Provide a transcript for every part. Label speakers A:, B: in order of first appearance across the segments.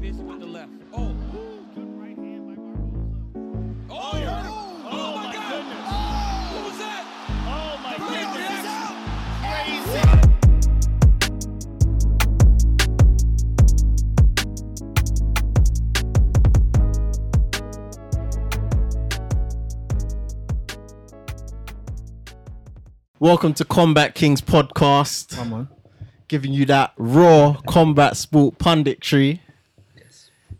A: left. Oh. Oh, you heard him. Oh,
B: Oh,
A: my
B: my
A: God.
B: goodness.
A: Oh, what was that?
B: Oh my
A: Playoff
B: goodness.
A: action.
C: Welcome to Combat Kings podcast.
D: Come on.
C: Giving you that raw combat sport punditry.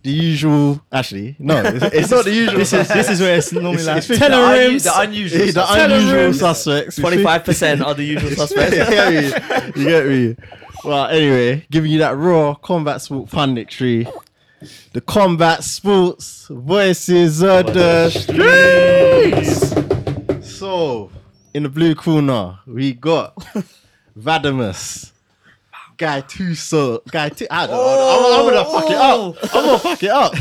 C: The usual, actually, no, it's, it's not the usual.
D: This is this is where it's normally
C: It's-
D: like
C: it's fifty- Teller
E: unu-
C: rims.
E: the unusual.
C: Yeah, the
E: suspects.
C: unusual suspects.
E: 25% are the usual
C: you
E: suspects.
C: get me? You get me? Well, anyway, giving you that raw combat sport punditry. The combat sports voices of the streets. So, in the blue corner, we got Vadimus. Guy Tuso, guy, T- I don't know. I'm, I'm gonna fuck it up. I'm gonna fuck it up.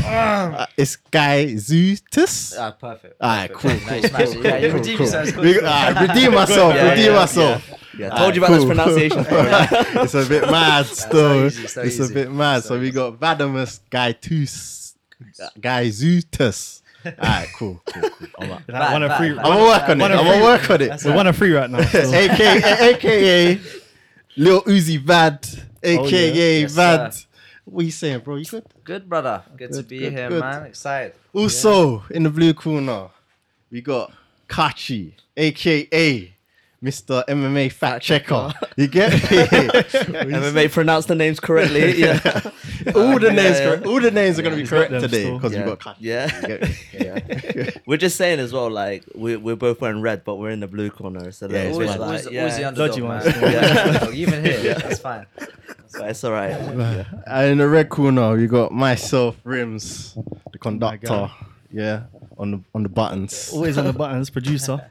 C: Uh, it's Guy Zutus.
E: Ah, perfect.
C: Alright, cool, cool,
E: Nice, nice.
C: cool,
E: Yeah, you
C: cool,
E: redeem
C: cool.
E: yourself, it's cool.
C: We- alright, redeem myself,
E: Yeah,
C: redeem
E: yeah,
C: myself.
E: Yeah,
C: Alright,
E: told you about those
C: cool.
E: pronunciations.
C: it's a bit mad still.
E: easy, it's
C: it's
E: so
C: a
E: easy.
C: bit mad. So,
E: So
C: we got Vadimus Gaitus Gaizutus. Alright, cool. cool, cool. I'm gonna
D: that one of
E: Bad,
D: three.
E: bad, bad.
C: work on it.
D: One
C: I'm
D: of
C: gonna
D: you.
C: work on it.
D: We're one of three right now. so-
C: AKA AKA Lil Uzi Vad. AKA
E: Oh, Yes,
C: Vad.
E: sir.
C: What you saying, bro? You good?
E: Good, brother. Good, to
C: Good,
E: be
C: good,
E: here,
C: good.
E: man. Excited.
C: Also in the blue corner, we got Kachi, aka Mr. MMA Fact Checker. You get me?
E: MMA pronounced the names correctly. Yeah.
C: all the
E: Yeah,
C: names,
E: yeah.
C: correct. all the names are gonna be
D: got
C: correct
D: them
C: today
D: still.
C: because we
E: Yeah.
C: got Kachi.
E: Yeah.
C: You get me? Yeah.
E: We're just saying as well, like, we're, we're both wearing red, but we're in the blue corner. So
C: Yeah,
E: yeah,
C: it's
E: it's
C: Always-
E: like,
B: always-
E: yeah,
B: always the underdog,
D: Dodgy
B: man.
D: ones.
E: Yeah.
B: Even here, that's fine.
E: but it's all right.
C: And in the red corner, we got myself, Rims, the conductor.
D: Oh God. Oh,
C: yeah, on the on the buttons.
D: Always on the buttons, producer.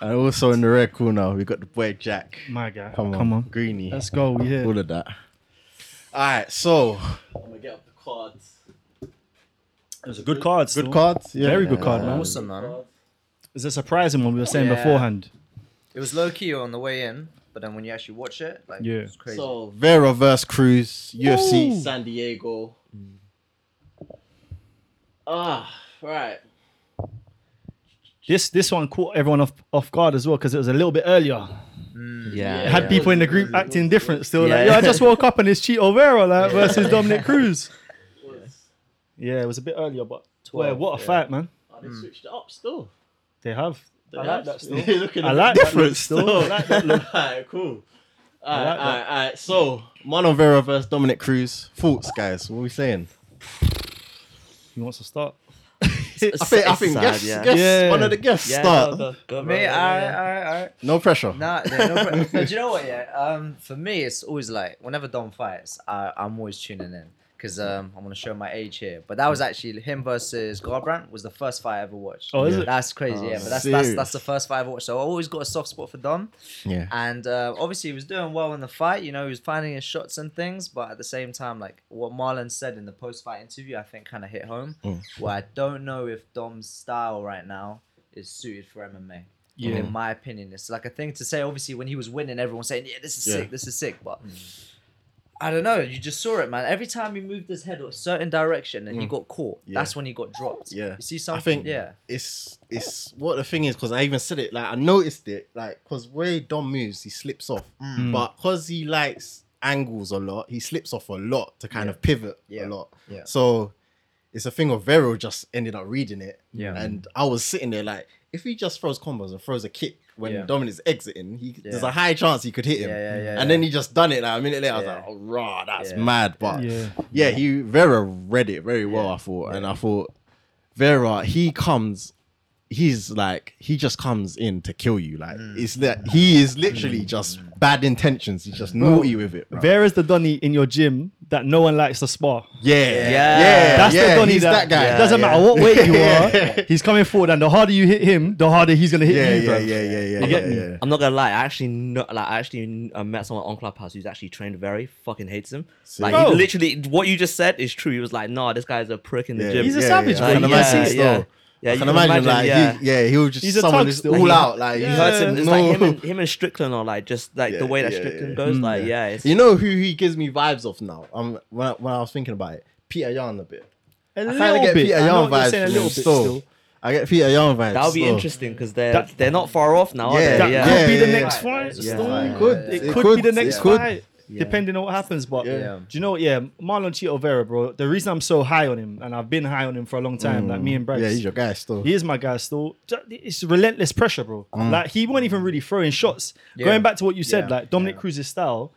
C: And also in the red corner, we got the boy Jack.
D: My guy.
C: Come on,
D: Come on.
C: Greeny.
D: Let's go. We here.
C: all of that. All right, so I'm gonna get up the cards.
D: It was a good card.
C: Good cards, yeah.
D: Very good card,
E: Um,
D: man.
B: Awesome, man.
D: It's a surprising one we were saying
B: Yeah.
D: beforehand.
B: It was low key on the way in, but then when you actually watch it, like,
D: Yeah.
B: it's crazy.
C: So Vera versus Cruz, UFC San Diego. Mm. Ah, right.
D: This this one caught everyone off, off guard as well because it was a little bit earlier.
E: Yeah.
D: It had
C: yeah.
D: people in the group acting different still.
E: Yeah.
D: Like, yeah, I just woke up and it's Cheeto Vera like, versus Dominic Cruz. Yeah, it was a bit earlier, but well, what a fight, man.
C: Oh, they switched it up still.
D: They have. I like that still.
C: Looking
D: I like that look
C: different
D: still.
C: still.
D: I like that look.
C: Alright, cool. Alright,
D: like that.
C: alright, alright. So Manon Vera versus Dominic Cruz. Thoughts, guys. What are we saying?
D: He wants to start.
C: I think, I think guess, guess
D: Yeah.
C: one of the guests start.
E: Go, go,
B: me, I, I, I,
C: No pressure.
B: Nah, yeah, no problem. but you know what? Yeah, um, for me, it's always like whenever Dom fights, I, I'm always tuning in because um, I'm gonna show my age here. But that was actually him versus Garbrandt was the first fight I ever watched.
D: Mm. Oh, is it? Oh,
B: That's crazy. yeah, but that's, that's
C: serious.
B: that's the first fight I watched. So I always got a soft spot for Dom,
C: Yeah.
B: and uh, obviously he was doing well in the fight. You know, he was finding his shots and things. But at the same time, like what Marlon said in the post-fight interview, I think kind of hit home.
C: Mm.
B: Where I don't know if Dom's style right now is suited for MMA
D: Yeah.
B: in my opinion. It's like a thing to say. Obviously, when he was winning, everyone was saying, "Yeah, this is
C: Yeah. Hmm.
B: sick, this is sick," but. I don't know. You just saw it, man. Every time he moved his head a certain direction and he got caught,
C: Hmm. Yeah.
B: that's when he got dropped.
C: Yeah.
B: you see
C: I
B: something.
C: think
B: yeah,
C: it's it's what the thing is because I even said it like I noticed it like because way Dom moves he slips off,
B: Mm.
C: but because he likes angles a lot he slips off a lot to kind of pivot a
B: Yeah.
C: lot.
B: Yeah.
C: So it's a thing of Vero just ended up reading it.
B: Yeah.
C: And I was sitting there like if he just throws combos and throws a kick when
B: Yeah.
C: Dominic's exiting, he, there's
B: Yeah.
C: a high chance he could hit him.
B: Yeah, yeah, yeah,
C: and
B: yeah.
C: then he just done it like a minute later.
B: Yeah.
C: I was like, oh, rah, that's
B: Yeah.
C: mad. But
D: Yeah.
C: yeah, he Vera read it very well, I thought, and I thought Vera, he comes, he's like he just comes in to kill you. Like it's that he is literally just bad intentions. He's just naughty with it. Mm. bro.
D: Vera's the Donny in your gym that no one likes to spar.
C: yeah, yeah,
E: Yeah.
D: That's
C: yeah,
D: the Donny
C: he's that, guy.
D: It doesn't
C: yeah.
D: matter what weight you
C: Yeah.
D: are, he's coming forward, and the harder you hit him, the harder he's gonna hit
C: Yeah,
D: you.
C: yeah,
D: bruv.
C: yeah, yeah, yeah.
D: You get
C: yeah,
D: me?
C: yeah.
E: I'm not gonna lie. I actually know, like I actually uh, met someone on Clubhouse who's actually trained very fucking hates him. Like
D: Bro.
C: Oh.
E: he literally, what you just said is true. He was like, "Nah, this guy's a prick in the
C: Yeah,
E: gym."
D: He's a
C: yeah,
D: savage,
C: yeah. I
D: bro.
C: can
D: Yeah,
C: imagine
E: yeah.
C: still.
E: Yeah,
C: I
E: you
C: can imagine, like,
E: yeah.
C: he, yeah, he was just
D: He's a
C: someone
D: thug
C: who's
D: still.
C: all
D: Yeah.
C: out, like,
E: He
C: he's-
E: hurts him. It's
C: no.
E: like him and, him and Strickland are like just like
C: Yeah,
E: the way that
C: yeah,
E: Strickland
C: yeah. Mm.
E: goes. like Mm, yeah, it's,
C: You know who he gives me vibes of now? Um, when I, when I was thinking about it, Peter Yan a bit.
D: A
C: I kind
D: little
C: of get
D: bit.
C: Peter
D: I know
C: Young
D: what you're
C: vibes
D: saying,
C: from
D: a little
C: him
D: bit
C: still.
D: still.
C: I get Peter Young vibes.
E: That would be
C: still.
E: interesting because they're
D: That-
E: they're not far off now.
C: Yeah,
E: Yeah,
D: That
E: they?
C: yeah,
E: yeah.
D: could be the
C: yeah,
D: next
B: yeah.
D: fight.
B: Yeah.
D: still.
B: It
C: could,
D: It,
C: it
D: could, be
C: could,
D: the next
C: it could.
D: fight,
E: Yeah.
D: depending on what happens. But
B: Yeah.
D: do you know what? Yeah, Marlon Chito Vera, bro. The reason I'm so high on him, and I've been high on him for a long time, like me and Brad.
C: Mm. Yeah, he's your guy still.
D: He is my guy still. Ju- It's relentless pressure, bro. Like he won't even really throw in shots.
B: Yeah.
D: Going back to what you said,
B: Yeah.
D: like Dominic Cruz's style,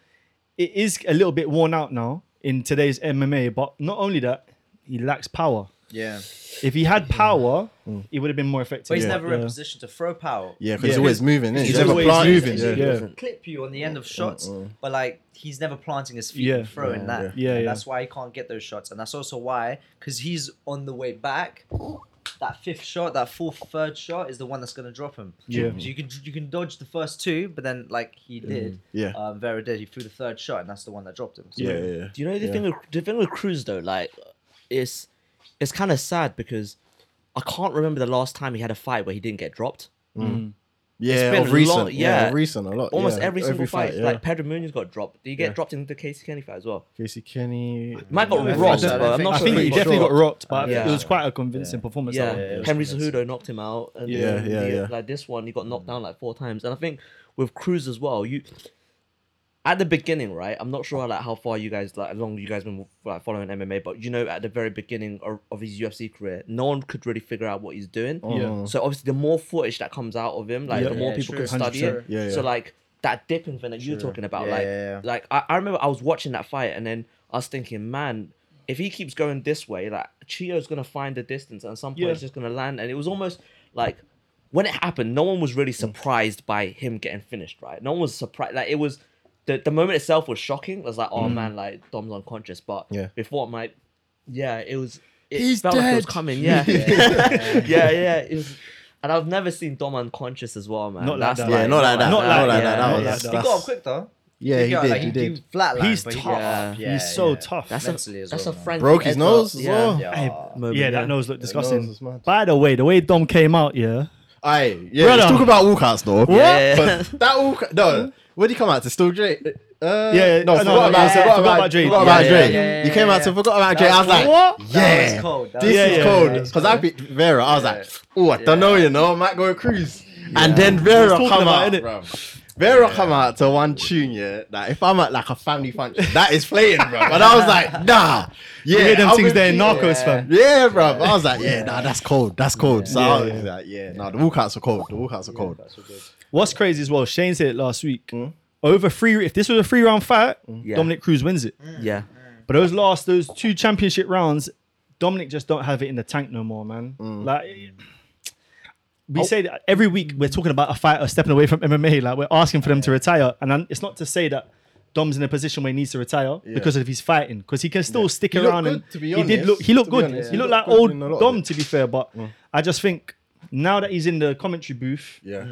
D: it is a little bit worn out now in today's MMA. But not only that, he lacks power.
B: Yeah.
D: If he had power, he would have been more effective.
B: But he's
D: Yeah.
B: never in
D: Yeah.
B: position to throw power.
C: Yeah, because
D: Yeah.
C: he's always moving. innit?
D: He's
C: He's, never
D: always
C: planting.
D: moving,
C: Yeah. Mm,
D: yeah.
B: clip you on the end of shots, but like he's never planting his feet
D: Yeah.
B: and throwing
C: Yeah,
B: that.
D: yeah. Yeah,
B: And
D: yeah.
B: That's why he can't get those shots, and that's also why because he's on the way back. That fifth shot, that fourth, third shot is the one that's gonna drop him.
D: Yeah.
B: So you can you can dodge the first two, but then like he did,
C: Mm-hmm. Yeah.
B: um, Vera did. He threw the third shot, and that's the one that dropped him. So,
C: Yeah, yeah, yeah.
E: Do you know the thing? With, the thing with Cruz though, like, it's it's kind of sad because I can't remember the last time he had a fight where he didn't get dropped.
C: Yeah,
E: been
C: of
E: a
C: recent.
E: lot-
C: yeah,
E: yeah.
C: of recent a lot.
E: Almost
C: Uh, yeah,
E: every single fight,
C: yeah.
E: like Pedro Munoz got dropped. Did he get
C: Yeah. Mm,
E: dropped in the Casey Kenny fight as well?
C: Casey Kenny.
E: Might got
B: I think
E: robbed,
B: so.
E: but I'm
B: I
E: not
D: I
E: sure.
D: think
E: if
D: he
E: he got
D: definitely got
E: dropped.
D: rocked, but
E: Yeah.
D: it was quite a convincing performance. that
E: Yeah,
D: one.
B: was
E: Henry
B: convincing.
E: Cejudo knocked him out, and
C: Yeah,
E: then
C: yeah,
E: the-
C: yeah.
E: Like this one, he got knocked down like four times, and I think with Cruz as well. You at the beginning, right? I'm not sure like how far you guys like, how long you guys been like following MMA, but you know, at the very beginning of, of his UFC career, no one could really figure out what he's doing.
C: Yeah.
E: So obviously, the more footage that comes out of him, like
D: Yeah.
E: the more
B: Yeah,
E: people
B: true.
E: can study
D: 100%.
E: it.
C: Yeah, yeah.
E: So like that dipping thing that you're talking about,
B: Yeah,
E: like
B: yeah, yeah.
E: like I, I remember I was watching that fight and then I was thinking, man, if he keeps going this way, like Chio's gonna find the distance and at some point
D: Yeah.
E: it's just gonna land. And it was almost like when it happened, no one was really surprised by him getting finished, right? No one was surprised. Like it was the, the moment itself was shocking. It was like, oh man, like Dom's unconscious. But
C: Yeah.
E: before it might yeah, it was it
C: He's
E: felt like it was
C: dead.
E: coming. Yeah. yeah, yeah, It was and I've never seen Dom unconscious as well, man.
D: Not like
E: That's
D: that.
E: like-
C: Yeah, not like that.
D: Not like
E: that.
C: that.
E: Yeah,
C: That
E: not
C: was-
D: like
B: he got up
C: that's-
B: quick though.
C: Yeah, he
B: got-
C: did.
B: like,
C: He did.
B: Flatline,
D: He's
B: but he
D: tough.
B: got up.
E: He's
B: Yeah,
D: so
B: yeah.
D: tough.
E: That's
B: Mentally
E: a
B: as
E: that's
B: well,
E: a
B: man.
E: French.
C: Broke his
E: headbutt.
C: nose as
E: Yeah.
C: well.
B: Yeah.
E: Moment,
D: Yeah, that nose looked
C: nose
D: disgusting.
C: was mad.
D: By the way, the way Dom came out, yeah.
C: Aye, yeah. Let's
D: Brother.
C: talk about walkouts though.
E: Yeah.
C: But that walk, no. Where did he come out to? Still Drake. Uh,
D: Yeah,
C: no,
D: no,
C: forgot,
D: no,
C: about,
D: yeah,
C: forgot, about,
D: forgot about Drake.
C: Forgot about
B: Yeah,
C: Drake.
B: yeah, yeah,
C: you came
B: yeah,
C: out to
B: yeah.
C: forgot about
B: That
C: Drake. I
B: was
C: was like,
B: cool.
D: What?
B: That
C: Yeah,
B: was cold. That
C: this
B: was
C: is
D: yeah,
C: cold.
B: yeah, that was
C: Because I picked Vera. I was like, oh, I don't know, you know, I might go cruise. And then
D: We're
C: Vera
D: talking
C: come
D: about
C: out.
D: it,
C: bruv. Vera come out to one tune, yeah. Like if I'm at like a family function, that is playing, bro. And I was like, nah. Yeah,
D: You hear them
C: I'll
D: things
C: be-
D: there in Narcos,
B: yeah.
D: fam.
C: Yeah, bro. I was like, yeah, nah, that's cold. That's cold. So I was
D: Yeah.
C: like, yeah, nah, the walkouts are cold. The walkouts are cold.
D: What's crazy as well, Shane said it last week. Over three, if this was a three round fight,
E: Yeah.
D: Dominic Cruz wins it.
E: Yeah.
D: But those last, those two championship rounds, Dominic just don't have it in the tank no more, man. Like.
C: Oh.
D: We say that every week we're talking about a fighter stepping away from MMA, like we're asking for them to retire. And I'm- it's not to say that Dom's in a position where he needs to retire because of his fighting, because he can still stick
C: He looked
D: around. and
C: good, to be
D: he did
C: honest.
D: look, he looked
C: To be
D: good.
C: honest, he
D: he looked
C: looked
D: like
C: good
D: old
C: in a lot of
D: Dom,
C: it.
D: to be fair. But I just think now that he's in the commentary booth,
C: Yeah.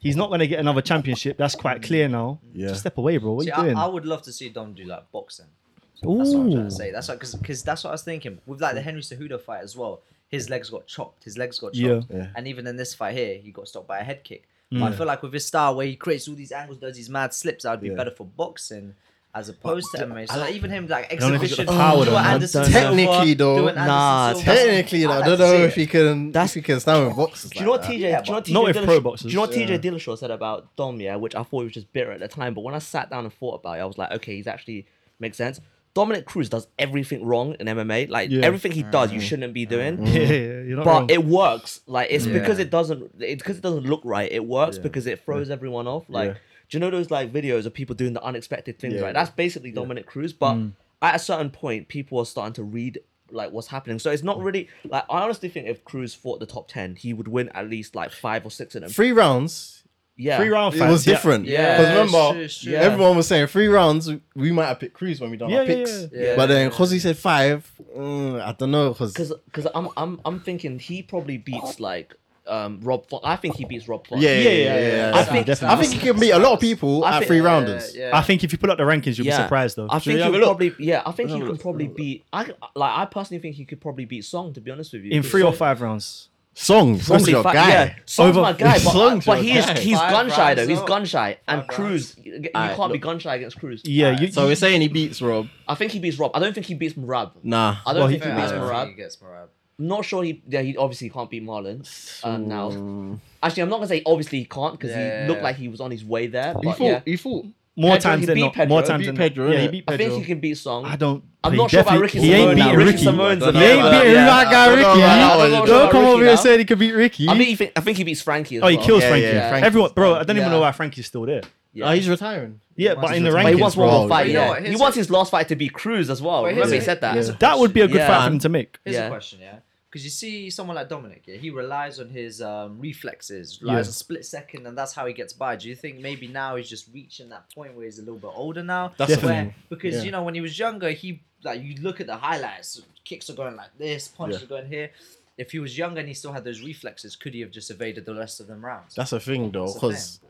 D: he's not going to get another championship. That's quite clear now.
C: Yeah.
D: Just step away, bro. What
B: See,
D: are you doing?
B: I, I would love to see Dom do like boxing. That's what I'm trying to say. That's what, cause, 'cause that's what I was thinking with like the Henry Cejudo fight as well. His legs got chopped. His legs got
D: Yeah. Mm.
B: chopped.
C: Yeah.
B: And even in this fight here, he got stopped by a head kick. But I feel like with his style, where he creates all these angles, does these mad slips, that would be
C: Yeah.
B: better for boxing as opposed to MMA. So like, even him, like
D: don't know if he's
B: exhibition,
D: got the power
B: do
D: though,
B: an
D: man.
B: Anderson
E: Don't know.
B: Silva,
C: Technically, though,
B: do an Anderson
E: nah,
B: Silva. Ah,
C: Technically,
B: I'd
C: I
B: like
C: don't
B: to see
C: know if
B: it.
C: he can. That's
E: That's-
C: if he can stand with boxes.
E: Do you know what
C: like that.
E: TJ?
B: Yeah,
E: do you know what TJ?
D: not with
E: Dillashaw-
D: pro boxers.
E: Do you know what TJ Dillashaw said about Dom? Yeah, which I thought was just bitter at the time, but when I sat down and thought about it, I was like, okay, he's actually makes sense. Dominic Cruz does everything wrong in MMA. Like
D: Yeah.
E: everything he does,
D: Mm.
E: you shouldn't be doing.
C: Mm.
D: yeah, yeah, you're not
E: but
D: wrong.
E: it works. Like it's
B: Yeah.
E: because it doesn't. It's because it doesn't look right. It works because it throws everyone off. Like
C: Yeah.
E: do you know those like videos of people doing the unexpected things?
C: Yeah,
E: right.
C: yeah.
E: That's basically Dominic Cruz. But at a certain point, people are starting to read like what's happening. So it's not really like I honestly think if Cruz fought the top ten, he would win at least like five or six of them.
C: Three rounds.
E: yeah.
D: Three round
C: It
D: fights,
C: was
D: yeah.
C: different.
E: Yeah,
C: Because
B: it's
C: remember,
B: true, it's true.
C: everyone was saying three rounds. We might have picked Cruz when we done
D: Yeah,
C: our
D: yeah,
C: picks.
D: yeah.
B: Yeah.
C: But then because he said five, mm, I don't know. Because
E: Because because I'm I'm I'm thinking he probably beats like um Rob. Font. I think he beats Rob.
C: yeah,
E: Font.
C: yeah, yeah, yeah.
D: yeah,
C: I,
E: yeah.
C: think
D: Definitely.
C: I think he can beat a lot of people
E: I
C: at
E: think-
C: three
E: yeah,
C: rounders.
B: Yeah,
D: I think if you pull up the rankings, you'll be surprised though.
E: I
C: we
E: think
C: have a
E: you
C: look?
E: probably yeah. I think
C: Let's
E: you
C: have a
E: can
C: look,
E: probably beat. I like I personally think he could probably beat Song. To be honest with you,
D: in
E: Because
D: three or
E: Song-
D: five rounds.
C: Songs. Songs
E: Honestly,
C: your
E: fi-
C: guy.
E: Yeah, Song's
C: Over-
E: my guy, but,
C: Song's
E: but
C: your
E: he is,
C: guy.
E: he's
B: Five
E: gun shy though.
B: rounds
E: He's
B: up.
E: gun shy. And
B: Five
E: Cruz, you, you
C: Alright,
E: can't be gun shy against Cruz.
D: Yeah, you,
C: So we're saying he beats Rob.
E: I think he beats Rob. I don't think he beats Murad.
C: Nah.
E: I don't
D: Well, he
E: think he,
D: can
E: beats
D: beat
B: I don't think
E: Murad.
B: he gets Marab.
E: I'm not sure he. Yeah, he obviously can't beat Marlon uh, now. Actually, I'm not gonna say obviously he can't because
B: Yeah.
E: he looked like he was on his way there.
C: He
E: But
C: fought.
E: yeah,
C: He fought.
D: more
E: Pedro,
D: times
E: he
D: than
E: beat
D: not.
E: Pedro.
D: More
E: He
D: times
C: beat
D: than
C: Pedro,
D: Yeah, he
C: innit?
D: beat
E: I
D: E Pedro.
E: think he can beat Song.
D: I don't.
E: I'm
D: he
E: not sure about
D: definitely-
E: Ricky
D: He ain't
E: Simone now.
D: beating
E: Ricky
D: Ricky.
E: Simone-
D: He
B: Don't know
D: ain't
B: about
D: beating that
B: that.
C: Don't
D: guy,
C: know about that
D: Ricky.
C: one.
E: Don't know
D: Don't
E: about
D: come
E: Ricky
D: over here
E: now.
D: and say he could beat Ricky.
E: I, mean, he think, I think he beats Frankie. As
D: Oh, he
E: well.
D: kills
C: Yeah,
D: Frankie.
C: yeah, Frankie's
D: Everyone, bro, I don't even know
E: Yeah.
D: why Frankie's still there.
E: Yeah.
C: Oh, he's retiring.
D: Yeah, but in the
E: but he
D: rankings,
E: wants one more
D: bro,
E: fight.
B: But you know
E: Yeah.
B: what, here's
E: he
B: a-
E: wants his last fight to be Cruz as well.
B: But here's
E: Remember
B: a-
E: he said that.
B: here's a-
D: That would be a good
E: Yeah.
D: fight for him to make.
B: Here's
E: Yeah.
B: a question, yeah, because you see someone like Dominic, yeah, he relies on his um, reflexes, relies
D: Yeah.
B: on split second, and that's how he gets by. Do you think maybe now he's just reaching that point where he's a little bit older now?
C: That's
D: Definitely.
B: where, because
D: Yeah.
B: you know when he was younger, he like you look at the highlights, kicks are going like this, punches are going here. If he was younger and he still had those reflexes, could he have just evaded the rest of them rounds?
C: That's a thing though,
B: That's a
C: because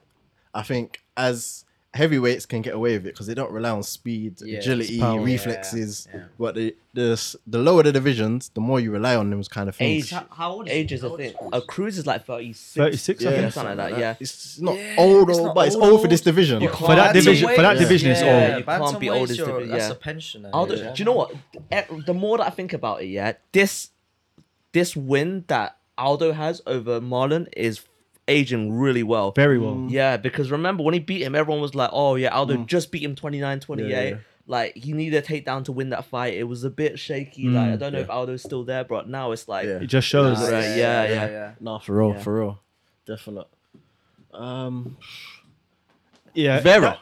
C: I think as heavyweights can get away with it because they don't rely on speed,
B: Yeah, it's
C: agility,
D: power. Yeah,
C: reflexes.
B: yeah.
C: But the, the s- the lower the divisions, the more you rely on those kind of things.
E: Age.
B: how, how old is
E: Age
B: he?
E: is
B: How
E: a
B: old
E: thing.
B: Cruz?
E: A Cruz is like 36.
D: 36, I
E: yeah,
D: think.
E: something like that. Yeah.
C: It's not
B: Yeah,
C: old,
B: it's
C: old,
B: not
C: but it's
B: old,
C: old for this
B: old.
C: division.
E: You
D: For that
E: Bantamweight,
D: division, for that
E: yeah.
D: division is
E: Yeah.
D: old.
E: You can't be
B: bantamweight's
E: oldest
B: your-
E: divi-
B: That's
E: yeah.
B: a pensioner.
E: I'll do,
B: yeah.
E: do you know what? Eh, The more that I think about it, yeah, this this win that Aldo has over Marlon is aging really well.
D: Very well.
E: yeah, because remember when he beat him, everyone was like, "Oh yeah, Aldo just beat him 29, 28.
C: yeah.
E: Like he needed a takedown to win that fight. It was a bit shaky. like I don't know if Aldo's still there, but now it's like
C: Yeah.
D: It just shows.
E: Nah,
D: that-
E: yeah, yeah, yeah.
C: Nah, for real,
E: Yeah.
C: for real, definite. Um,
D: Yeah.
C: Vera.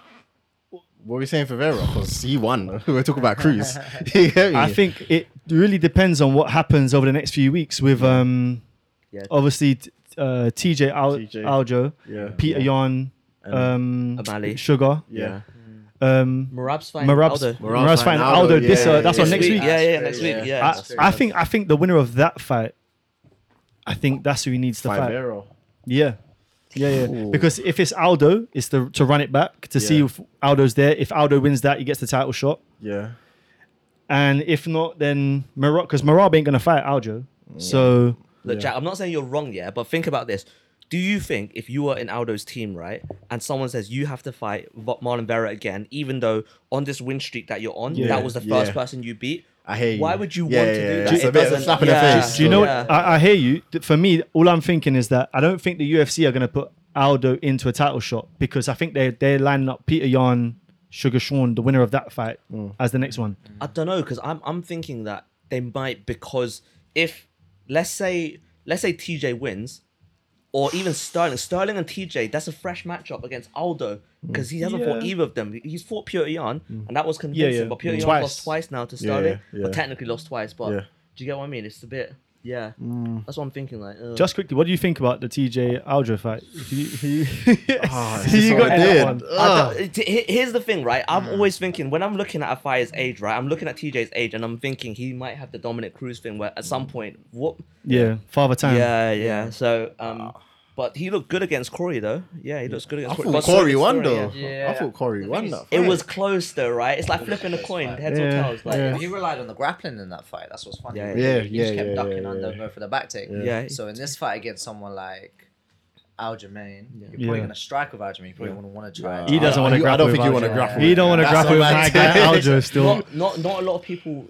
C: What are we saying for Vera? Because he won. We're talking about Cruz. You get me?
D: I think it really depends on what happens over the next few weeks with um
E: Yeah.
D: obviously t- uh, TJ, Al-
C: TJ.
D: Aljo,
C: Yeah.
D: Peter Yon, um,
E: Amali.
D: Sugar,
C: yeah.
D: um,
E: Marab's fight.
D: Marab's,
E: Aldo.
C: Marab's
D: Marab's
C: fighting
D: fighting
C: Aldo,
D: Aldo. This
C: yeah,
D: uh, that's
C: yeah,
D: on
C: yeah.
D: next
E: This
D: week.
E: Yeah, yeah,
B: That's
E: next
B: great.
E: week. Yeah,
D: I, I think I think the winner of that fight, I think that's who he needs to
C: Fight
D: fight.
C: Vera.
D: Yeah. Yeah, yeah.
C: Ooh.
D: Because if it's Aldo, it's the to run it back to see
C: Yeah.
D: if Aldo's there. If Aldo wins that, he gets the title shot.
C: Yeah.
D: And if not, then Marab because Marab ain't gonna fight Aldo. So
E: Look, Jack, I'm not saying you're wrong, yeah, but think about this. Do you think if you were in Aldo's team, right, and someone says you have to fight Va- Marlon Vera again, even though on this win streak that you're on,
D: Yeah,
E: that was the first
C: yeah.
E: person you beat?
C: I hear you.
E: Why would you
C: Yeah,
E: want
C: yeah,
E: to do
C: yeah.
E: that?
C: Just a
E: It
C: bit of a
E: doesn't-
C: slap in the face.
D: Do you know?
E: Yeah.
D: What, I, I hear you. Th- For me, all I'm thinking is that I don't think the UFC are going to put Aldo into a title shot because I think they they're lining up Peter Yan, Sugar Sean, the winner of that fight,
C: Mm.
D: as the next one.
E: I don't know because I'm I'm thinking that they might because if let's say let's say TJ wins, or even Sterling, Sterling and TJ, that's a fresh matchup against Aldo because he hasn't fought
D: Yeah.
E: either of them. He's fought Pure Ian,
C: Mm.
E: and that was
D: yeah.
E: convincing. But Pure Ian
D: Twice.
E: lost twice now to Sterling,
C: yeah,
E: but
C: yeah.
E: technically lost twice. But
C: Yeah. Mm.
E: do you get what I mean? It's a bit yeah. That's what I'm thinking. Like ugh.
D: Just quickly, what do you think about the TJ Aldo fight? Who- who-
C: Ah,
D: who you
C: so
D: got in that
C: weird.
D: one?
E: I
C: Ugh. Mm.
E: don't- t- he- here's the thing, right? I'm always thinking when I'm looking at a fighter's age, right? I'm looking at TJ's age, and I'm thinking he might have the Dominic Cruz thing, where at some
C: Mm.
E: point, what
D: Yeah, Father Time.
E: Yeah, yeah. So, um, but he looked good against Corey though. Yeah, he looks good
C: I
E: against Corey.
C: thought
E: But so
C: Corey
E: did
C: won
E: Sterling,
C: though.
E: yeah.
B: yeah.
C: I thought Corey
B: The
C: won
B: thing
C: that.
B: is,
E: It
C: fight.
E: was close though, right? It's like flipping a coin, heads or
D: Yeah,
E: tails. Like,
D: yeah.
B: He relied on the grappling in that fight. That's what's funny.
E: Yeah,
B: really.
C: yeah,
B: he just
C: yeah,
B: kept
C: yeah,
B: ducking
C: yeah,
B: under
C: yeah.
B: and going for the back take.
E: Yeah.
B: So in this fight against someone like Aljamain, you're probably
D: Yeah.
B: gonna strike with Aljamain. You probably want to want to try.
C: Wow.
B: it.
D: He doesn't
C: I-
D: want
C: I-
D: to
C: I
D: grapple.
C: don't
D: with
C: think Uh, you
D: Aldo.
C: wanna grapple
D: He
C: with
D: don't want to
C: that.
D: grapple with my
C: That's
D: guy
C: what I'm
D: Aldo
C: saying.
D: still.
E: not, not, not a lot of people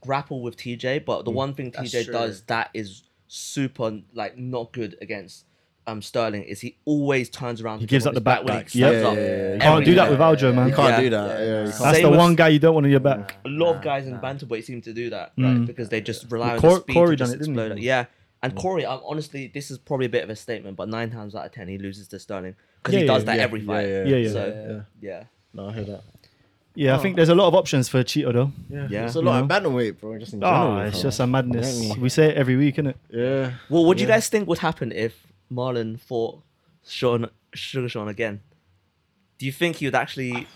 E: grapple with TJ, but
C: Mm,
E: the one thing
B: that's
E: TJ
B: true.
E: does that is super like not good against um Sterling is he always turns around. He
D: gives up the back
E: when
D: back.
E: he stands
C: Yeah,
E: up.
C: yeah, yeah, yeah.
D: Can't do that with
E: Everywhere.
D: Aldo, man.
C: You can't
E: Yeah.
C: do that. Yeah, you can't.
D: That's
E: Same
D: the
E: as-
D: one guy you don't want on your back.
E: A lot of guys in bantamweight seem to do that, right? Because they just rely on
D: Mm. Cor-
E: the speed
D: Corey
E: to just
D: done it, didn't
E: explode
D: he? Mm.
E: it. Yeah, and Corey, I'm honestly, this is probably a bit of a statement, but nine times out of ten, he loses to Sterling because
D: Yeah,
E: he
D: yeah,
E: does that
C: yeah,
E: every
C: yeah,
E: fight.
C: yeah,
D: yeah.
E: So, yeah.
C: No, I hear that.
D: Yeah, I think there's a lot of options for Cheeto though.
C: Yeah,
E: Yeah.
C: It's a lot
D: You
C: of bantamweight, bro. Just in general,
D: Oh, it's
C: bro.
D: just a madness.
C: Really?
D: We say it every week, innit?
C: yeah.
E: Well, what do you guys think would happen if Marlon fought Sean Sugar Sean again? Do you think he would actually?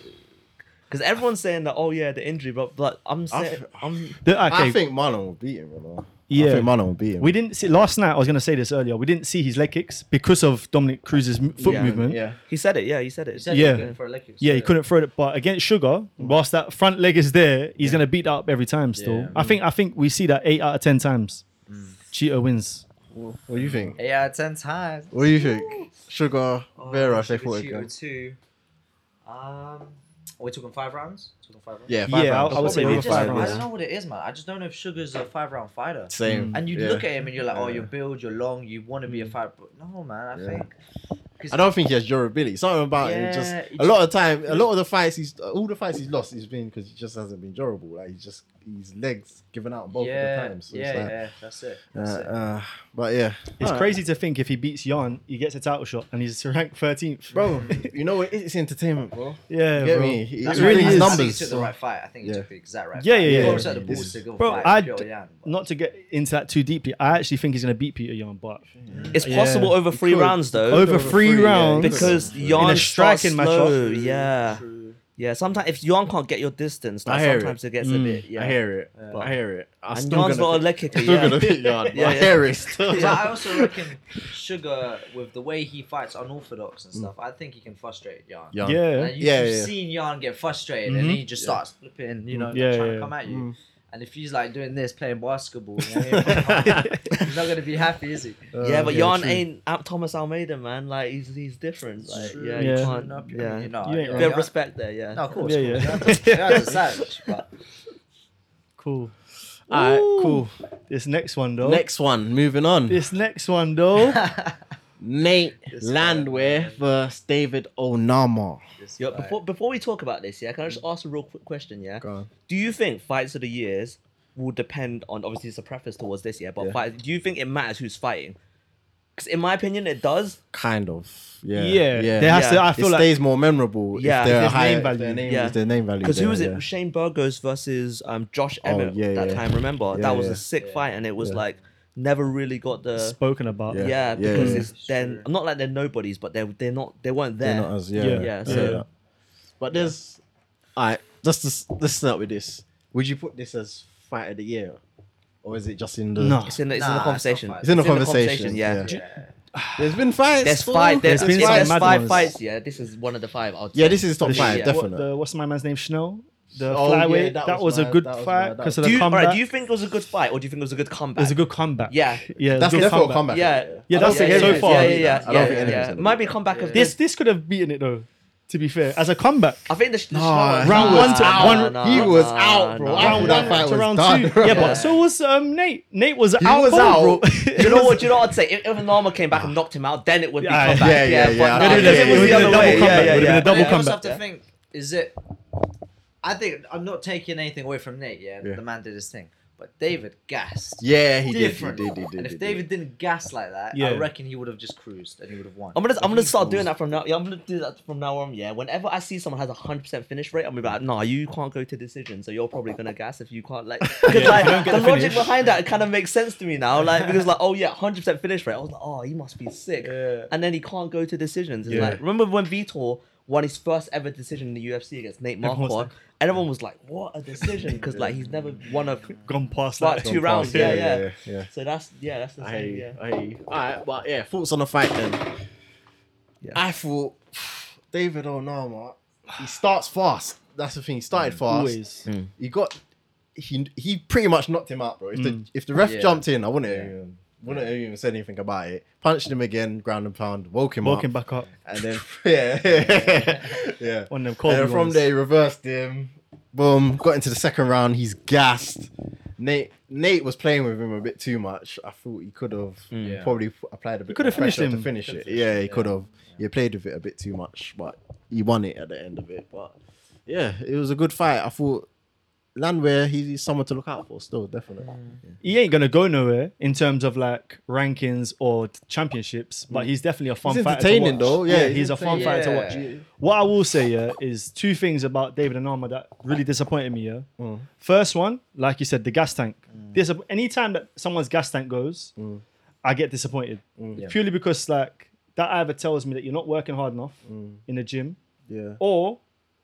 E: Because everyone's saying that, oh yeah, the injury, but but I'm saying,
C: th-
E: I'm
D: The- Ah, okay,
C: I think Marlon will beat him, you know. I
D: Yeah.
C: think Marlon will beat him.
D: we didn't see last night. I was going to say this earlier. We didn't see his leg kicks because of Dominic Cruz's m- foot
E: Yeah.
D: movement.
C: Yeah.
E: he said it. Yeah, he said it.
B: He said
D: Yeah.
B: he was going for a leg kick,
D: Yeah, he
B: so-
D: couldn't throw it. But against Sugar, whilst that front leg is there, he's going to beat that up every time. Still,
B: Yeah.
C: Mm.
D: I think I think we see that eight out of ten times. Cheeto wins.
C: What do you think?
B: Yeah, ten times.
C: What do you think? Sugar, Oh, Vera, if they fought
B: Oh, Sugar
C: again.
B: two. Um, are we talking five rounds? Talking five rounds?
C: Yeah, five
D: Yeah, I-
C: rounds.
D: I would say
B: I,
D: maybe
B: Oh, just,
D: five
B: I
D: rounds.
B: don't know what it is, man. I just don't know if Sugar's a five round fighter.
C: Same.
B: And you
C: yeah.
B: look at him and you're like, oh,
C: Yeah.
B: your build, you're long, you want to be a five. But no, man, I
C: Yeah.
B: think.
C: I don't think he has durability. Something about it just
B: Yeah, he
C: a lot of time. A lot of the fights he's all the fights he's lost has been because he just hasn't been durable. Like he's just his legs given out both
B: yeah,
C: of the times. So it's
B: yeah,
C: like,
B: yeah, that's it.
C: uh,
B: That's it.
C: uh, but yeah,
D: It's
C: Alright.
D: crazy to think if he beats Jan, he gets a title shot and he's ranked 13th.
C: bro. You know what? It's entertainment, bro.
D: yeah,
C: Get
D: bro.
C: me? It
B: That's
C: really is
B: why I think
C: numbers.
B: He took the
C: so-
B: right fight. I think he
C: Yeah.
B: took the exact right.
D: Yeah,
B: fight.
D: yeah,
B: He
D: yeah.
B: also had the
C: This-
B: balls to go
D: Bro,
B: fight
D: I
B: Pyotr
D: d-
B: Yan, but-
D: Not to get into that too deeply, I actually think he's going to beat Peter Jan, but
E: It's
D: Yeah.
E: possible over three
C: could.
E: rounds though.
D: over three
C: three, yeah,
D: rounds.
E: because Jan
D: In a
E: striking
D: striking match,
E: slow.
D: true,
E: yeah, yeah. Sometimes if Jan can't get your distance,
C: I
E: like,
C: hear
E: sometimes
C: it.
E: it. gets
C: Mm,
E: a bit. Yeah,
C: I hear it.
E: But-
C: I hear it. I'm
E: And
C: still
E: Jan's
C: gonna
E: not a
C: pick-
E: leg kicker.
C: Still
E: Yeah.
C: gonna pick Jan. but
E: Yeah,
C: I
E: yeah.
C: hear it. Still.
B: Yeah, I also reckon Sugar, with the way he fights unorthodox and stuff, I think he can frustrate Jan.
C: Jan.
D: yeah.
B: And you,
C: Mm. Yeah,
B: have
C: yeah, yeah.
B: seen Jan get frustrated and
D: Mhm.
B: he just starts flipping, you know,
D: Yeah,
B: trying
D: yeah,
B: to come at you.
C: Mm.
B: And if he's like doing this, playing basketball, you know, he's not going to be happy, is he?
E: Yeah, but
C: yeah,
E: Jan
C: true.
E: ain't Al- Thomas Almeida, man. Like he's he's different. Like
B: True.
D: Yeah.
E: yeah, you
B: No,
E: can't.
B: I mean,
E: Yeah,
B: you know,
D: You ain't
B: yeah,
E: bit
D: wrong.
E: of respect there. Yeah.
B: No, of course.
D: Yeah,
B: of course.
D: yeah.
B: Jan's a- Jan's a savage, but
D: Cool.
C: All right, cool.
D: This next one, though.
C: Next one. Moving on.
D: This next one, though.
C: Nate
B: This guy,
C: Landwehr
B: man.
C: versus David Onama.
B: this
E: Yo,
B: fight-
E: before before we talk about this, yeah, can I just ask a real quick question? Yeah,
C: Go on.
E: do you think fights of the years will depend on obviously it's a preface towards this, yeah, but
C: Yeah.
E: fight, do you think it matters who's fighting? Because in my opinion, it does.
C: Kind of. Yeah.
D: yeah. There has to,
E: Yeah.
D: I
C: it
D: feel like
C: stays more memorable
E: Yeah.
C: if they're
D: If there's
C: high
D: name
C: if
D: value.
C: Their name,
E: Yeah.
C: if their name value.
E: Because who
C: there,
E: was it?
C: yeah. Oh,
E: Shane Burgos versus um, Josh Emmett
C: yeah,
E: that
C: yeah.
E: time. Remember
C: Yeah,
E: that was
C: yeah.
E: a sick
B: Yeah.
E: fight, and it was
C: Yeah.
E: like never really got the.
D: spoken about.
E: Yeah,
C: Yeah. Yeah,
E: because
C: yeah.
E: it's then not like they're nobodies, but they're they're not they weren't there.
C: They're not us. Yeah.
D: Yeah.
E: Yeah,
C: I
E: so-
C: hear that. But there's. All right. Just to, s- let's start with this. Would you put this as fight of the year, or is it just in the?
D: No.
E: It's in the, it's
B: Nah, it's
E: in the
B: not
E: conversation.
B: fight.
C: It's in the conversation.
E: yeah.
B: yeah.
C: There's been fights.
E: There's
C: fool.
E: five. There's,
D: There's been
E: if
D: some
E: there's
D: mad
E: five
D: ones.
E: fights. Yeah, this is one of the five. I'll
C: Yeah, this is top
D: The
C: five,
D: shit-
C: definitely.
D: what- the- what's my man's name? Schnell. The
C: Oh, yeah,
D: flyweight.
C: that
D: that,
C: was
D: was,
C: mad,
D: a good
C: that was
D: fight
C: mad, that
D: because of
E: Do
D: the
E: you,
D: comeback.
E: alright, do you think it was a good fight, or do you think it was a good
D: it
E: comeback?
D: was a good comeback.
E: Yeah.
D: Yeah. it was
C: That's
D: a good
C: definitely a
D: comeback.
C: comeback.
E: Yeah.
D: Yeah,
C: I don't
D: that's
C: think
D: it so
C: anyone's
D: far.
E: Yeah,
C: gonna
E: yeah,
C: beat
E: yeah.
C: that. I don't
E: yeah,
C: think
E: yeah,
C: anyone's
E: yeah.
C: gonna
E: Might
C: beat
E: be a comeback of
D: This
E: this.
D: this could have beaten it though. To be fair, as a comeback.
E: I think the sh- the
C: No,
E: Schwarz-
C: he
D: round
C: was
D: one to
C: out.
D: one.
E: no,
C: he
E: no,
C: was
E: no,
C: out, bro.
E: no.
C: Round one fight
D: to
C: was
D: round
C: done.
D: two. Yeah,
E: Yeah.
D: but so was um, Nate. Nate was
C: He
D: out.
C: was
D: cold,
C: out.
D: Bro.
E: Do you know what? Do you know what I'd say? If, if Norma came back and knocked him out, then it would be
D: Yeah,
E: comeback.
C: yeah, yeah, yeah. No,
E: But no,
C: no,
E: because
C: yeah,
E: it was
C: yeah,
E: the
C: yeah,
E: other
C: yeah.
E: way.
C: Double comeback,
E: Yeah,
D: would've been a
E: yeah,
D: double-
E: yeah.
B: I also have
D: comeback.
B: to think, is it? I think I'm not taking anything away from Nate. Yeah,
C: Yeah.
B: the man did his thing, but David gassed.
C: Yeah, he did. He
B: Different.
C: did. He did.
B: and if
C: he did.
B: David didn't gas like that,
D: Yeah.
B: I reckon he would have just cruised and he would have won.
E: I'm gonna I'm
B: But
E: gonna
B: he
E: start doing
B: cruised.
E: that from now. Yeah, I'm gonna do that from now on. Yeah, whenever I see someone has a hundred percent finish rate, I'm gonna be like, nah, you can't go to decision, so you're probably gonna gas if you can't like. 'Cause,
D: Yeah,
E: like,
D: if you don't get
E: the
D: the
E: logic
D: finish.
E: behind that kind of makes sense to me now. Like because like oh yeah, hundred percent finish rate. I was like oh he must be sick,
D: Yeah.
E: and then he can't go to decisions. It's
D: Yeah.
E: like remember when Vitor won his first ever decision in the UFC against Nate
D: Everyone was
E: Marquardt,
D: like-
E: and everyone was like, what a decision because like he's never won a.
D: Gone past
E: Like
D: that.
E: two rounds, yeah, yeah.
C: yeah, yeah.
E: So that's yeah, that's the
C: I um,
E: same.
C: hear
E: Yeah.
C: you. I hear you. All right, but yeah, thoughts on the fight then.
E: Yeah.
C: I thought David Onama, he starts fast. That's the thing. He started fast.
D: Always.
C: He got he he pretty much knocked him out, bro. If the
D: Mm.
C: if the ref
B: Yeah.
C: jumped in, I wouldn't
B: Yeah.
C: have even, wouldn't have even said anything about it. Punched him again, ground and pound, woke him
D: Walking
C: up,
D: back up.
C: and then yeah, yeah.
D: One of them
C: And
D: cold.
C: then Uh, from
D: ones.
C: there, he reversed him. Boom. Got into the second round. He's gassed. Nate Nate was playing with him a bit too much. I thought he could have
B: Yeah.
C: probably f- applied a bit.
D: could
C: more
D: have Mm. finished
C: pressure to
D: him.
C: finish it.
B: Could've
C: Yeah, he
B: finished it,
C: could
B: yeah.
C: have. He played with it a bit too much, but he won it at the end of it. But yeah, it was a good fight. I thought Landwehr, he's, he's someone to look out for still, definitely.
D: he ain't gonna go nowhere in terms of like rankings or t- championships, but he's definitely a fun
C: He's
D: fighter.
C: entertaining
D: to watch.
C: though. Yeah,
D: he's, a fun
C: entertaining.
D: fighter to
B: Yeah.
D: watch. What I will say, yeah, is two things about David Anama that really disappointed me. Yeah,
C: Mm.
D: first one, like you said, the gas tank. There's anytime that someone's gas tank goes,
C: Mm.
D: I get disappointed
C: Mm.
B: Yeah.
D: purely because like that either tells me that you're not working hard enough
C: Mm.
D: in the gym
C: Yeah.
D: or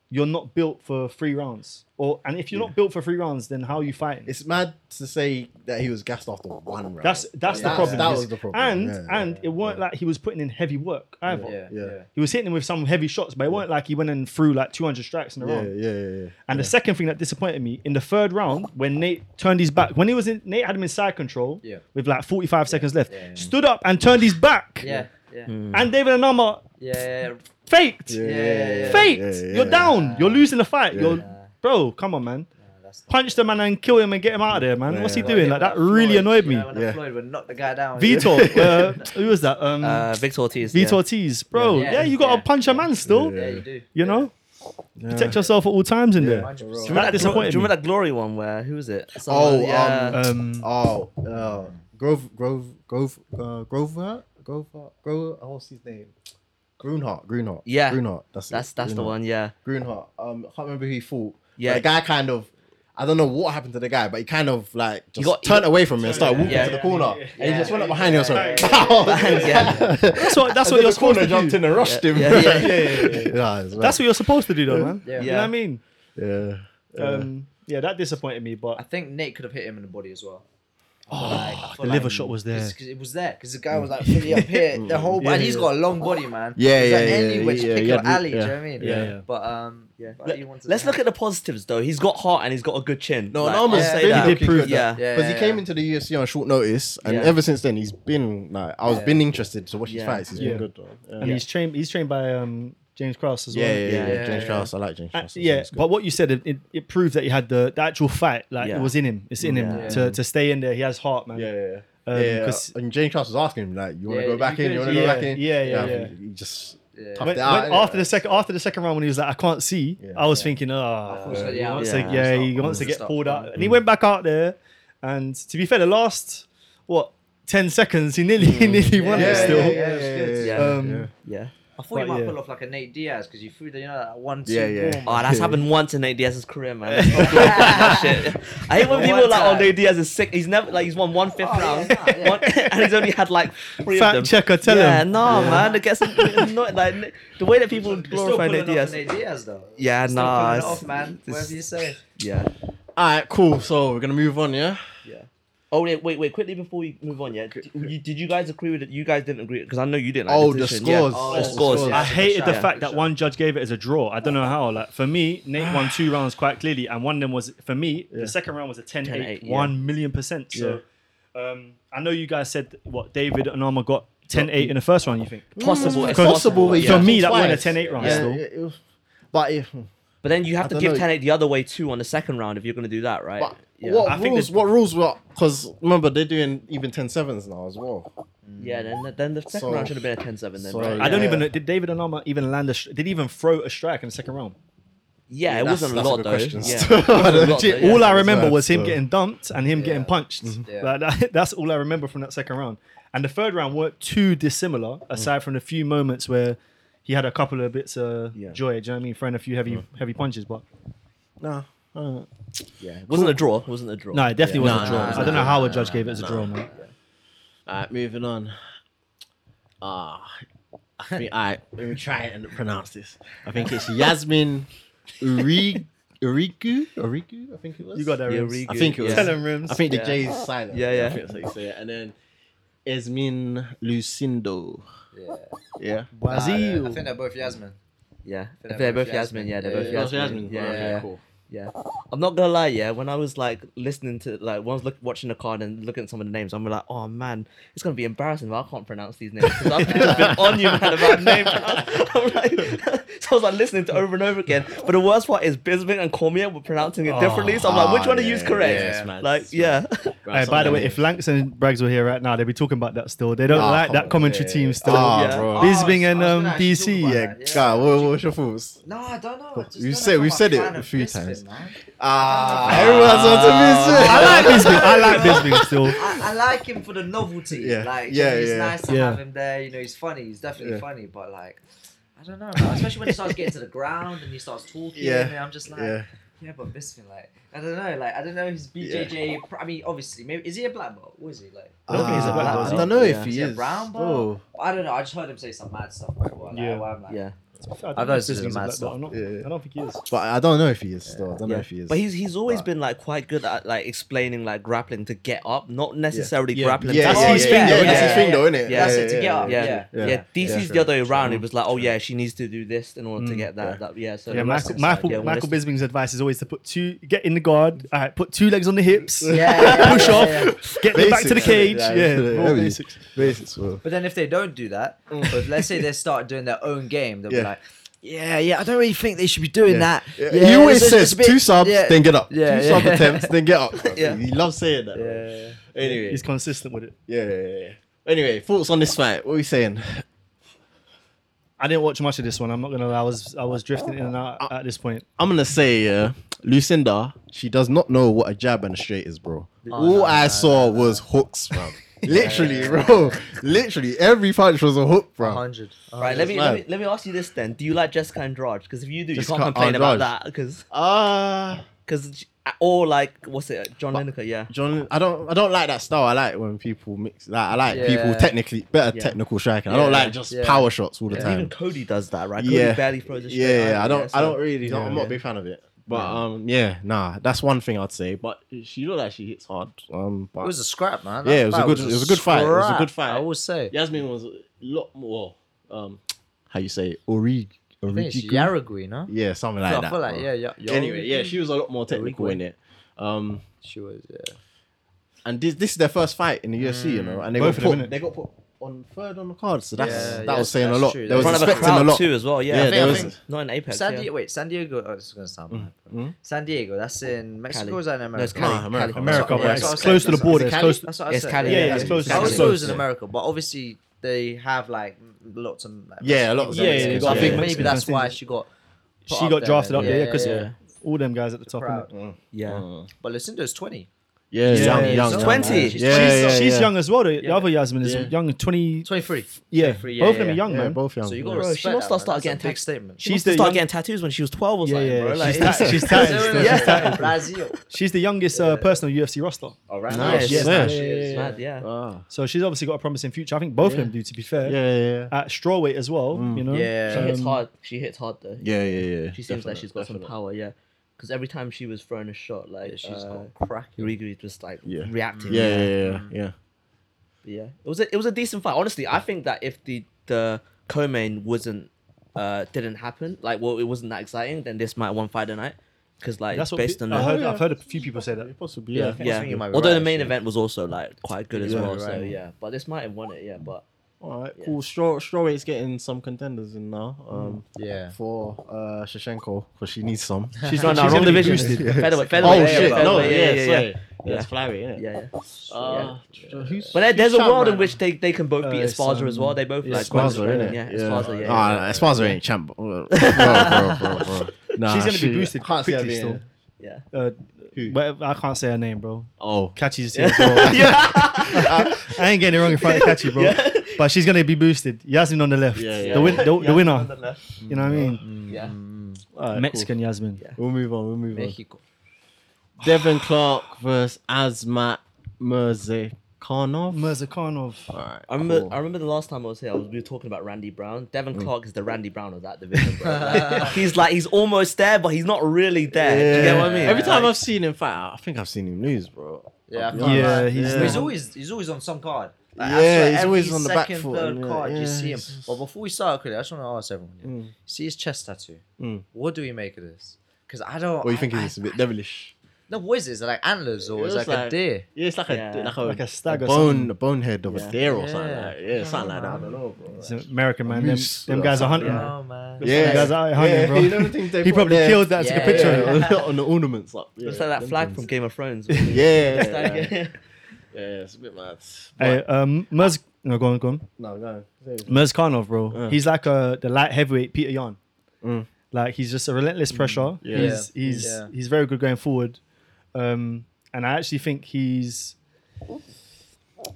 D: you're not built for three rounds. Or and if you're not built for three rounds, then how are you fighting?
C: It's mad to say that he was gassed after one round.
D: that's that's the
C: That-
D: problem.
C: That was the problem.
D: And
C: Yeah, yeah,
D: and it weren't like he was putting in heavy work either.
B: Yeah,
C: Yeah.
B: yeah.
D: He was hitting him with some heavy shots, but it weren't like he went and threw like 200 strikes in a
C: yeah,
D: row.
C: yeah, yeah, yeah.
D: And the second thing that disappointed me in the third round, when Nate turned his back, when he was in, Nate had him in side control
B: Yeah.
D: with like 45 seconds left,
B: yeah.
D: stood up and turned his back.
B: Yeah, yeah,
D: And David Anama
B: yeah,
D: faked.
C: Yeah,
B: yeah, yeah.
D: Faked.
C: yeah, yeah, yeah.
D: You're down. You're losing the fight.
C: Yeah.
D: You're,
B: Yeah.
D: bro, come on, man.
B: that's not-
D: Punch the man and kill him and get him out of there, man.
C: Yeah,
D: What's he
C: yeah.
D: doing? Like that really
B: Floyd,
D: annoyed me.
B: You know, when
C: Yeah.
B: Floyd would knock the guy down.
D: Vitor, uh, who was that? Um,
E: Uh, Victor Ortiz.
D: Vitor
E: yeah.
D: Ortiz, bro.
B: Yeah.
D: Yeah, you got to
B: Yeah.
D: punch a man still.
B: Yeah, you do.
D: You know, protect yourself at all times in there.
B: 100%.
D: That
E: Do you remember-
D: disappointed
E: Do you
D: me.
E: remember that glory one where who was it?
C: Oh,
E: Someone- yeah.
C: um,
D: Um,
C: Oh, uh, Grove, Grove, Grove, uh, Grover, Grover, Grover. What's his name? Grunhart, Grunhart.
E: Yeah.
C: Grunhart. That's it,
E: that's that's the
C: Grunhart.
E: one. Yeah.
C: Grunhart. Um, I can't remember who he fought. Yeah,
E: Yeah.
C: the guy kind of. I don't know what happened to the guy, but he kind of like just
E: got-
C: turned away from me and started walking
E: yeah,
C: to the
E: yeah,
C: corner, and he just went up behind him.
D: yeah,
C: and
E: yeah.
D: that's what that's
C: That's what
D: what you're
C: the
D: supposed
C: corner
D: to
C: jumped
D: do.
C: in and rushed him.
E: Yeah, yeah, yeah,
C: Nah, it's
D: That's what you're supposed to do, though, man.
B: Yeah.
D: You know what I mean?
C: mad. yeah.
D: Um, yeah, that disappointed me,
B: I
D: but
B: think Nate could have hit him in the body as well. Oh,
D: the liver shot was there.
B: Cause it was there because the guy was like fully up here the whole.
D: Yeah,
B: and he's
D: yeah.
B: got a long body, man.
F: Yeah,
B: He's
F: yeah,
B: like
F: yeah,
B: any
F: yeah,
B: which
F: yeah,
B: kick
F: yeah,
B: or alley.
F: yeah.
B: Do you know what I mean?
D: Yeah, yeah.
B: But um, yeah. but he wanted to-
E: Let's look at the positives though. He's got heart and he's got a good chin.
C: No,
E: Like,
C: no,
E: I'll
C: Norman's
E: say
C: really
E: that.
C: looking
D: Improved.
C: good.
E: Yeah.
C: because
B: Yeah, yeah,
C: he came
B: yeah.
C: into the UFC on short notice, and
E: Yeah.
C: ever since then he's been like, I was
B: Yeah.
C: been interested to watch his
E: Yeah.
C: fights. He's
D: Yeah.
C: been good. Though. Yeah.
D: and he's trained. He's trained by um, James Cross as
C: yeah,
D: well.
C: yeah, yeah,
E: Yeah,
C: James
B: yeah.
C: Charles, I like James
D: Uh,
C: Charles.
D: yeah, but what you said it, it, it proved that he had the, the actual fight. Like
E: Yeah.
D: it was in him. It's in him
E: Yeah.
D: to, to stay in there. He has heart, man.
C: yeah, yeah, yeah.
D: Um,
C: yeah, uh,
D: 'cause-
C: and James Charles was asking him like, "You want to
B: Yeah,
C: go back
B: you
C: in? You
B: good?
C: want to go
D: Yeah,
C: back in?"
D: yeah, yeah, yeah.
C: He, he just
B: Yeah.
C: toughed
D: When,
C: it out.
D: when-
C: innit?
D: after the second after the second round when he was like I can't see,
C: Yeah.
D: I was thinking, oh,
B: so,
D: he
B: yeah,
D: wants
E: yeah.
D: to, yeah, he
B: Stop,
D: wants to
B: stop,
D: get
B: stop.
D: pulled out, and he went back out there. And to be fair, the last what ten seconds, he nearly he nearly won
B: Yeah,
D: it
B: yeah,
D: still.
B: yeah, yeah, yeah,
E: yeah.
D: Um,
E: Yeah.
B: I thought you
D: But
B: might
D: yeah.
B: pull off like a Nate Diaz because you threw the you know that one two.
C: Yeah, yeah.
B: Boom.
E: Oh, that's happened once in Nate Diaz's career, man. Let's not do that shit. I hate when people are like, "Oh, Nate Diaz is sick." He's never like he's won one fifth
B: Oh, yeah,
E: round,
B: nah, yeah.
E: one- and he's only had like three of
D: Fact
E: them.
D: checker, tell
E: yeah,
D: him.
E: no, man. It gets not like the way that people
B: You're still
E: glorify
B: pulling
E: Nate
B: off a
E: Diaz.
B: Nate Diaz though.
E: Yeah,
B: Still pulling
E: nah.
B: it
E: it's-
B: off, man. Whatever you say.
E: Yeah.
C: all right, cool. So we're gonna move on, yeah.
E: Oh wait, wait, wait! Quickly before we move on, yeah. Did you, did you guys agree with it? You guys didn't agree because I know you didn't. Like
C: Oh, the
E: decision, yeah.
C: scores.
E: Oh,
B: Oh,
E: the scores.
C: scores.
E: yeah.
D: I hated the
B: shot.
D: fact
B: Good
D: that
B: shot.
D: one judge gave it as a draw. I don't know how. Like for me, Nate won two rounds quite clearly, and one of them was for me. The second round was a 10-8,
E: 10-8, yeah.
D: one million percent. So, um, I know you guys said what David and Arma got 10-8 in the first round. You think?
E: Mm. Possible. it's
D: Because-
C: Possible.
E: Yeah.
D: For me, that went a 10-8 round
C: Yeah,
D: still.
C: it- it was- but if,
E: But then you have
C: I
E: to
C: don't
E: give
C: know.
E: 10-8 the other way too on the second round if you're going to do that, right?
C: but
E: Uh, yeah.
C: what
D: I think
C: rules?
D: this-
C: What rules were? Because remember they're doing even 10 sevens now as well.
E: yeah, then then the second
C: So-
E: round should have been a 10-7 then,
C: so-
E: right?
D: I don't
C: Yeah.
D: even know. Did David and Arma even land a? Sh- did he even throw a strike in the second round?
E: Yeah, it
C: That's-
E: wasn't
C: that's a
E: a lot
C: good
E: though.
C: question.
E: Yeah.
C: Oh, Legit,
E: Yeah.
D: all I remember
C: Yeah.
D: was him
C: So- Mm-hmm.
D: getting dumped and him getting punched.
B: Yeah.
D: Like, that, that's all I remember from that second round. And the third round weren't too dissimilar,
C: Mm.
D: aside from the few moments where he had a couple of bits of
E: Yeah.
D: joy. Do you know what I mean? Throwing a few
C: Mm.
D: heavy, heavy punches, but
C: Nah. Uh,
E: yeah, it wasn't a draw. It wasn't a draw.
D: no, it definitely
C: Yeah. Nah,
D: was a draw.
C: nah,
D: I don't
C: nah,
D: know how
C: nah,
D: a judge
C: nah,
D: gave it as a
C: nah.
D: draw, man.
C: All right, moving on. Ah, I think, all right, let me try and pronounce this. I think it's Yasmin Uri, Urigu, Urigu, I think it was.
D: You got that,
E: Yeah,
D: Rims.
E: Rigu,
C: I think it was.
E: yeah.
D: Tell him, Rims.
C: I think the
E: Yeah.
C: J is silent.
E: Yeah, yeah.
C: I think that's how you say it. And then Esmin Lucindo.
B: Yeah.
C: Yeah.
B: Nah, yeah. I
D: Brazil.
B: think they're both Yasmin.
E: Yeah,
B: They're
E: they're
B: both
E: both Yasmin.
B: Yasmin.
E: Yeah, they're
B: Yeah,
E: both
B: yeah.
C: That's
E: Yasmin.
C: Yasmin.
E: Yeah,
C: Okay,
E: yeah.
C: cool.
E: Yeah, I'm not gonna lie. Yeah, when I was like listening to like when I was look, watching the card and looking at some of the names, I'm like, oh man, it's gonna be embarrassing. But I can't pronounce these names. 'Cause I've been, I've been on you man about names. I'm like, so I was like listening to over and over again. But the worst part is Bisbing and Cormier were pronouncing it differently. So I'm like,
C: Ah,
E: which one
C: yeah,
E: to use
C: yeah,
E: correct?
C: yeah, it's mad,
E: Like,
C: it's
E: yeah,
C: mad.
D: Hey, Uh, by the way, if Lanks and Braggs were here right now, they'd be talking about that still. They don't
C: Ah,
D: like
C: come
D: that
C: on.
D: commentary
C: Yeah,
D: team
C: yeah.
D: still.
C: Ah,
E: Yeah.
C: bro.
B: Oh,
D: Bisbing
B: I
D: and
B: was- I was
D: um,
B: gonna actually
D: DC.
B: talk about
C: Yeah,
B: that, yeah.
C: God, what, what's your thoughts?
B: No, I don't know. I just
C: We've
B: don't
C: said-
B: know if
C: we've
B: I'm
C: said
B: a
C: it
B: fan
C: a
B: of
C: few
B: Bisbee,
C: times.
B: man.
C: Ah, everyone's on to Ah. Bisbee.
D: Ah. I like Bisbing. I like Bisbing still.
B: I, I like him for the novelty.
C: Yeah.
B: Like,
C: Yeah,
B: yeah, it's
C: yeah.
B: nice to
D: Yeah.
B: have him there. You know, he's funny. He's definitely
C: Yeah.
B: funny, but like, I don't know, man. especially when he starts getting to the ground and he starts talking.
C: Yeah.
B: and I'm just like, yeah,
C: Yeah.
B: but Bisping, like, I don't know, like, I don't know his BJJ. pr- I mean, obviously, maybe is he a black belt? What is he like?
C: I
D: don't think he's a black belt,
C: I
D: is he?
C: don't know
E: Yeah.
C: if Uh, he
B: Is he a
C: is.
B: brown belt?
C: Oh.
B: I don't know. I just heard him say some mad stuff before. Like,
D: Yeah.
B: where I'm like,
E: yeah.
D: don't
B: I've
D: know if
B: noticed
D: Bisping's
B: he's a mad
D: black belt or
B: stuff.
D: not.
C: Yeah.
D: I don't think he is.
C: But I don't know if he is still. I don't know if he is.
E: But he's he's always
C: Right.
E: been like quite good at like explaining like grappling to get up, not necessarily
D: Yeah.
E: grappling.
C: yeah,
E: to
C: yeah,
D: Oh,
C: his
D: yeah,
C: thing
D: yeah,
C: though.
E: yeah,
C: That's his
E: yeah,
C: thing
B: yeah.
C: though, isn't it?
E: Yeah.
B: That's it, to get up,
E: Yeah,
B: yeah.
E: yeah.
C: Yeah.
E: DC's
C: Yeah,
E: the
C: true,
E: other way around. He
C: true,
E: was like, "Oh
C: true.
E: yeah, she needs to do this in order to
D: Mm,
E: get that." Yeah, that, yeah so
D: Yeah,
E: the
D: Michael,
E: wrestling
D: Michael,
E: side, yeah, when
D: Michael
E: it's-
D: Bisping's advice is always to put two, get in the guard, all right, put two legs on the hips,
B: Yeah, yeah, yeah,
D: push
B: yeah,
D: off,
B: yeah.
D: get them back to the
C: Basics,
D: cage.
C: yeah,
D: Yeah,
C: yeah,
D: all
C: yeah.
D: basics.
C: Basis, well.
B: But then if they don't do that, but let's say they start doing their own game, they'll
C: Mm. Yeah.
B: be like, yeah, yeah, I don't really think they should be doing that.
C: Yeah.
B: Yeah,
C: he always
B: it's- it's
C: says
B: a bit-
C: two subs,
B: yeah,
C: then get up.
B: Yeah,
C: two
B: yeah.
C: sub attempts, then get up.
B: Yeah.
C: He loves saying that. bro.
B: Yeah.
C: Anyway,
D: He's consistent with it.
C: yeah, yeah, yeah. Anyway, thoughts on this fight? What are we saying?
D: I didn't watch much of this one. I'm not gonna lie. I was I was drifting in and out at this point.
C: I'm gonna say, uh, Lucinda, she does not know what a jab and a straight is, bro. All
B: Oh, no,
C: I
B: no,
C: saw was hooks, bro. Literally, bro. Literally, every punch was a hook, bro.
B: 100.
E: Right, let me,
C: Mad.
E: let me let me ask you this then. Do you like Jessica Andrade? Because if you do,
C: Jessica
E: you can't complain about
C: Andrade.
E: that. Because
C: Ah,
E: because or like what's it, John Lineker? Yeah,
C: John, I don't, I don't like that style. I like when people mix. Like, I like people
B: Yeah.
C: technically better
E: Yeah.
C: technical striking. I don't
B: Yeah.
C: like just
B: Yeah.
C: power shots all the
E: because
C: time.
E: even Cody does that, right?
C: Yeah.
E: Cody barely throws a straight
C: yeah,
E: eye,
C: I don't, I
E: so-
C: don't really, I'm not
E: Yeah.
C: a big fan of it. But um, yeah, nah, that's one thing I'd say. But she looked like she hits hard. Um, but
B: It was a scrap, man.
C: Yeah,
B: That
C: it was a
B: fight
C: good- it was a good fight. It was a good
B: scrap,
C: fight.
B: I will say.
C: Yasmin was a lot more. Um, how you say Ori?
B: I think it's
C: Origi?
B: Yaragui, no?
C: yeah, something like
B: I
C: that.
B: feel like,
C: bro.
B: yeah, yeah. Yaragui.
C: Anyway, yeah, she was a lot more technical
B: Origo.
C: in it. Um,
B: She was, yeah.
C: and this this is their first fight in the UFC, you know, and they
D: Both
C: got
D: of
C: put,
D: them, innit?
C: they got put on third on the card, so that's
B: Yeah,
C: that
B: yeah,
C: was saying a
B: that's
C: lot.
B: true.
C: They was
E: front of a
C: expecting a
E: crowd
C: lot.
E: too as well. Yeah,
C: Yeah,
E: I think-
C: there
E: I
C: was-
E: think- not in Apex.
B: San
E: yeah.
B: Diego, wait, San Diego. Oh, it's gonna sound bad.
C: mm.
B: San Diego, that's in Mexico,
E: Cali.
B: or is that in America?
E: No, it's Cali.
C: Nah, America.
E: Cali.
D: America,
B: Yeah,
D: but
B: that's what I
D: it's
B: was
D: close to
B: saying.
D: the border. It's
B: That's what-
D: close.
B: That's what I
E: Yes,
B: said.
E: Cali,
D: yeah, it's close to
B: I
D: Cali.
B: was
D: It's
B: thought it
D: close,
B: was in
D: yeah.
B: America, but obviously they have like lots of
C: Yeah, a lot of
D: Yeah, yeah,
C: Mexicans,
D: they got a
B: I
D: big
B: think maybe
D: Mexican
B: that's why
D: contingent.
B: she got. put
D: She got
B: there,
D: drafted
B: man.
D: up. Yeah, because
B: yeah.
D: all them guys at the top.
B: Proud.
D: innit?
C: Oh.
E: Yeah.
B: But Lucinda's twenty.
C: Yeah,
D: Yeah,
C: young,
D: yeah,
C: young,
E: she's
C: young,
E: 20.
C: man.
E: She's-
C: Yeah,
D: she's,
C: yeah,
D: she's
C: yeah.
D: young as well. The, the
B: Yeah.
D: other Yasmin is
C: Yeah.
D: young, 20.
B: 23.
D: Yeah,
B: 23,
D: both of them are young,
C: Yeah,
D: man.
C: both young.
B: So you
C: yeah.
B: got
E: Bro,
B: to
E: she
B: respect that,
E: must start-
B: man.
E: start
B: That's
E: getting
B: a big
E: tax-
B: statement.
E: She
D: She's
E: must have
D: the
E: started
D: young-
E: getting tattoos when she was twelve or
D: Yeah,
E: something,
D: yeah,
E: bro. Like,
D: she's ta- she's talented.
B: Yeah,
D: She's talented.
B: Brazil. Oh,
D: She's the youngest uh, person on UFC roster.
B: All right.
C: Nice,
B: Yes,
C: yeah.
B: she
D: Yeah,
B: is.
D: yeah,
E: mad, yeah.
C: Ah.
D: So she's obviously got a promising future. I think both of them do, to be fair.
C: Yeah, yeah,
D: At strawweight as well, you know.
B: Yeah.
E: She hits
D: Um,
E: hard. She hits hard though.
C: yeah, yeah, yeah. yeah.
E: She seems like she's got some power. Yeah. Because every time she was throwing a shot, like
B: Yeah, She's
E: uh,
B: got crack.
E: Rigu just like
C: Yeah.
E: reacting.
C: Yeah, yeah, yeah, yeah,
E: Mm.
C: yeah.
E: Yeah, it was a, it was a decent fight. Honestly, I think that if the the co-main wasn't uh didn't happen, like well, it wasn't that exciting, then this might have won fight tonight. Because like
D: That's what
E: based
D: pe-
E: on
D: I
E: the-
D: heard, I've heard a few people say that.
C: Possibly,
E: yeah,
C: yeah.
E: yeah.
B: think you might be
E: Although
B: right,
E: the main
B: actually.
E: event was also like quite good as
C: Yeah,
E: well.
B: you're
E: So
B: right.
E: yeah, but this might have won it. Yeah, but
C: All right,
E: Yeah. Mm.
C: cool. Straw Strawweight's getting some contenders in now. Um,
B: Yeah.
C: for uh Shashenko because she needs some.
E: she's not
D: she's
E: wrong
D: gonna be
E: division.
D: boosted.
E: featherweight, featherweight.
C: Oh
E: yeah,
C: shit!
E: featherweight,
C: No,
E: yeah,
C: yeah,
E: yeah, yeah.
C: sorry. yeah. It's flyweight, yeah.
E: yeah, yeah.
C: Uh, who's-
E: But there-
C: who's
E: there's a
C: Sham
E: world in
C: right
E: which they, they can both
D: Uh,
E: beat
D: it's,
E: Esparza as well.
D: um,
E: They both
D: yeah,
E: like
C: now?
E: going
D: Esparza,
E: to
C: Esparza,
E: the-
C: innit?
E: Yeah, Esparza. Yeah,
C: Ah,
E: yeah,
C: Esparza ain't champ. bro, bro, bro, bro. Nah,
D: She's gonna be
C: she-
D: boosted
C: can't see her
D: quickly
C: being-
D: still.
E: yeah.
D: Uh,
C: Who?
D: whatever- I can't say her name, bro.
C: Oh,
D: Catchy's here. Bro. I ain't getting it wrong in front of Catchy, bro. But she's gonna be boosted. Yasmin on the left.
C: Yeah, yeah,
D: the, win-
C: yeah.
D: the, the winner. You know what I
C: Mm,
D: mean?
E: Yeah.
C: all right, cool.
D: Mexican Yasmin.
E: Yeah.
C: We'll move on. We'll move on.
B: Mexico.
C: Devin Clark versus Azmat Mirzakhanov.
D: Mirzakhanov.
C: All right,
E: I remember,
C: cool.
E: I remember the last time I was here, I was, we were talking about Randy Brown. Devin Clark is the Randy Brown of that division, bro. Like, he's like, he's almost there, but he's not really there. Do you get what I mean?
C: Every time
E: Like,
C: I've seen him fight, I think I've seen him lose, bro.
B: Yeah,
C: Yeah,
B: I feel like that.
D: he's-
B: But he's
D: yeah.
B: always he's always on some card. Like, I
C: Yeah,
B: swear,
C: he's
B: every
C: always on the back
B: second,
C: foot,
B: Third
C: yeah,
B: card,
C: yeah,
B: you see him.
C: he's
B: But before we start, quickly, I just want to ask everyone: yeah, you see his chest tattoo?
C: Mm.
B: What do we make of this? Because I don't.
C: What do you think
B: I,
C: it's a bit devilish?
B: No, what is this? Like antlers or
C: It
B: is
C: looks
B: like,
C: like-
B: a deer?
C: Yeah, it's like
E: Yeah.
C: a like a,
D: Like a stag or
C: bone
D: something.
C: a bonehead of a
E: Yeah.
C: deer or something.
B: Yeah.
C: Like, yeah, something like that. I don't know, bro.
D: He's an American man. Them,
C: Moose.
D: them guys are hunting.
B: Oh man.
D: Yeah. Some guys out here hunting, bro.
C: you never think they
D: He
C: put
D: probably
C: their-
D: killed that and took
B: Yeah,
D: a picture.
B: yeah,
D: of it.
C: yeah, on the ornaments up. Yeah.
E: it's like that flag from Game of Thrones. yeah,
C: Yeah, yeah, yeah.
E: yeah.
C: Yeah, it's a bit mad.
D: Hey, um, Merz, no, go on, go on.
C: Ah. No, no.
D: Merzkanov, bro.
C: Yeah.
D: He's like uh, the light heavyweight Peter Yan.
C: Mm.
D: Like he's just a relentless pressure.
C: Yeah.
D: He's he's
B: Yeah.
D: he's very good going forward. Um, and I actually think he's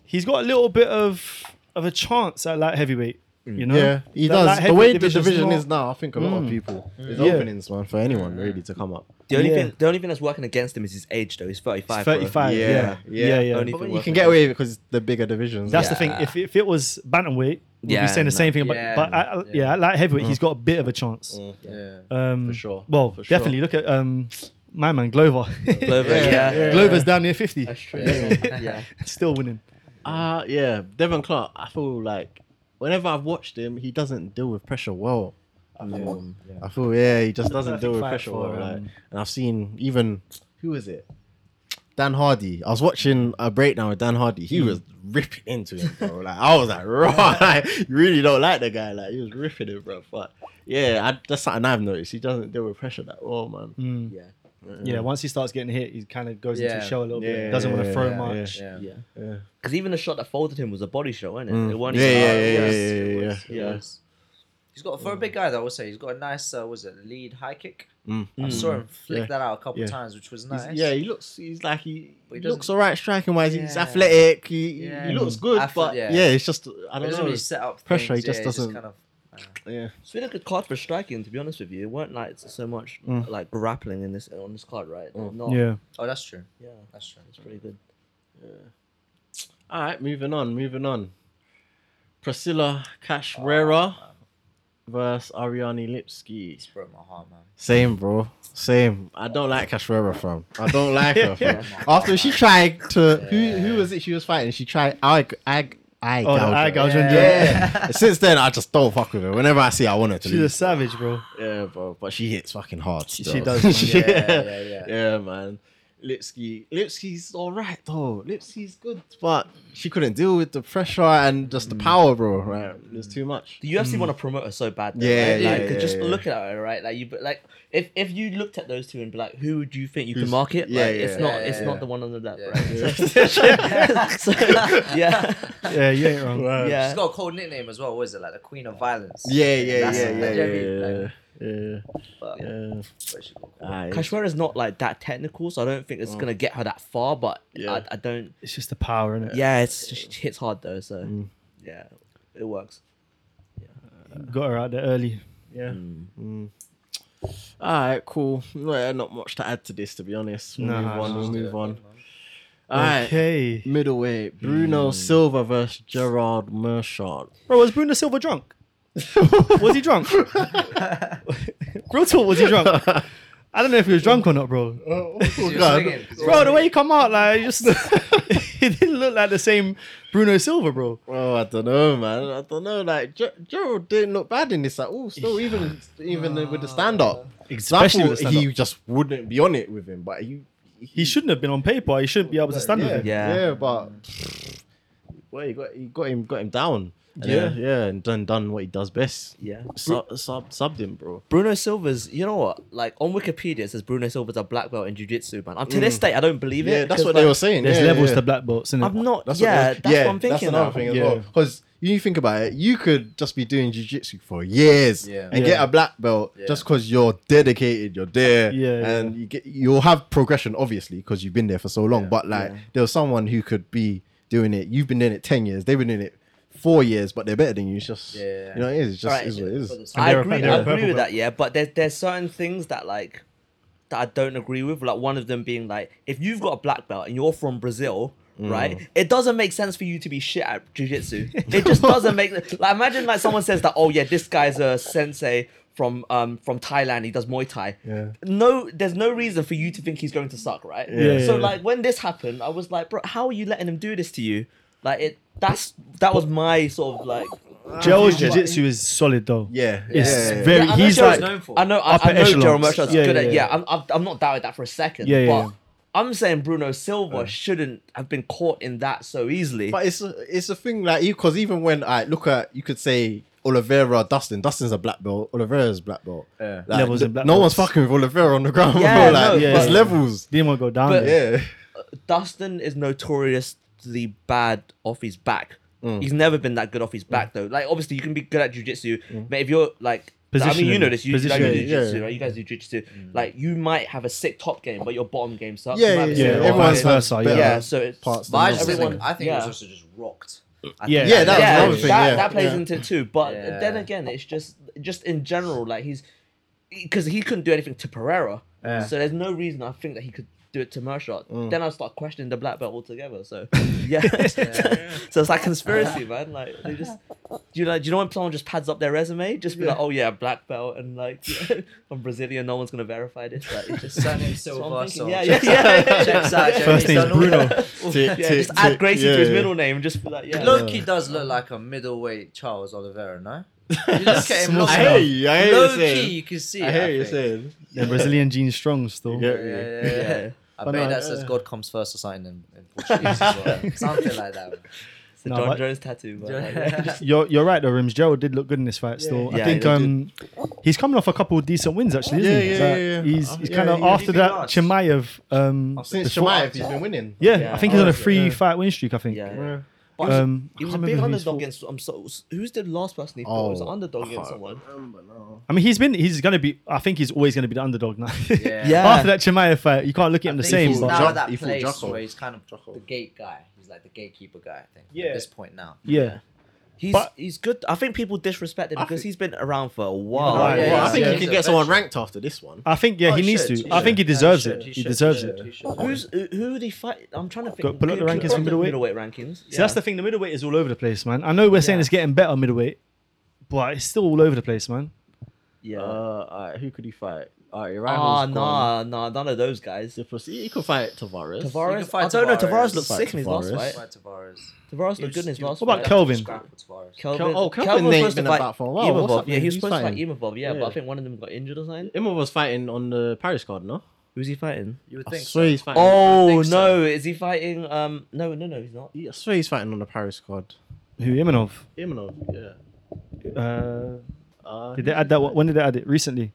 D: he's got a little bit of of a chance at light heavyweight. You know,
C: Mm. Yeah, he
D: That
C: does.
D: light
C: The way the
D: heavyweight
C: division
D: division's
C: is now, I think a lot of
D: Mm.
C: people. There's
D: Yeah.
C: openings, man, for anyone really to come up.
E: The only
D: Yeah.
E: thing, the only thing that's working against him is his age, though. He's
D: not
E: thirty-five. bro.
D: thirty-five.
C: Yeah,
D: Yeah,
C: yeah. Oh,
D: yeah, yeah.
E: Only
C: But you
E: thing
C: can
E: working
C: get away because the bigger divisions.
D: That's the
E: Yeah.
D: thing. If if it was bantamweight, would be saying the
B: no.
D: same thing.
B: Yeah,
D: but but I, I- yeah.
B: yeah.
D: like heavyweight, he's got a bit of a chance.
B: Yeah.
D: Um,
C: Uh-huh. Mm, For sure,
D: Well,
C: for sure.
D: definitely look at um, my man Glover.
E: Glover, yeah.
D: Glover's down near fifty,
E: That's true.
B: Yeah. yeah.
D: still winning.
C: Uh yeah, Devon Clark. I feel like whenever I've watched him, he doesn't deal with pressure well. I feel, I feel yeah, he just doesn't
D: perfect
C: deal with
D: fight
C: pressure
D: for,
C: well. like,
D: um,
C: and I've seen even who is it? Dan Hardy. I was watching a breakdown with Dan Hardy. He was ripping into him, bro. Like I was like, raw. Like, you really don't like the guy. Like he was ripping it, bro. But yeah, I, that's something I've noticed. He doesn't deal with pressure that well, man.
D: Mm.
E: Yeah.
D: Yeah, once he starts getting hit, he kind of goes
B: Yeah.
D: into the show a little
C: Yeah,
D: bit. Doesn't want
C: yeah,
D: to throw
C: yeah,
D: much.
B: Yeah.
E: Yeah.
C: Yeah.
E: Because even the shot that folded him was a body shot, wasn't it?
C: Mm.
E: It wasn't
C: Yeah,
E: even-
C: yeah,
E: Oh,
C: yeah,
E: yes,
C: yeah,
E: it
C: yeah,
E: was,
C: yeah.
E: yes.
B: He's got for a big guy though. Also, he's got a nice uh, was it lead high kick.
C: Mm.
B: I saw him flick
C: Yeah.
B: that out a couple
C: Yeah.
B: times, which was
C: He's-
B: nice.
C: Yeah, he looks. He's like he,
B: But he
C: he looks
B: doesn't-
C: alright striking wise. He's
B: Yeah.
C: athletic. He,
B: Yeah.
C: he looks good,
B: Athlete-
C: but
B: yeah.
C: yeah, it's just I
B: He
C: don't
B: doesn't
C: know.
B: really set up
C: pressure, he
B: things,
C: just
B: yeah,
C: doesn't-
B: kind of,
C: Yeah,
E: It's really good card for striking, to be honest with you. It weren't like so much
C: Mm.
E: like grappling in this on this card, right?
C: Mm.
E: Not-
D: Yeah.
B: oh, that's true.
E: yeah,
B: That's true.
E: it's pretty good.
C: All right, moving on, moving on. Priscilla
B: Oh,
C: Cashwera versus Ariane Lipsky.
B: It's broke my heart, man.
C: Same, bro. Same. I don't like Cashwera from. I don't like her. Fam. After she tried to, who who was it she was fighting? She tried I I I
D: Oh, the eye gouger.
C: Yeah. Since then, I just don't fuck with her. Whenever I see, her, I want her to.
D: She's a
C: lose.
D: savage, bro.
C: Yeah, bro. But she hits fucking hard. Still.
D: she does, man.
B: Yeah, yeah, yeah.
C: Yeah, man. Lipsky, Lipsky's all right though. Lipsky's good, but she couldn't deal with the pressure and just the power, bro. Right, it's too much.
E: The UFC want to promote her so bad. Though,
C: Yeah,
E: right?
C: yeah,
E: like, 'cause
C: yeah,
E: Just
C: yeah.
E: look at her, right? Like you, but like if if you looked at those two and be like, who would you think you could
C: Who's-
E: market?
C: yeah,
E: like,
C: yeah,
E: it's not,
B: yeah,
E: it's
B: yeah.
E: not the one on the left,
B: Yeah.
E: right? so, yeah,
D: Yeah, you ain't wrong.
C: Right.
E: yeah.
B: She's got a cold nickname as well. What is it like the Queen of Violence?
C: Uh, Yeah, yeah,
B: That's-
C: yeah, yeah,
B: that's
C: yeah,
B: Jerry,
C: yeah,
B: like,
C: yeah,
B: but-
C: yeah.
B: but she got called-
C: Aight.
E: Kashmira's not like that technical, so I don't think it's gonna get her that far. But
C: Mm. Yeah.
E: I, I don't.
D: It's just the power in it.
E: Yeah, it's she hits hard though, so yeah, it works.
D: Got her out there early.
C: Yeah. Mm. All right, cool. Yeah, not much to add to this, to be honest. We'll
D: Nah,
C: move on.
D: it's
C: We'll
B: just
C: move
B: a-
C: on. All right,
D: Okay.
C: middleweight Bruno Silva versus Gerard Mershard.
D: Bro, was Bruno Silva drunk? was he drunk? Real talk, was he drunk? I don't know if he was drunk or not, bro.
B: She was
C: God.
B: swinging, she was
D: Bro, the way
B: swinging.
D: he come out, like, he just he didn't look like the same Bruno Silva, bro.
C: Oh, I don't know, man. I don't know. Like Ger- Gerald didn't look bad in this at all. Still, even even with the stand up,
D: Especially with the stand-up.
C: he just wouldn't be on it with him. But he
D: He shouldn't have been on paper. He shouldn't be able to stand
C: yeah,
D: with him.
E: Yeah.
C: yeah, But well, he got he got him got him down. And
D: Yeah.
C: then, yeah, and done done what he does best.
E: Yeah.
C: Sub, sub subbed him, bro.
E: Bruno Silva's, you know what? Like on Wikipedia, it says Bruno Silva's a black belt in jiu-jitsu, man. Um, to this day, I don't believe it.
C: Yeah, that's
E: because,
C: what
E: like,
C: they were saying.
D: There's
C: yeah,
D: levels
C: yeah.
D: to black belts, and
E: I'm not.
C: That's what
E: yeah,
C: they were-
E: that's what I'm thinking.
C: That's another
E: now.
C: thing as
D: Yeah.
C: well. Because you think about it, you could just be doing jujitsu for years
B: Yeah.
C: and
D: Yeah.
C: get a black belt
B: Yeah.
C: just because you're dedicated, you're there,
D: Yeah,
C: and you get you'll have progression obviously because you've been there for so long.
B: Yeah.
C: But like there was someone who could be doing it. You've been doing it ten years. They've been doing it four years, but they're better than you. It's just
B: Yeah.
C: you know, it is. It's just
E: Right.
C: is what it
B: For
C: is.
B: the
E: I
B: time.
D: they're a-
E: agree.
D: they're a
E: I agree
D: purple
E: with
D: belt.
E: that. Yeah, but there's there's certain things that like that I don't agree with. Like one of them being like, if you've got a black belt and you're from Brazil.
D: Mm.
E: Right, it doesn't make sense for you to be shit at jujitsu. It just doesn't make like imagine like someone says that oh yeah this guy's a sensei from um from Thailand he does Muay Thai.
C: Yeah.
E: No, there's no reason for you to think he's going to suck, right?
D: Yeah.
E: so
D: Yeah.
E: like when this happened, I was like, bro, how are you letting him do this to you? Like it that's that was my sort of like
D: Gerald's jiu-jitsu is solid though.
C: Yeah,
D: It's
C: yeah, yeah.
D: very.
E: Yeah, I know
D: he's
E: Gerald's
D: like.
B: known for.
E: I know, I,
D: upper
E: I know
D: echelons.
E: Gerald Merchant's
D: Yeah,
E: good
D: yeah,
E: at.
D: yeah.
E: Yeah, I'm, I'm, I'm not doubting that for a second.
D: Yeah, yeah,
E: but
D: yeah.
E: I'm saying Bruno Silva shouldn't have been caught in that so easily.
C: But it's a, it's a thing like you because even when I look at you could say Oliveira, Dustin, Dustin's a black belt, Oliveira's black belt.
B: Yeah.
C: Like,
D: Levels
C: th-
D: and black
C: no
D: belts.
C: one's fucking with Oliveira on the ground.
E: Yeah,
C: bro. Like,
E: no,
D: Yeah,
C: that's
D: yeah.
C: levels.
D: Didn't want to go down.
E: But-
D: there.
C: Yeah.
E: Dustin is notoriously bad off his back.
D: Mm.
E: He's never been that good off his back though. Like obviously you can be good at jujitsu,
D: Mm.
E: but if you're like I mean, you know this. You, you like, you
D: Positioning.
E: do jiu-jitsu,
C: Yeah.
E: right? You guys do jiu-jitsu.
D: Mm.
E: Like, you might have a sick top game, but your bottom game sucks.
C: Yeah,
E: You might
C: yeah,
E: be
C: yeah.
E: sick top
C: Everyone's
E: game.
D: vice versa,
E: yeah.
C: better
D: yeah.
E: So it's
C: parts
B: But
C: than
B: I
C: others.
B: just think,
E: everyone-
B: I think it
E: yeah.
B: was also just rocked. I
D: Yeah.
B: think-
C: Yeah, that was
E: yeah,
C: another thing,
E: that,
C: yeah.
E: that plays
D: Yeah.
E: into it too. But then
B: Yeah.
E: again, it's just just in general, like he's because he couldn't do anything to Pereira,
B: Yeah.
E: so there's no reason I think that he could do it to Mershot.
C: Mm.
E: Then I start questioning the black belt altogether. So yeah, so it's like conspiracy, man. Like they just do you know do you know when someone just pads up their resume, just be like, oh yeah, black belt, and like I'm Brazilian, no one's gonna verify this. Like it's just
B: Surname
E: so
B: Silva,
E: I'm thinking,
B: so
E: yeah, yeah,
B: checks
E: yeah, yeah,
B: out- checks out Jeremy's
D: First name's
B: done all
D: Bruno.
B: that.
C: Tick,
E: yeah,
C: tick,
E: just add
C: tick.
E: Gracie
C: Yeah,
E: to his
C: yeah.
E: middle name, just be like yeah.
B: Low key does look like a middleweight Charles Oliveira, no? You look at him
C: I
B: look
C: hear you. I hear you
B: low key,
C: saying.
B: you can see.
C: I
B: it,
C: hear you
B: think.
C: saying.
D: The Brazilian Gene Strong still.
C: Yeah.
B: Yeah, yeah, yeah.
E: Yeah.
B: I
C: But
B: bet
C: no,
B: that says
C: yeah.
B: God comes first or something in, in Portuguese as well. Something like that.
E: It's the
D: No,
E: John
D: but-
E: Jones tattoo. But, like, yeah.
B: man.
D: You're, you're right though, Rims. Gerald did look good in this fight still.
E: Yeah,
D: I think
E: he
D: um, he's coming off a couple of decent wins actually, isn't
C: Yeah,
D: he?
C: yeah,
D: So
C: yeah, yeah.
D: He's, he's
C: Yeah,
D: kind of
C: yeah,
D: after
B: he
D: that
B: lost.
D: Chimaev. Um,
G: Since
D: before-
G: Shemaev, he's been winning.
D: Yeah,
E: Yeah,
D: I think he's on a
E: honestly,
D: three
E: yeah.
D: fight win streak. I think.
E: yeah.
D: Um,
E: He was-
D: I
E: He was a
D: can't remember who
E: big
D: he's
E: underdog
D: fought.
E: against. I'm so. Who's the last person he fought? It was an
C: Oh,
E: underdog
C: I
E: against
C: can't
E: someone.
G: remember now.
D: I mean, he's been. He's gonna be. I think he's always gonna be the underdog now.
B: Yeah.
E: Yeah.
D: After that Chimaev fight, you can't look at
B: I
D: him the
B: think
D: same.
B: He's
D: but-
B: now
C: Jo-
B: at that
C: he fought
B: place
C: Jocko.
B: where he's kind of the gate guy. He's like the gatekeeper guy. I think.
D: Yeah.
B: At this point now.
D: yeah.
E: He's
D: But-
E: he's good. I think people disrespect him because he's been around for a
B: Oh,
E: while.
G: Well,
B: yeah,
G: I
B: yeah,
G: think
B: yeah.
G: he can get someone ranked after this one.
D: I think yeah,
B: Oh,
D: he needs
B: should,
D: to. I think he
B: should.
D: deserves
B: Yeah,
D: it. He
B: should,
D: deserves
B: should,
D: it.
B: he should.
E: Who's who, who would he fight? I'm trying to think.
D: Go- pull up the
E: Who-
D: rankings
E: who-
D: for
E: who-
D: middleweight.
E: Middleweight rankings.
D: See, that's the thing. The middleweight is all over the place, man. I know we're saying
E: Yeah.
D: it's getting better middleweight, but it's still all over the place, man.
E: Yeah.
G: Uh, alright, who could he fight? Alright,
E: Ah,
G: Rivals.
E: nah, nah, none of those guys.
G: He could fight Tavares.
E: Tavares.
B: can fight
E: I don't know.
B: Tavares.
E: Tavares looked
G: Fight
E: sick in his last
G: Tavares.
E: fight.
B: Fight Tavares.
E: Tavares
B: He was-
E: looked good in his
B: he was-
E: last
D: What about
E: fight.
D: Kelvin?
B: Scrap with Tavares.
E: Kelvin.
G: Kel- oh, Kelvin
E: was
G: ain't
E: supposed to
G: been
E: fight
G: about for a while. What's
E: Imovov.
G: up,
E: Yeah,
G: man?
E: he was
G: He's
E: supposed to fight
G: fighting.
E: Imovov. Yeah,
G: Yeah.
E: but I think one of them got injured or something.
G: Imov was fighting on the Paris card, no?
E: Who's he fighting?
B: You would
G: I
B: think.
G: swear
B: So.
G: he's fighting.
E: Oh no,
B: so.
E: is he fighting? Um, no, no, no, he's not.
G: I swear he's fighting on the Paris card.
D: Who Imanov?
G: Imanov, yeah.
D: Uh,
G: Uh,
D: did they add that? When did they add it? Recently.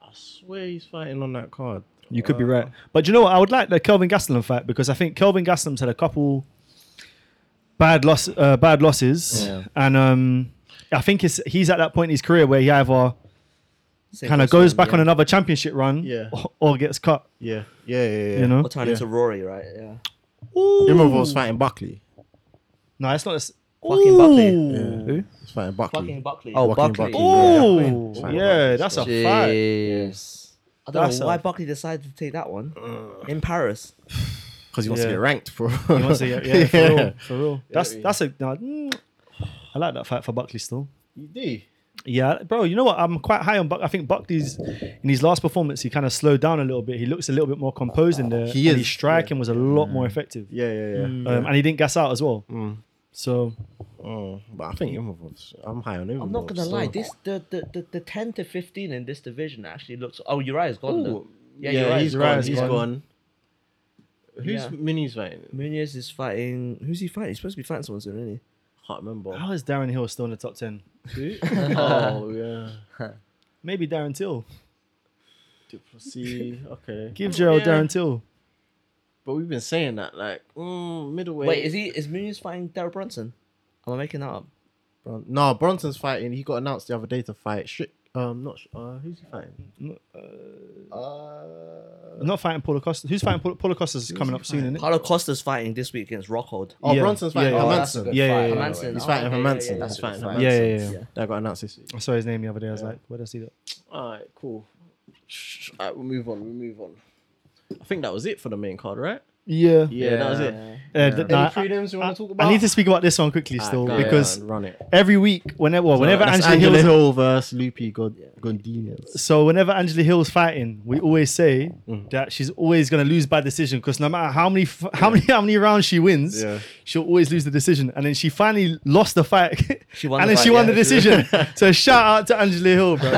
G: I swear he's fighting on that card.
D: You could be right. But you know what? I would like the Kelvin Gastelum fight because I think Kelvin Gastelum's had a couple bad loss, uh, bad losses,
G: Yeah.
D: and um, I think it's, he's at that point in his career where he either kind of goes back on another championship run,
G: Yeah.
D: or, or gets cut.
G: Yeah, yeah, yeah. yeah.
D: You know,
E: Or turn into Rory, right? Yeah.
G: Imov was fighting Buckley.
D: no, it's not. It's,
E: Fucking Buckley.
D: Who?
G: He's fighting Buckley.
E: Fucking Buckley.
B: Oh,
G: Joaquin
B: Buckley.
G: Buckley.
D: Oh,
G: Sorry about
D: yeah,
G: that.
D: that's a fight.
B: Jeez.
E: I don't
D: That's
E: know
D: a-
E: why Buckley decided to take that one in Paris.
G: Because he wants
D: Yeah.
G: to get ranked, bro.
D: You wanna say, yeah, yeah, for real, for real. That's that's a. no, mm, I like that fight for Buckley still.
G: You do.
D: Yeah, bro. You know what? I'm quite high on. Buck. I think Buckley's in his last performance, he kind of slowed down a little bit. He looks a little bit more composed in there. and
G: He is, Mm.
D: His striking was a lot more effective,
G: Yeah, yeah, yeah.
D: um, and he didn't gas out as well. So
G: Mm, but I think Imov was. I'm high on Imov.
E: I'm not gonna lie, this the, the, the, the ten to fifteen in this division actually looks oh Uriah's gone though.
G: Yeah,
E: you're right,
G: he's
E: he's
G: gone.
D: gone,
G: He's
D: he's
G: gone.
D: gone.
G: Who's
E: Yeah.
G: Minnie's fighting?
E: Munoz is fighting who's he fighting? He's supposed to be fighting someone soon, isn't he?
G: Can't remember.
D: how is Darren Hill still in the top ten?
G: oh yeah.
D: Maybe Darren Till.
G: Diplomacy. Okay.
D: Give Gerald
G: Yeah.
D: Darren Till.
G: But we've been saying that like mm, middleweight.
E: Wait, is he is Munoz fighting Derek Brunson? Am I making that up?
G: Bron- no, Bronson's fighting. He got announced the other day to fight. Shit. Um, not. Sh- uh, who's he fighting?
D: I'm not fighting Paul Acosta. Who's fighting Paul, Paul Acosta's coming up soon? Isn't it?
E: Paulo Costa's fighting this week against Rockhold.
G: Oh,
D: Yeah,
G: Bronson's fighting
D: yeah,
G: yeah,
D: yeah.
B: a good
D: Yeah, yeah, yeah,
B: fight, by the
E: Hermanson.
B: way.
G: He's
E: Oh, yeah,
G: fighghting
E: yeah,
G: Hermanson.
E: yeah, yeah.
G: He's
B: That's
G: fighting Hermanson.
B: a
D: Yeah, yeah, yeah,
E: Yeah.
G: That got announced this week.
D: I saw his name the other day. I was like, where did I see that?
G: All right, cool. All right, we'll move on. We'll move on. I think that was it for the main card, right?
D: Yeah.
G: Yeah, that was it.
D: Uh, th- nah, I-
G: Any prelims you want to talk about?
D: I need to speak about this one quickly still
G: Alright, go
D: because
G: on, run it.
D: every week, whenever well, whenever
G: That's
D: Angela, Hill's
G: Hill versus Loopy God- Gondinians.
D: so whenever Angela Hill's fighting, we always say that she's always gonna lose by decision because no matter how many f- how many how many rounds she wins,
G: Yeah.
D: she'll always lose the decision. And then she finally lost the fight,
E: She won
D: and
E: the
D: then she
E: fight,
D: won
E: yeah.
D: the decision. so shout out to Angela Hill, bro,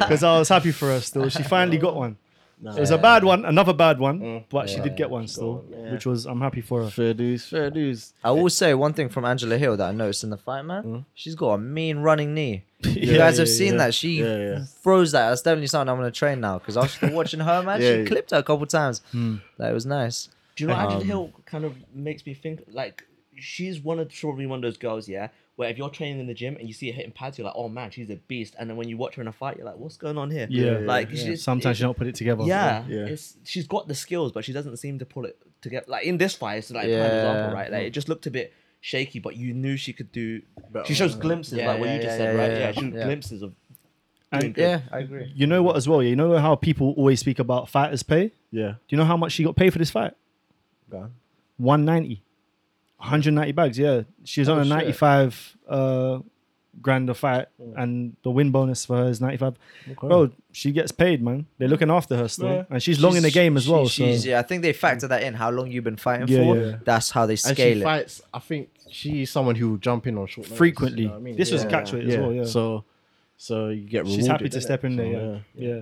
D: because I was happy for her still. She finally got one. It was a bad one, another bad one, but she did get one still, which was I'm happy for her.
G: Fair dues, fair dues.
B: I will say one thing from Angela Hill that I noticed in the fight, man. She's got a mean running knee. you
D: Mm. Yeah,
B: guys have
D: yeah,
B: seen
D: yeah.
B: that. She
G: Yeah, yeah.
B: throws that. That's definitely something I'm gonna train now because after watching her, man,
G: Yeah,
B: she
G: yeah.
B: clipped her a couple times.
D: Hmm.
B: That was nice.
E: Do you know Angela Hill kind of makes me think like she's one of probably one of those girls, yeah, where if you're training in the gym and you see her hitting pads, you're like, oh man, she's a beast. And then when you watch her in a fight, you're like, what's going on here?
D: Yeah,
E: like
D: yeah.
E: she's-
D: sometimes
E: it-
D: you don't put it together.
E: yeah,
G: Yeah.
E: It's, she's got the skills, but she doesn't seem to pull it together. Like in this fight, it's like prime
B: Yeah.
E: example, right? Like it just looked a bit shaky, but you knew she could do.
G: Better.
E: She shows glimpses,
B: Yeah,
E: like what
B: yeah,
E: you just
B: yeah,
E: said,
B: yeah,
E: right?
B: yeah,
E: Yeah,
B: yeah.
E: she showed
B: Yeah.
E: glimpses of.
D: And-
E: doing good.
B: Yeah, I agree.
D: You know what as well? Yeah? You know how people always speak about fighters pay?
C: Yeah.
D: Do you know how much she got paid for this fight?
C: Go on.
D: 190. 190 bags, yeah. She was on a
C: Oh, shit.
D: 95 uh, grand a fight,
C: Mm.
D: and the win bonus for her is 95. Bro, she gets paid, man. They're looking after her still.
C: Yeah.
D: And she's, long in the game as
B: She-
D: well.
B: she's-
D: so.
B: yeah, I think they factor that in. How long you've been fighting
D: Yeah,
B: for?
D: yeah.
B: That's how they
G: And
B: scale
G: she
B: it.
G: fights. I think she is someone who will jump in on short notice,
D: Frequently.
G: you know what I mean?
D: This was
G: Yeah.
D: catch weight as well, yeah.
G: So, so you get. Rewarded,
D: she's happy to
G: innit?
D: step in there,
G: So,
D: yeah. yeah.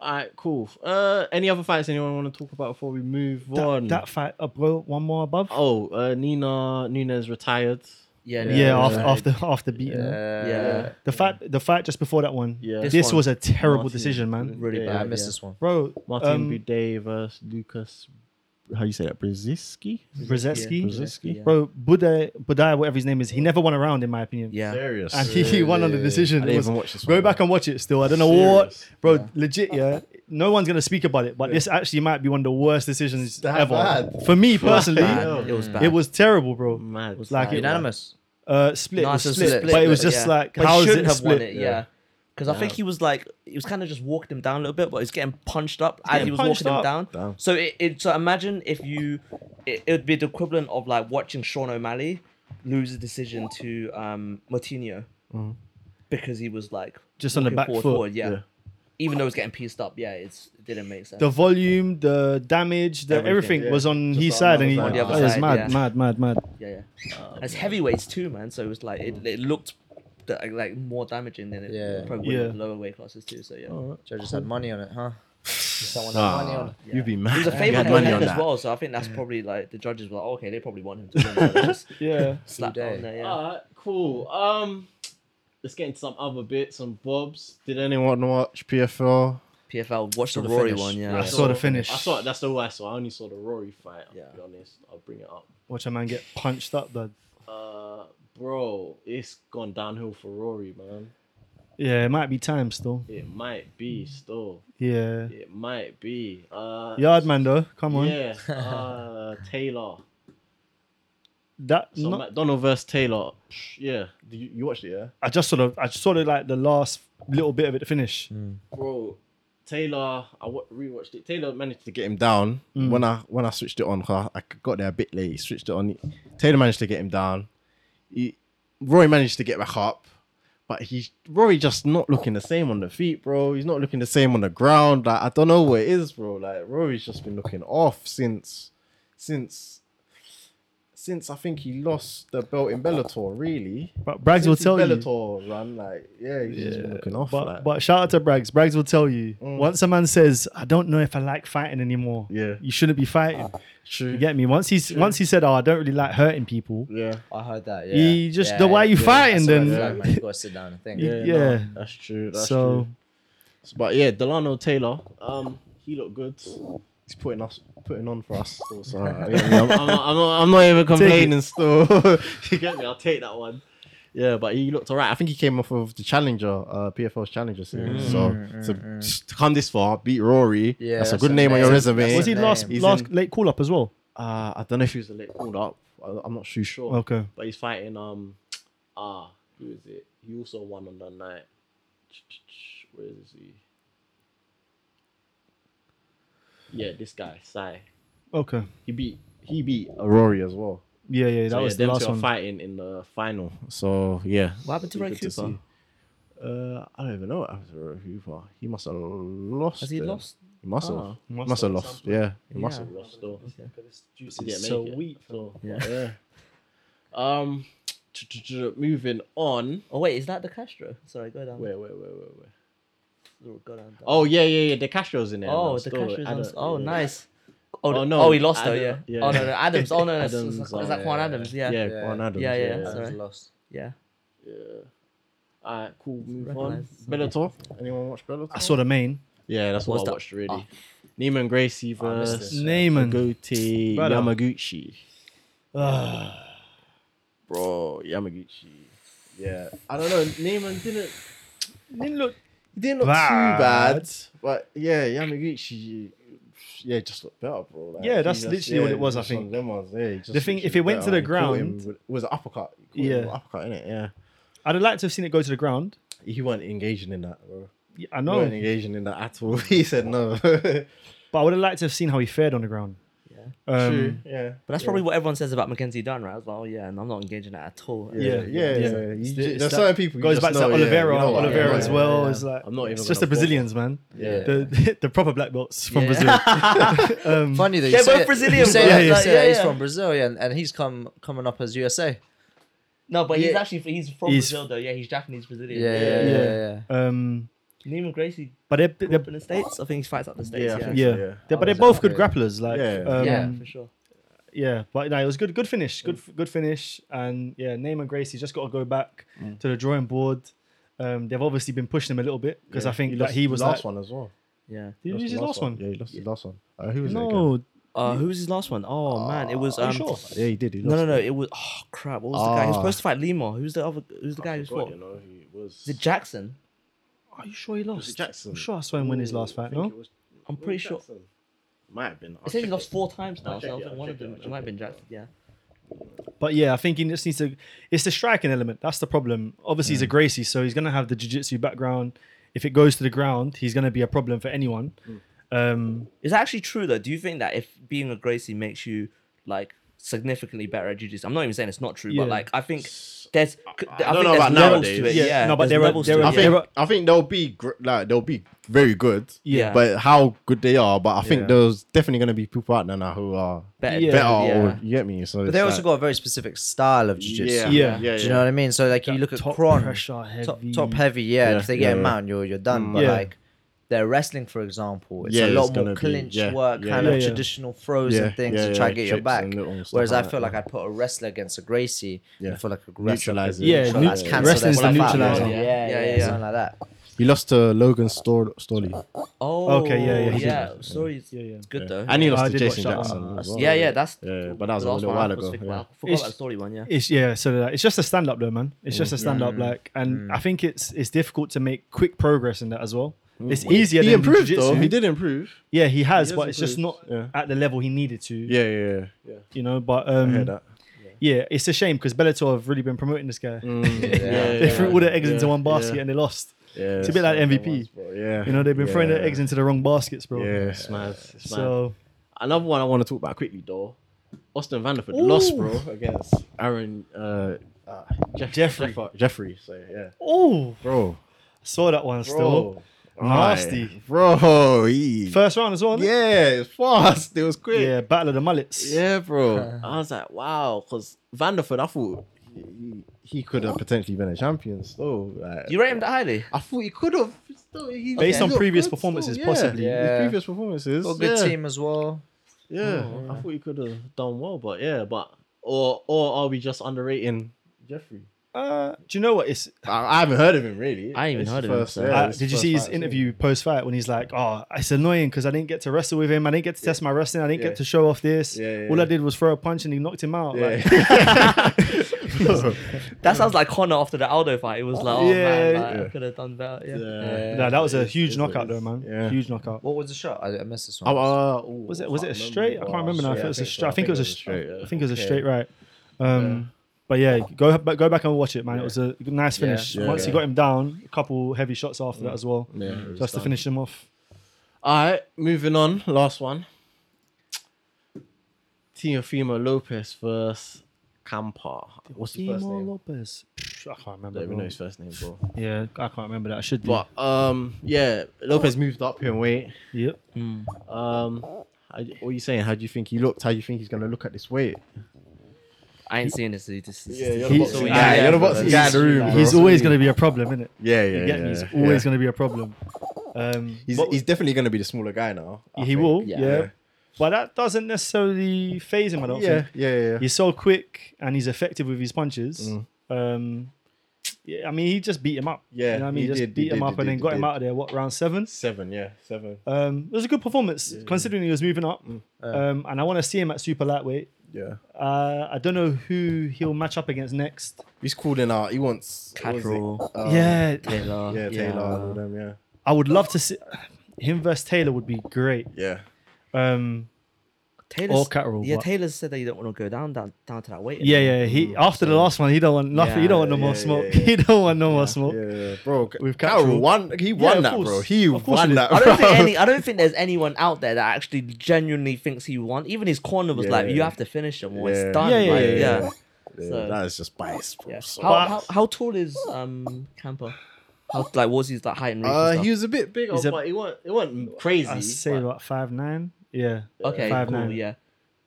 G: All right, cool. Uh, any other fights anyone want to talk about before we move on?
D: That, that fight up, bro, one more above?
G: oh, uh, Nina Nunez retired.
E: Yeah,
D: yeah, after, after after beating her.
B: yeah.
E: Yeah.
D: The fight, the fight just before that one.
G: Yeah.
D: This,
E: This one.
D: was a terrible
G: Martin.
D: decision, man.
E: Really
G: Yeah,
B: Yeah, I
E: bad.
B: missed
G: yeah.
B: this one.
D: Bro,
G: Martin
D: um,
G: Bude versus Lucas. How do you say that? Brzezinski.
D: Brzezinski.
G: Brzezinski.
E: Yeah.
D: Bro, Budai, Budai, whatever his name is, he never won a round in my opinion.
E: Yeah.
G: Serious.
D: And he, he won on the decision.
G: I
D: It
G: didn't
D: was-
G: even watch this
D: go
G: one,
D: back
G: bro.
D: and watch it still. I don't know
G: Serious.
D: what, bro. Legit, yeah. No one's gonna speak about it, but this actually might be one of the worst decisions
G: that
D: ever
G: bad.
D: for me personally.
E: Bad. It was bad.
D: It was terrible, bro.
G: Mad.
D: was like it-
B: Unanimous.
D: Uh, split,
E: No,
D: it was
E: it's a
D: split,
E: split,
D: but it was just
E: yeah.
D: like
E: But
D: how
E: he
D: is
E: should
D: it
E: have
D: split?
E: won it, yeah. Because I think he was like, he was kind of just walking him down a little bit, but he's getting punched up as he
D: getting
E: was
D: punched
E: walking him
D: up.
E: down.
G: Damn.
E: So it, it, so imagine if you, it, it would be the equivalent of like watching Sean O'Malley lose a decision to um Martino because he was like
D: Just on the
E: walking
D: back
E: forward,
D: foot.
E: forward, yeah.
G: Yeah.
E: Even though it's getting pieced up, yeah, it's, it didn't make sense.
D: The volume, the damage, the everything,
E: Everything,
G: yeah.
D: was on
G: Just
D: his
G: on
D: side,
G: the
D: and he
E: side. On
G: other
E: the
D: oh,
E: other
D: it's
E: side,
D: mad,
E: yeah.
D: mad, mad, mad.
E: yeah, yeah. And it's heavyweights too, man. So it's like it, it looked th- like more damaging than it
B: Yeah.
E: probably would
D: Yeah. Oh.
E: with lower weight classes too. So yeah.
B: Judges had money on it, huh? Someone had money on
G: Ah,
B: it.
G: you'd be
E: It
G: mad.
E: was a
G: You
E: favorite
G: had
E: on
G: money
E: Heck
G: on
E: as
G: that.
E: well, so I think that's probably like the judges were like, okay, they probably want him to win. so they just
D: Yeah.
E: slapped
B: Today.
E: it on there, yeah.
G: Alright, cool. Um, let's get into some other bits and bobs. Did anyone watch PFL?
E: PFL, watch the
B: the
E: Rory
B: finish.
E: one, yeah.
D: I saw the finish.
G: I saw that's all I saw. I only saw the Rory fight. I'll
E: Yeah.
G: be honest. I'll bring it up.
D: Watch a man get punched up, though.
G: Uh, bro, it's gone downhill for Rory, man.
D: Yeah, it might be time still.
G: It might be still.
D: Yeah.
G: It might be. Uh,
D: Yardman though, come on.
G: Yeah. Uh, Taylor.
D: That
G: So
D: not-
G: McDonald versus Taylor. Psh, Yeah. Did You, you watched it, yeah?
D: I just sort of I just sort of like the last little bit of it to finish.
G: Mm. bro. Taylor, I wa- rewatched it. Taylor managed to get him down
D: Mm.
G: when I when I switched it on. 'cause I I got there a bit late. Switched it on. Taylor managed to get him down. He, Rory managed to get back up, but he Rory just not looking the same on the feet, bro. He's not looking the same on the ground. Like I don't know what it is, bro. Like Rory's just been looking off since since since I think he lost the belt in Bellator. Really,
D: But Braggs will
G: Since his
D: tell you.
G: Bellator run like yeah, he's just been looking off.
D: But,
G: like,
D: but shout out to Braggs. Braggs will tell you. Once a man says, "I don't know if I like fighting anymore,"
G: Mm. Yeah. Ah,
D: you shouldn't be fighting.
G: true.
D: You get me? Once he's once he said, "Oh, I don't really like hurting people,"
G: Yeah.
B: I heard that. Yeah.
D: He just- the way you fighting,
B: That's a red
D: then-
B: flag, man. you gotta sit down and think.
D: Yeah.
G: no, that's true. That's
D: so
G: true. But yeah, Delano Taylor, um, he looked good. He's putting us putting on for us. Still, so I mean, I'm, I'm, not- I'm, not, I'm not even complaining. Still, you get me? I'll take that one. Yeah, but he looked alright. I think he came off of the challenger, uh, PFL's challenger series. so to, to come this far, beat Rory.
B: Yeah,
G: mm, that's a
B: that's
G: good
B: a-
G: name on your
B: that's a-
G: resume.
D: was he
B: Name.
D: last
G: He's
D: last
G: in-
D: late call up as well?
G: Uh, I don't know if he was a late called up. I, I'm not too sure.
D: Okay.
G: But he's fighting um ah who is it? He also won on that night. Where is he? Yeah, this guy Sai.
D: Okay.
G: He beat he beat Rory as well.
D: Yeah, yeah, that
G: So, yeah,
D: was the
G: them two
D: last
G: are
D: one.
G: fighting in the final. So yeah.
E: What happened to
G: Be
E: Ray
G: good to
E: Cooper?
G: see. Uh, I don't even know what happened to Rory Cooper. He must have lost.
E: Has he
C: uh,
G: then.
E: lost?
G: He must have.
E: Ah.
G: Must, have lost. Yeah, he must
E: Yeah.
G: have lost. Though.
D: Juicy,
G: Yeah,
D: so
G: make it.
D: weak.
G: So,
E: Yeah.
G: yeah. Um, moving on.
E: Oh wait, is that the Castro? Sorry, go down.
G: Wait, wait, wait, wait, wait.
E: Go down. down.
G: Oh yeah, yeah, yeah. De Castro's in there.
E: Oh,
G: now
E: the
G: still.
E: Castro's on.
G: Adam-
E: Oh,
G: yeah.
E: nice. Oh,
G: Oh,
E: no.
G: no,
E: Oh, he lost though, yeah.
G: Adam- yeah.
E: Oh no, no, Adams. Oh no, no, it's-
G: Adams,
E: it's-
G: oh,
E: is that Juan
B: yeah,
E: Adams? Yeah.
G: Yeah,
E: Yeah.
B: Yeah.
G: Juan Adams.
E: Yeah, yeah,
G: yeah.
E: sorry.
B: That's lost.
G: Alright, cool. Move on.
E: Recognise
G: Bellator. Anyone watch Bellator?
D: I saw the main.
G: Yeah, that's
E: What's
G: what I
E: that?
G: watched really. Neiman Gracie
B: I missed
G: versus
B: this.
D: Naaman.
G: Goatee
D: Brother.
G: Yamaguchi.
D: Ah,
G: Bro, Yamaguchi. Yeah, I don't know. Neiman didn't
D: didn't look
G: He didn't look
D: Bad.
G: too bad, but yeah, Yamaguchi, yeah, just looked better, bro. Like,
D: Yeah,
G: he
D: that's
G: just-
D: literally what
G: yeah,
D: it was, I
G: just one of
D: think.
G: them ones, yeah, he just
D: The thing-
G: literally
D: if it went
G: better.
D: to the
G: He caught him
D: ground-
G: with- it was an uppercut. He caught him
D: Yeah.
G: with an uppercut in it. Yeah,
D: I'd have liked to have seen it go to the ground.
G: he wasn't engaging in that, bro.
D: Yeah, I
G: No,
D: know.
G: wasn't engaging in that at all. He said no.
D: But I would have liked to have seen how he fared on the ground. Yeah. Um,
C: True.
D: Yeah.
E: But that's probably what everyone says about Mackenzie Dunn, right? I was like, oh yeah, and I'm not engaging that at all.
C: Yeah, yeah, yeah.
D: Yeah.
C: You
D: It's
C: ju-
D: the- it's
C: there's
D: that-
C: certain people you
D: Goes
C: just
D: back to
C: know, yeah,
D: Oliveira.
C: you know what,
D: Oliveira
C: yeah,
D: as
C: yeah,
D: well
C: yeah.
D: is like
G: I'm not even
D: It's just the
G: gonna bother.
D: Brazilians, man.
B: Yeah.
D: The the proper black belts from
B: Yeah.
D: Brazil. um,
B: Funny that you
E: They're
B: say
E: both
B: it-
E: Brazilian,
B: You say
E: bro.
B: that,
E: Yeah,
B: like,
E: yeah,
B: yeah, he's
E: yeah.
B: from Brazil, yeah, and, and he's come coming up as USA.
E: No, but he's
G: Yeah.
E: actually he's from
D: He's-
E: Brazil though. Yeah, he's Japanese Brazilian.
B: Yeah, yeah, yeah.
D: Yeah.
B: yeah, yeah.
D: um,
E: Neiman Gracie
D: but they're,
E: grew up
D: they're
E: in the states. I think he fights out the states.
G: Yeah, I
E: Yeah,
G: think
D: yeah,
G: Yeah.
D: They're- but they're
B: Oh,
D: both good
B: okay.
D: grapplers. Like,
C: Yeah.
D: um,
B: Yeah.
E: for sure.
D: Yeah, but no, it was good. Good finish. Good, good finish. And yeah, Neyman Gracie just got to go back to the drawing board. Um, they've obviously been pushing him a little bit because I think
G: he
D: that
G: lost
D: he was
G: the last
D: like,
G: one as well.
E: Yeah.
D: Did he
G: Lost
D: use
G: the
D: his last one?
G: Yeah, he lost his last one. Uh, who was it again?
D: No,
E: Uh, who was his last one? Oh man, it was.
D: Are you
E: Um,
D: sure?
G: Yeah, he did. He
E: No,
G: lost
E: no, no.
G: it.
E: It was. Oh crap! What was the guy? He was
G: Ah.
E: supposed to fight Lima. Who's the other? Who's the guy who fought?
G: You know, he was.
E: Is it Jackson?
D: are you sure he lost?
G: Jackson?
D: I'm sure I saw him win his last fight. No,
E: I'm pretty sure.
G: Might have been.
E: I said he lost four times now.
G: I'll
E: So I
G: check it,
E: think
G: I'll
E: one of
G: check it,
E: them.
G: I'll
E: It might have been Jackson. Yeah.
D: but yeah, I think he just needs to. It's the striking element. That's the problem. Obviously,
G: Mm.
D: he's a Gracie, so he's gonna have the jiu-jitsu background. If it goes to the ground, he's gonna be a problem for anyone. Um,
E: Is that actually true though? Do you think that if being a Gracie makes you like significantly better at jiu-jitsu? I'm not even saying it's not true,
D: Yeah.
E: but like I think there's. I,
G: don't
E: think
G: know
E: there's
G: about
E: levels
G: nowadays.
E: To it. Yeah.
D: Yeah, no, but
E: there's
D: there are-
E: levels
D: there
E: to
D: are-
E: it,
G: I
E: yeah.
D: there
G: think I think they'll be gr- like they'll be very good.
E: Yeah.
G: But how good they are, but I think
D: Yeah.
G: there's definitely gonna be people out there now who are
E: better.
D: Yeah.
G: better.
E: Yeah.
G: Or, you get me? So
B: But
G: it's
B: they also
G: like-
B: got a very specific style of jiu-jitsu.
G: Yeah,
D: Yeah.
G: yeah, yeah.
B: Do you know what I mean? So like you look at
D: top
B: Kron,
D: pressure,
B: top,
D: heavy.
B: top heavy, yeah. and
G: Yeah,
B: if they
G: yeah,
B: get him
G: yeah. Mm.
B: out, you're you're done. But
D: Yeah.
B: like their wrestling, for example, it's
G: Yeah,
B: a
G: it's
B: lot
G: gonna
B: more
G: be-
B: clinch
G: yeah,
B: work,
G: yeah,
B: kind
D: yeah.
B: of
D: Yeah, yeah.
B: traditional throws
G: Yeah,
B: and things
G: yeah,
B: to try
G: yeah,
B: to get your
G: chips and
B: back.
G: little stuff
B: Whereas I
G: like
B: feel
G: that.
B: like I'd put a wrestler against a Gracie.
G: Yeah.
B: I feel like a wrestler
G: Neutralize
B: could
G: it. Yeah,
B: neutralize,
D: neut-
B: cancel their
D: wrestling's the
B: stuff out.
D: neutralizer.
B: Yeah, yeah, yeah,
E: yeah.
B: something like that.
G: He lost to Logan Stor- Storley.
E: Oh,
D: Okay, yeah, yeah, he did
E: yeah. Sorry, it's,
D: Yeah, yeah.
E: it's good
G: Yeah.
E: though.
G: And he
D: Yeah, I
G: lost to
D: did
G: Jason
D: watch that
G: Jackson.
D: one.
G: as well.
E: yeah, yeah, that's
G: Yeah, yeah, but that was a
E: the last
G: little
E: one I
G: while
E: was
G: ago,
E: thinking about. I forgot
D: It's-
E: about the story one. Yeah,
D: It's yeah, so that, it's just a stand up though, man. It's just a stand
G: Mm.
D: up, like, and I think it's it's difficult to make quick progress in that as well. It's easier.
G: Mm. He
D: than
G: improved though.
D: jiu-jitsu.
G: He did improve.
D: Yeah, he has,
G: has
D: but it's just not
G: improved, yeah.
D: at the level he needed to.
G: Yeah, yeah, yeah.
D: you know. But
G: I hear
D: um,
G: that.
D: yeah, it's a shame because Bellator have really been promoting this guy.
G: Yeah,
D: they threw all their
G: Mm. yeah,
D: eggs into
G: yeah,
D: one basket
G: yeah.
D: and they lost.
G: Yeah,
D: It's a bit like MVP.
G: Yeah,
D: You know, they've been throwing their
G: yeah.
D: eggs into the wrong baskets, bro.
G: Yeah, it's mad. It's mad.
D: So
G: Another one I want to talk about quickly, though. Austin Vanderford lost, bro, against Aaron uh, uh, Jeff-
D: Jeffrey.
G: Jeff- Jeffrey. So yeah,
D: oh,
G: bro,
D: saw that one still.
G: bro,
D: Nasty.
G: Aye. bro. He,
D: First round as well. innit?
G: yeah, it was fast. It was quick.
D: yeah, battle of the mullets.
G: Yeah, bro. I was like, wow, because Vanderford, I thought he, he could have potentially been a champion. So like,
E: you rate him that highly?
G: I thought he could have. Still, he,
D: Based
G: he
D: on
G: looked
D: previous
G: good
D: performances,
G: still,
D: possibly.
G: Yeah.
B: Yeah.
G: His previous performances.
B: Got a good
G: yeah.
B: team as well.
G: Yeah,
D: Oh,
G: I thought he could have done well, but yeah, but or or are we just underrating Jeffrey?
D: Uh, do you know what? It's
G: I, I haven't heard of him really.
E: I ain't even
G: It's
E: heard
G: the
E: of him, so-
D: Uh,
G: it's
D: did you
G: the
D: see
G: first
D: his
G: fight I've
D: interview post fight when he's like, "Oh, it's annoying because I didn't get to wrestle with him. I didn't get to test my wrestling. I didn't
G: Yeah.
D: get to show off this.
G: Yeah, yeah,
D: All I
G: yeah.
D: did was throw a punch and he knocked him out."
G: seen.
D: Like,
G: Yeah.
E: That sounds like Connor after the Aldo fight. It was like, oh man,
D: Yeah.
E: like, I
G: Yeah.
E: could have done better. Yeah.
G: yeah.
D: no, that was a
G: It's-
D: huge
G: it's-
D: knockout, though, man.
G: Yeah.
D: Huge knockout.
B: What was the shot? I, I missed this one.
G: Oh, uh, ooh,
D: Was it?
G: I
D: Was it a
G: can't
D: straight? I can't remember now.
G: Yeah,
D: if it was a straight. I think it was a straight.
G: yeah.
D: I think it was a
B: Okay.
D: straight right. Um, But yeah, go but go back and watch it, man. It was a nice finish.
G: Yeah.
D: Once he
G: Yeah. Mm.
D: got him down, a couple heavy shots after that as well,
G: Yeah, it was
D: just to
G: done.
D: finish him off.
G: All right, moving on. Last one. Teofimo Lopez versus Campa. What's his first name?
D: Lopez. I can't remember.
G: Don't even know
D: bro.
G: his first name, bro.
D: Yeah, I can't remember that. I should be.
G: But um, yeah, Lopez moved up in weight.
D: Yep.
G: Um, I, what are you saying? How do you think he looked? How do you think he's gonna look at this weight?
E: I ain't seeing this. This, this,
G: you're
D: the boxing guy.
E: Yeah,
G: you're the
E: bro,
G: boxing
E: that's-
G: guy in the room.
D: He's
G: bro.
D: always going to be a problem, isn't it?
G: yeah, yeah,
D: You
G: yeah.
D: get me? He's
G: yeah.
D: always going to be a problem. Um,
G: He's,
D: but-
G: he's definitely gonna be the smaller guy now. I
D: he
G: think.
D: will, yeah.
E: yeah.
D: But that doesn't necessarily phase him. I don't
G: Yeah,
D: think
G: yeah, yeah. yeah.
D: he's so quick and he's effective with his punches.
G: Mm.
D: Um, yeah, I mean, he just beat him up.
G: Yeah,
D: you know what I mean,
G: he
D: just
G: did, he
D: beat him
G: did,
D: up
G: he
D: and
G: did,
D: then
G: he
D: got him
G: did.
D: out of there. What round seven?
G: Seven, yeah, seven.
D: Um, it was a good performance considering he was moving up. Um, and I want to see him at super lightweight.
G: Mm. Yeah.
D: Uh, I don't know who he'll match up against next.
G: He's calling out. He wants what was it?
E: Catterall,
G: Uh,
D: yeah,
E: Taylor.
G: Yeah, Taylor. all of them, yeah.
D: I would love to see him versus Taylor would be great.
G: Yeah.
D: Um,
E: Taylor's,
D: Or Catterall,
E: Yeah,
D: but-
E: Taylor said that you don't want to go down down, down to that weight.
D: Yeah, yeah. He after the last one, he don't want nothing. he don't want no
G: Mm, Yeah,
D: more
G: yeah, yeah,
D: smoke. He
G: yeah.
D: don't want no more smoke.
G: Yeah, bro.
D: We've
G: Carol
D: captured-
G: won. He won
D: of
G: that,
D: course.
G: bro. He
D: Of course
G: won
D: he
G: that.
E: I don't
G: bro.
E: think any. I don't think there's anyone out there that actually genuinely thinks he won. Even his corner was like,
G: Yeah.
E: "You have to finish him, or
G: Yeah.
E: it's done."
D: Yeah, yeah,
E: like,
D: yeah,
E: yeah,
D: yeah,
G: Yeah,
E: So-
G: that is just biased, bro.
E: yeah.
G: So-
E: How, how, how tall is um Camper? How like was his like height and reach?
G: Uh,
E: and stuff?
G: he was a bit bigger,
D: He's a-
G: but he wasn't, it wasn't crazy.
D: I say
G: but-
D: about five nine. Yeah.
E: okay,
D: five
E: cool,
D: nine.
E: yeah.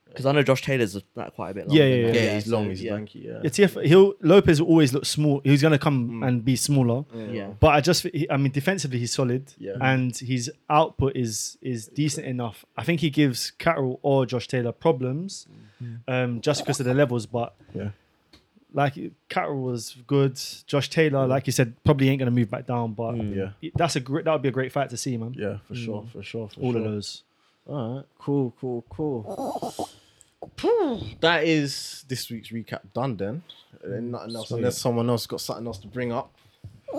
E: Because I know Josh Taylor's like quite a bit.
D: Yeah,
E: Longer
D: yeah,
E: than that,
G: yeah, he's
E: so,
G: long, he's
E: yeah.
G: lanky, yeah.
D: Yeah, TF, he'll Lopez will always look small. He's gonna come
G: Mm.
D: and be smaller.
E: Yeah.
D: But I just, he- I mean, defensively he's solid,
G: Yeah.
D: and his output is is decent enough. I think he gives Carroll or Josh Taylor problems, um, just because of the levels. But
G: Mm. Yeah.
D: like Carroll was good. Josh Taylor, like you said, probably ain't gonna move back down. But
G: Mm. Yeah.
D: that's a great. That would be a great fight to see, man.
G: Yeah, for sure, for sure, for
D: All
G: sure.
D: of those.
G: All right, cool, cool, cool. that is this week's recap done. Then, And then nothing else, unless someone else got something else to bring up.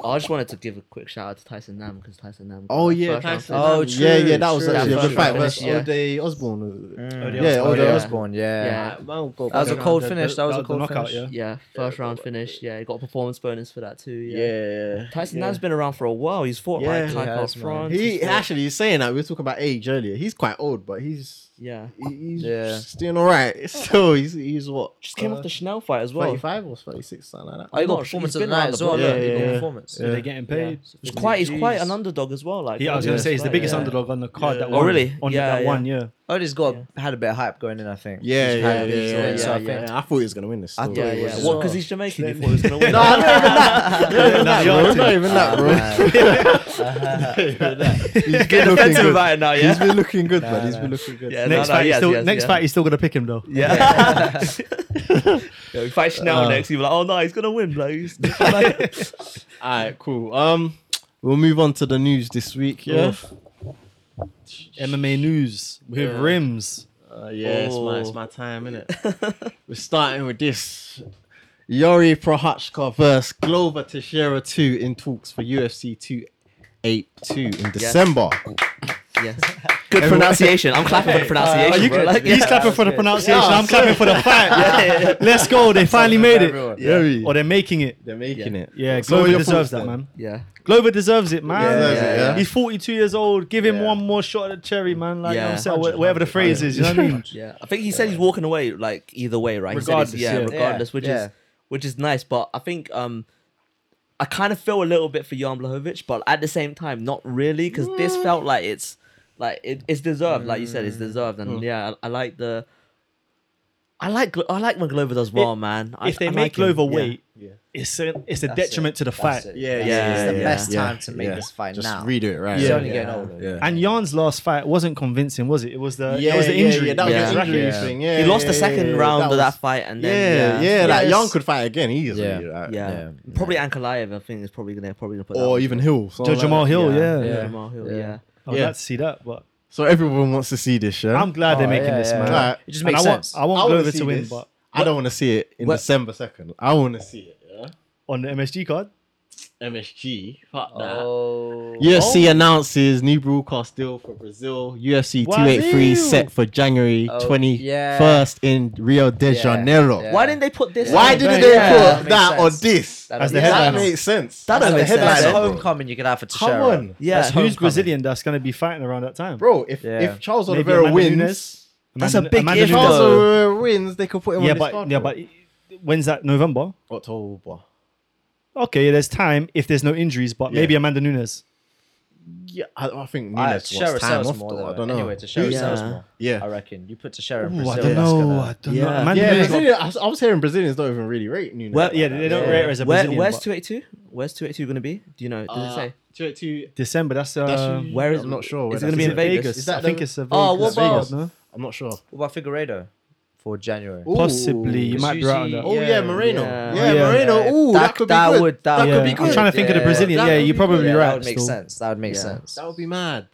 E: I just wanted to give a quick shout out to Tyson Nam because Tyson Nam.
G: Oh yeah,
E: first round
G: Tyson.
E: finish.
B: Oh,
G: yeah,
B: true,
G: yeah, that was
B: true.
G: actually
E: That
G: a good
E: first
G: fight.
E: round
G: versus
E: finish, yeah.
G: O'Day Osborne. was it?
B: Mm.
G: Yeah,
B: Oh,
G: Ode
B: yeah.
E: yeah.
B: Osborne, yeah.
E: Yeah.
G: Alright, man, go
B: That was a
G: back.
B: cold
D: The-
B: finish.
D: the-
B: That was
D: the
B: a cold
D: knockout,
B: finish.
D: yeah.
E: Yeah, first round finish. Yeah, he got a performance bonus for that too. Yeah.
G: Yeah,
E: Tyson
G: yeah.
E: Nam's been around for a while. He's fought
G: Yeah.
E: like
G: He
E: Type
B: has, man.
E: France.
G: He
E: he's fought-
G: actually he's saying that we were talking about age earlier. He's quite old, but he's
E: yeah.
G: he- he's
B: Yeah.
G: doing all right. So he's he's what?
E: Just came
G: uh,
E: off the Chanel fight as well.
G: thirty-five or thirty-six, something like that.
B: Oh, you got
E: No,
B: performance
E: he's
B: of the
E: been around
B: night as
E: the
B: well.
E: block.
B: Yeah,
G: Yeah,
B: you got
G: yeah.
B: performance.
D: They're getting paid.
E: It's quite, it's quite an underdog as well. Like,
D: Yeah, I was gonna
G: Yeah.
D: say he's the
E: Right,
D: biggest
E: yeah.
D: underdog on the card.
G: Yeah.
D: That
E: Oh,
D: one,
E: really?
D: On
E: Yeah,
D: that
E: yeah.
D: one, yeah.
B: Ode's got had a bit of hype going in, I think.
G: Yeah,
B: He's hyped,
G: yeah, yeah,
B: he's
G: yeah,
B: already- so I
E: yeah,
B: think-
E: yeah.
G: I thought he was gonna win this.
B: I
G: still.
B: thought
E: Yeah,
B: he
E: yeah.
B: was
E: What?
B: as well.
E: Because he's Jamaican. You thought he was gonna win.
G: No, not even that. Not even that, bro. Not even that, bro. He's been looking
E: Defensive
G: good.
E: about it now,
G: He's
E: yeah.
G: been looking good, man. He's been looking good.
E: Yeah, no,
D: Next
E: no,
D: fight, he's
E: yes,
D: still,
E: yes,
D: next
E: yeah.
D: fight, he's still gonna pick him though.
E: Yeah. yeah, we fight Chanel
D: Uh,
E: next. You're like, oh no, he's gonna win, like, he's-
G: All right, cool. Um, we'll move on to the news this week. Yeah.
D: MMA news with
G: Yeah.
D: rims.
G: Uh, yeah, it's, my, it's
E: Oh.
G: my time, innit? We're starting with this. Yuri Prohachka versus Glover Teixeira 2 in talks for UFC 282 in December.
E: Yes. Good pronunciation. I'm clapping for the pronunciation.
D: Are you
E: bro. Like,
D: he's
E: yeah.
D: clapping for the pronunciation.
G: Yeah,
D: I'm clapping for the fight. Let's go. They finally made it.
G: Yeah. Yuri.
D: Or they're making it.
G: They're making
E: Yeah.
G: it.
D: Yeah,
G: So
D: Glover
G: your
D: deserves
G: thoughts
D: that,
G: then?
D: man.
E: Yeah.
D: Glover deserves it, man.
G: Yeah,
E: yeah, yeah.
D: He's 42 years old. Give him
G: Yeah.
D: one more shot at the cherry, man. Like, you know what I'm
E: Yeah.
D: saying? Wha- whatever the phrase is, you know what I mean?
E: Yeah, I think he said he's walking away like either way, right? He said he's-
D: Regardless,
E: yeah,
D: yeah.
E: regardless, which
B: Yeah.
E: is which is nice. But I think um, I kind of feel a little bit for Jan Blahovic, but at the same time, not really, because this felt like it's like it, it's deserved, like you said, it's deserved, and yeah, I, I like the. I like Glo- I like when Glover does well, man. I,
D: If they
E: I
D: make
E: like him,
D: Glover
E: yeah.
D: wait, it's a, it's a
B: That's it.
D: detriment to the
B: That's
D: fight.
B: it.
G: Yeah,
B: That's
E: yeah,
B: it. It's the
E: yeah,
B: best
G: yeah.
B: time to make
G: Yeah.
B: this fight
G: Just
B: now.
G: read it, right?
B: He's
D: Yeah.
B: only getting older.
G: Yeah.
D: And Jan's last fight wasn't convincing, was it? It was the, it was the injury.
G: Yeah, that was
E: Yeah.
G: the injury
B: Yeah.
G: thing. Yeah,
E: he lost the
G: yeah,
E: second
G: yeah, yeah,
E: round of
G: was-
E: that fight, and
G: Yeah,
E: then
G: yeah,
D: Yeah,
G: like Young
D: it's-
G: could fight again easily.
B: Yeah.
G: right?
E: yeah, yeah.
B: Yeah.
E: probably Ankalaev. I think is probably gonna probably gonna put that
G: Or
E: one.
G: even Hill. something
D: Judge
G: like
D: Jamal
G: that.
D: Hill,
B: Yeah.
D: yeah.
E: Yeah, Jamal Hill,
B: Yeah.
E: yeah.
D: I would
G: Yeah.
D: like to see that, but
G: So everyone wants to see this, yeah?
D: I'm glad they're
B: Oh,
D: making
B: yeah,
D: this,
B: yeah,
D: man.
B: yeah.
G: Alright.
B: It just
D: And
B: makes
D: I want,
B: sense.
D: I want
G: wanna
D: Glover
G: see
D: to win,
G: this.
D: but
G: I don't want to see it in
E: What-
G: December second. I want to see it. Yeah.
D: on the MSG card.
G: MSG. Fuck
B: Oh.
G: UFC announces new broadcast deal for Brazil. UFC
D: Wazoo.
G: 283 set for January
B: Oh,
G: 21st
B: yeah.
G: in Rio de
B: Yeah,
G: Janeiro.
B: yeah.
E: Why didn't they put this?
G: Why
E: on?
G: didn't
D: Yeah,
G: they
D: yeah,
B: that
G: put
B: makes
G: that on
B: sense.
G: this?
B: That
D: As the
B: makes
G: That
D: headliner.
G: makes sense.
E: That
G: That's
E: doesn't
G: the
E: make
B: That's
E: sense.
G: headliner,
B: a
E: That's
G: bro.
B: homecoming you could have for
G: Come
B: Teixeira.
G: on.
E: Yeah.
B: That's
D: Who's
B: homecoming.
D: Brazilian that's going to be fighting around that time?
G: Bro, if,
B: Yeah.
G: if Charles
D: Maybe
G: Oliveira
D: Amanda
G: wins,
D: Nunes?
E: That's
D: Amanda-
E: a big
D: Amanda
E: if,
D: Nunes.
G: Charles
E: though.
G: Oliveira wins, they could put him
D: Yeah,
G: on this
D: but
G: card,
D: yeah,
G: bro.
D: but when's that? November.
G: October.
D: Okay, there's time if there's no injuries, but maybe
G: Yeah.
D: Amanda Nunes.
G: Yeah, I, I think Nunes
B: Ah,
G: wants
B: Teixeira
G: time
B: sells
G: off
B: more
G: though.
B: though.
G: I don't know.
B: Anyway, Teixeira
E: Yeah.
B: sells more.
G: Yeah.
B: I reckon. You put Teixeira in
D: Ooh,
B: Brazil.
D: I don't
B: that's
D: know.
B: gonna-
D: I don't know.
E: Yeah.
D: Amanda
G: Yeah,
D: Nunes. got-
G: Brazilian, I, I was hearing Brazilians don't even really rate Nunes.
E: Well,
G: like
D: yeah,
G: that.
D: they don't
G: Yeah.
D: rate her as a
E: Where,
D: Brazilian.
E: where's
D: but
E: 282? Where's 282 going to be? Do you know? Does it say?
G: Two eight two.
D: December. That's uh,
G: That's
D: that's
E: Where is
G: I'm not sure. where
E: Is it
G: that's
E: going to be
G: at.
E: in Vegas?
G: Is that
D: I think
G: the-
D: it's a Vegas.
E: Oh, what about-
D: Vegas, no?
G: I'm not sure.
B: What about Figueredo for January?
D: Possibly. You
G: Ooh.
D: might be right on that.
G: Oh yeah, Moreno.
E: Yeah.
G: Yeah,
D: Yeah.
G: Moreno.
B: Yeah.
G: Ooh, that,
B: That-
G: could be
B: that
G: good.
B: would- that
G: that
B: would
G: could
B: be
G: be good.
D: I'm trying to think of the
B: Yeah,
D: Brazilian.
G: that
D: Yeah,
G: would be
D: you're
G: good.
D: probably
B: Yeah,
D: right.
B: that would make
D: still.
B: sense. That would make
E: Yeah.
B: sense.
G: That would be mad.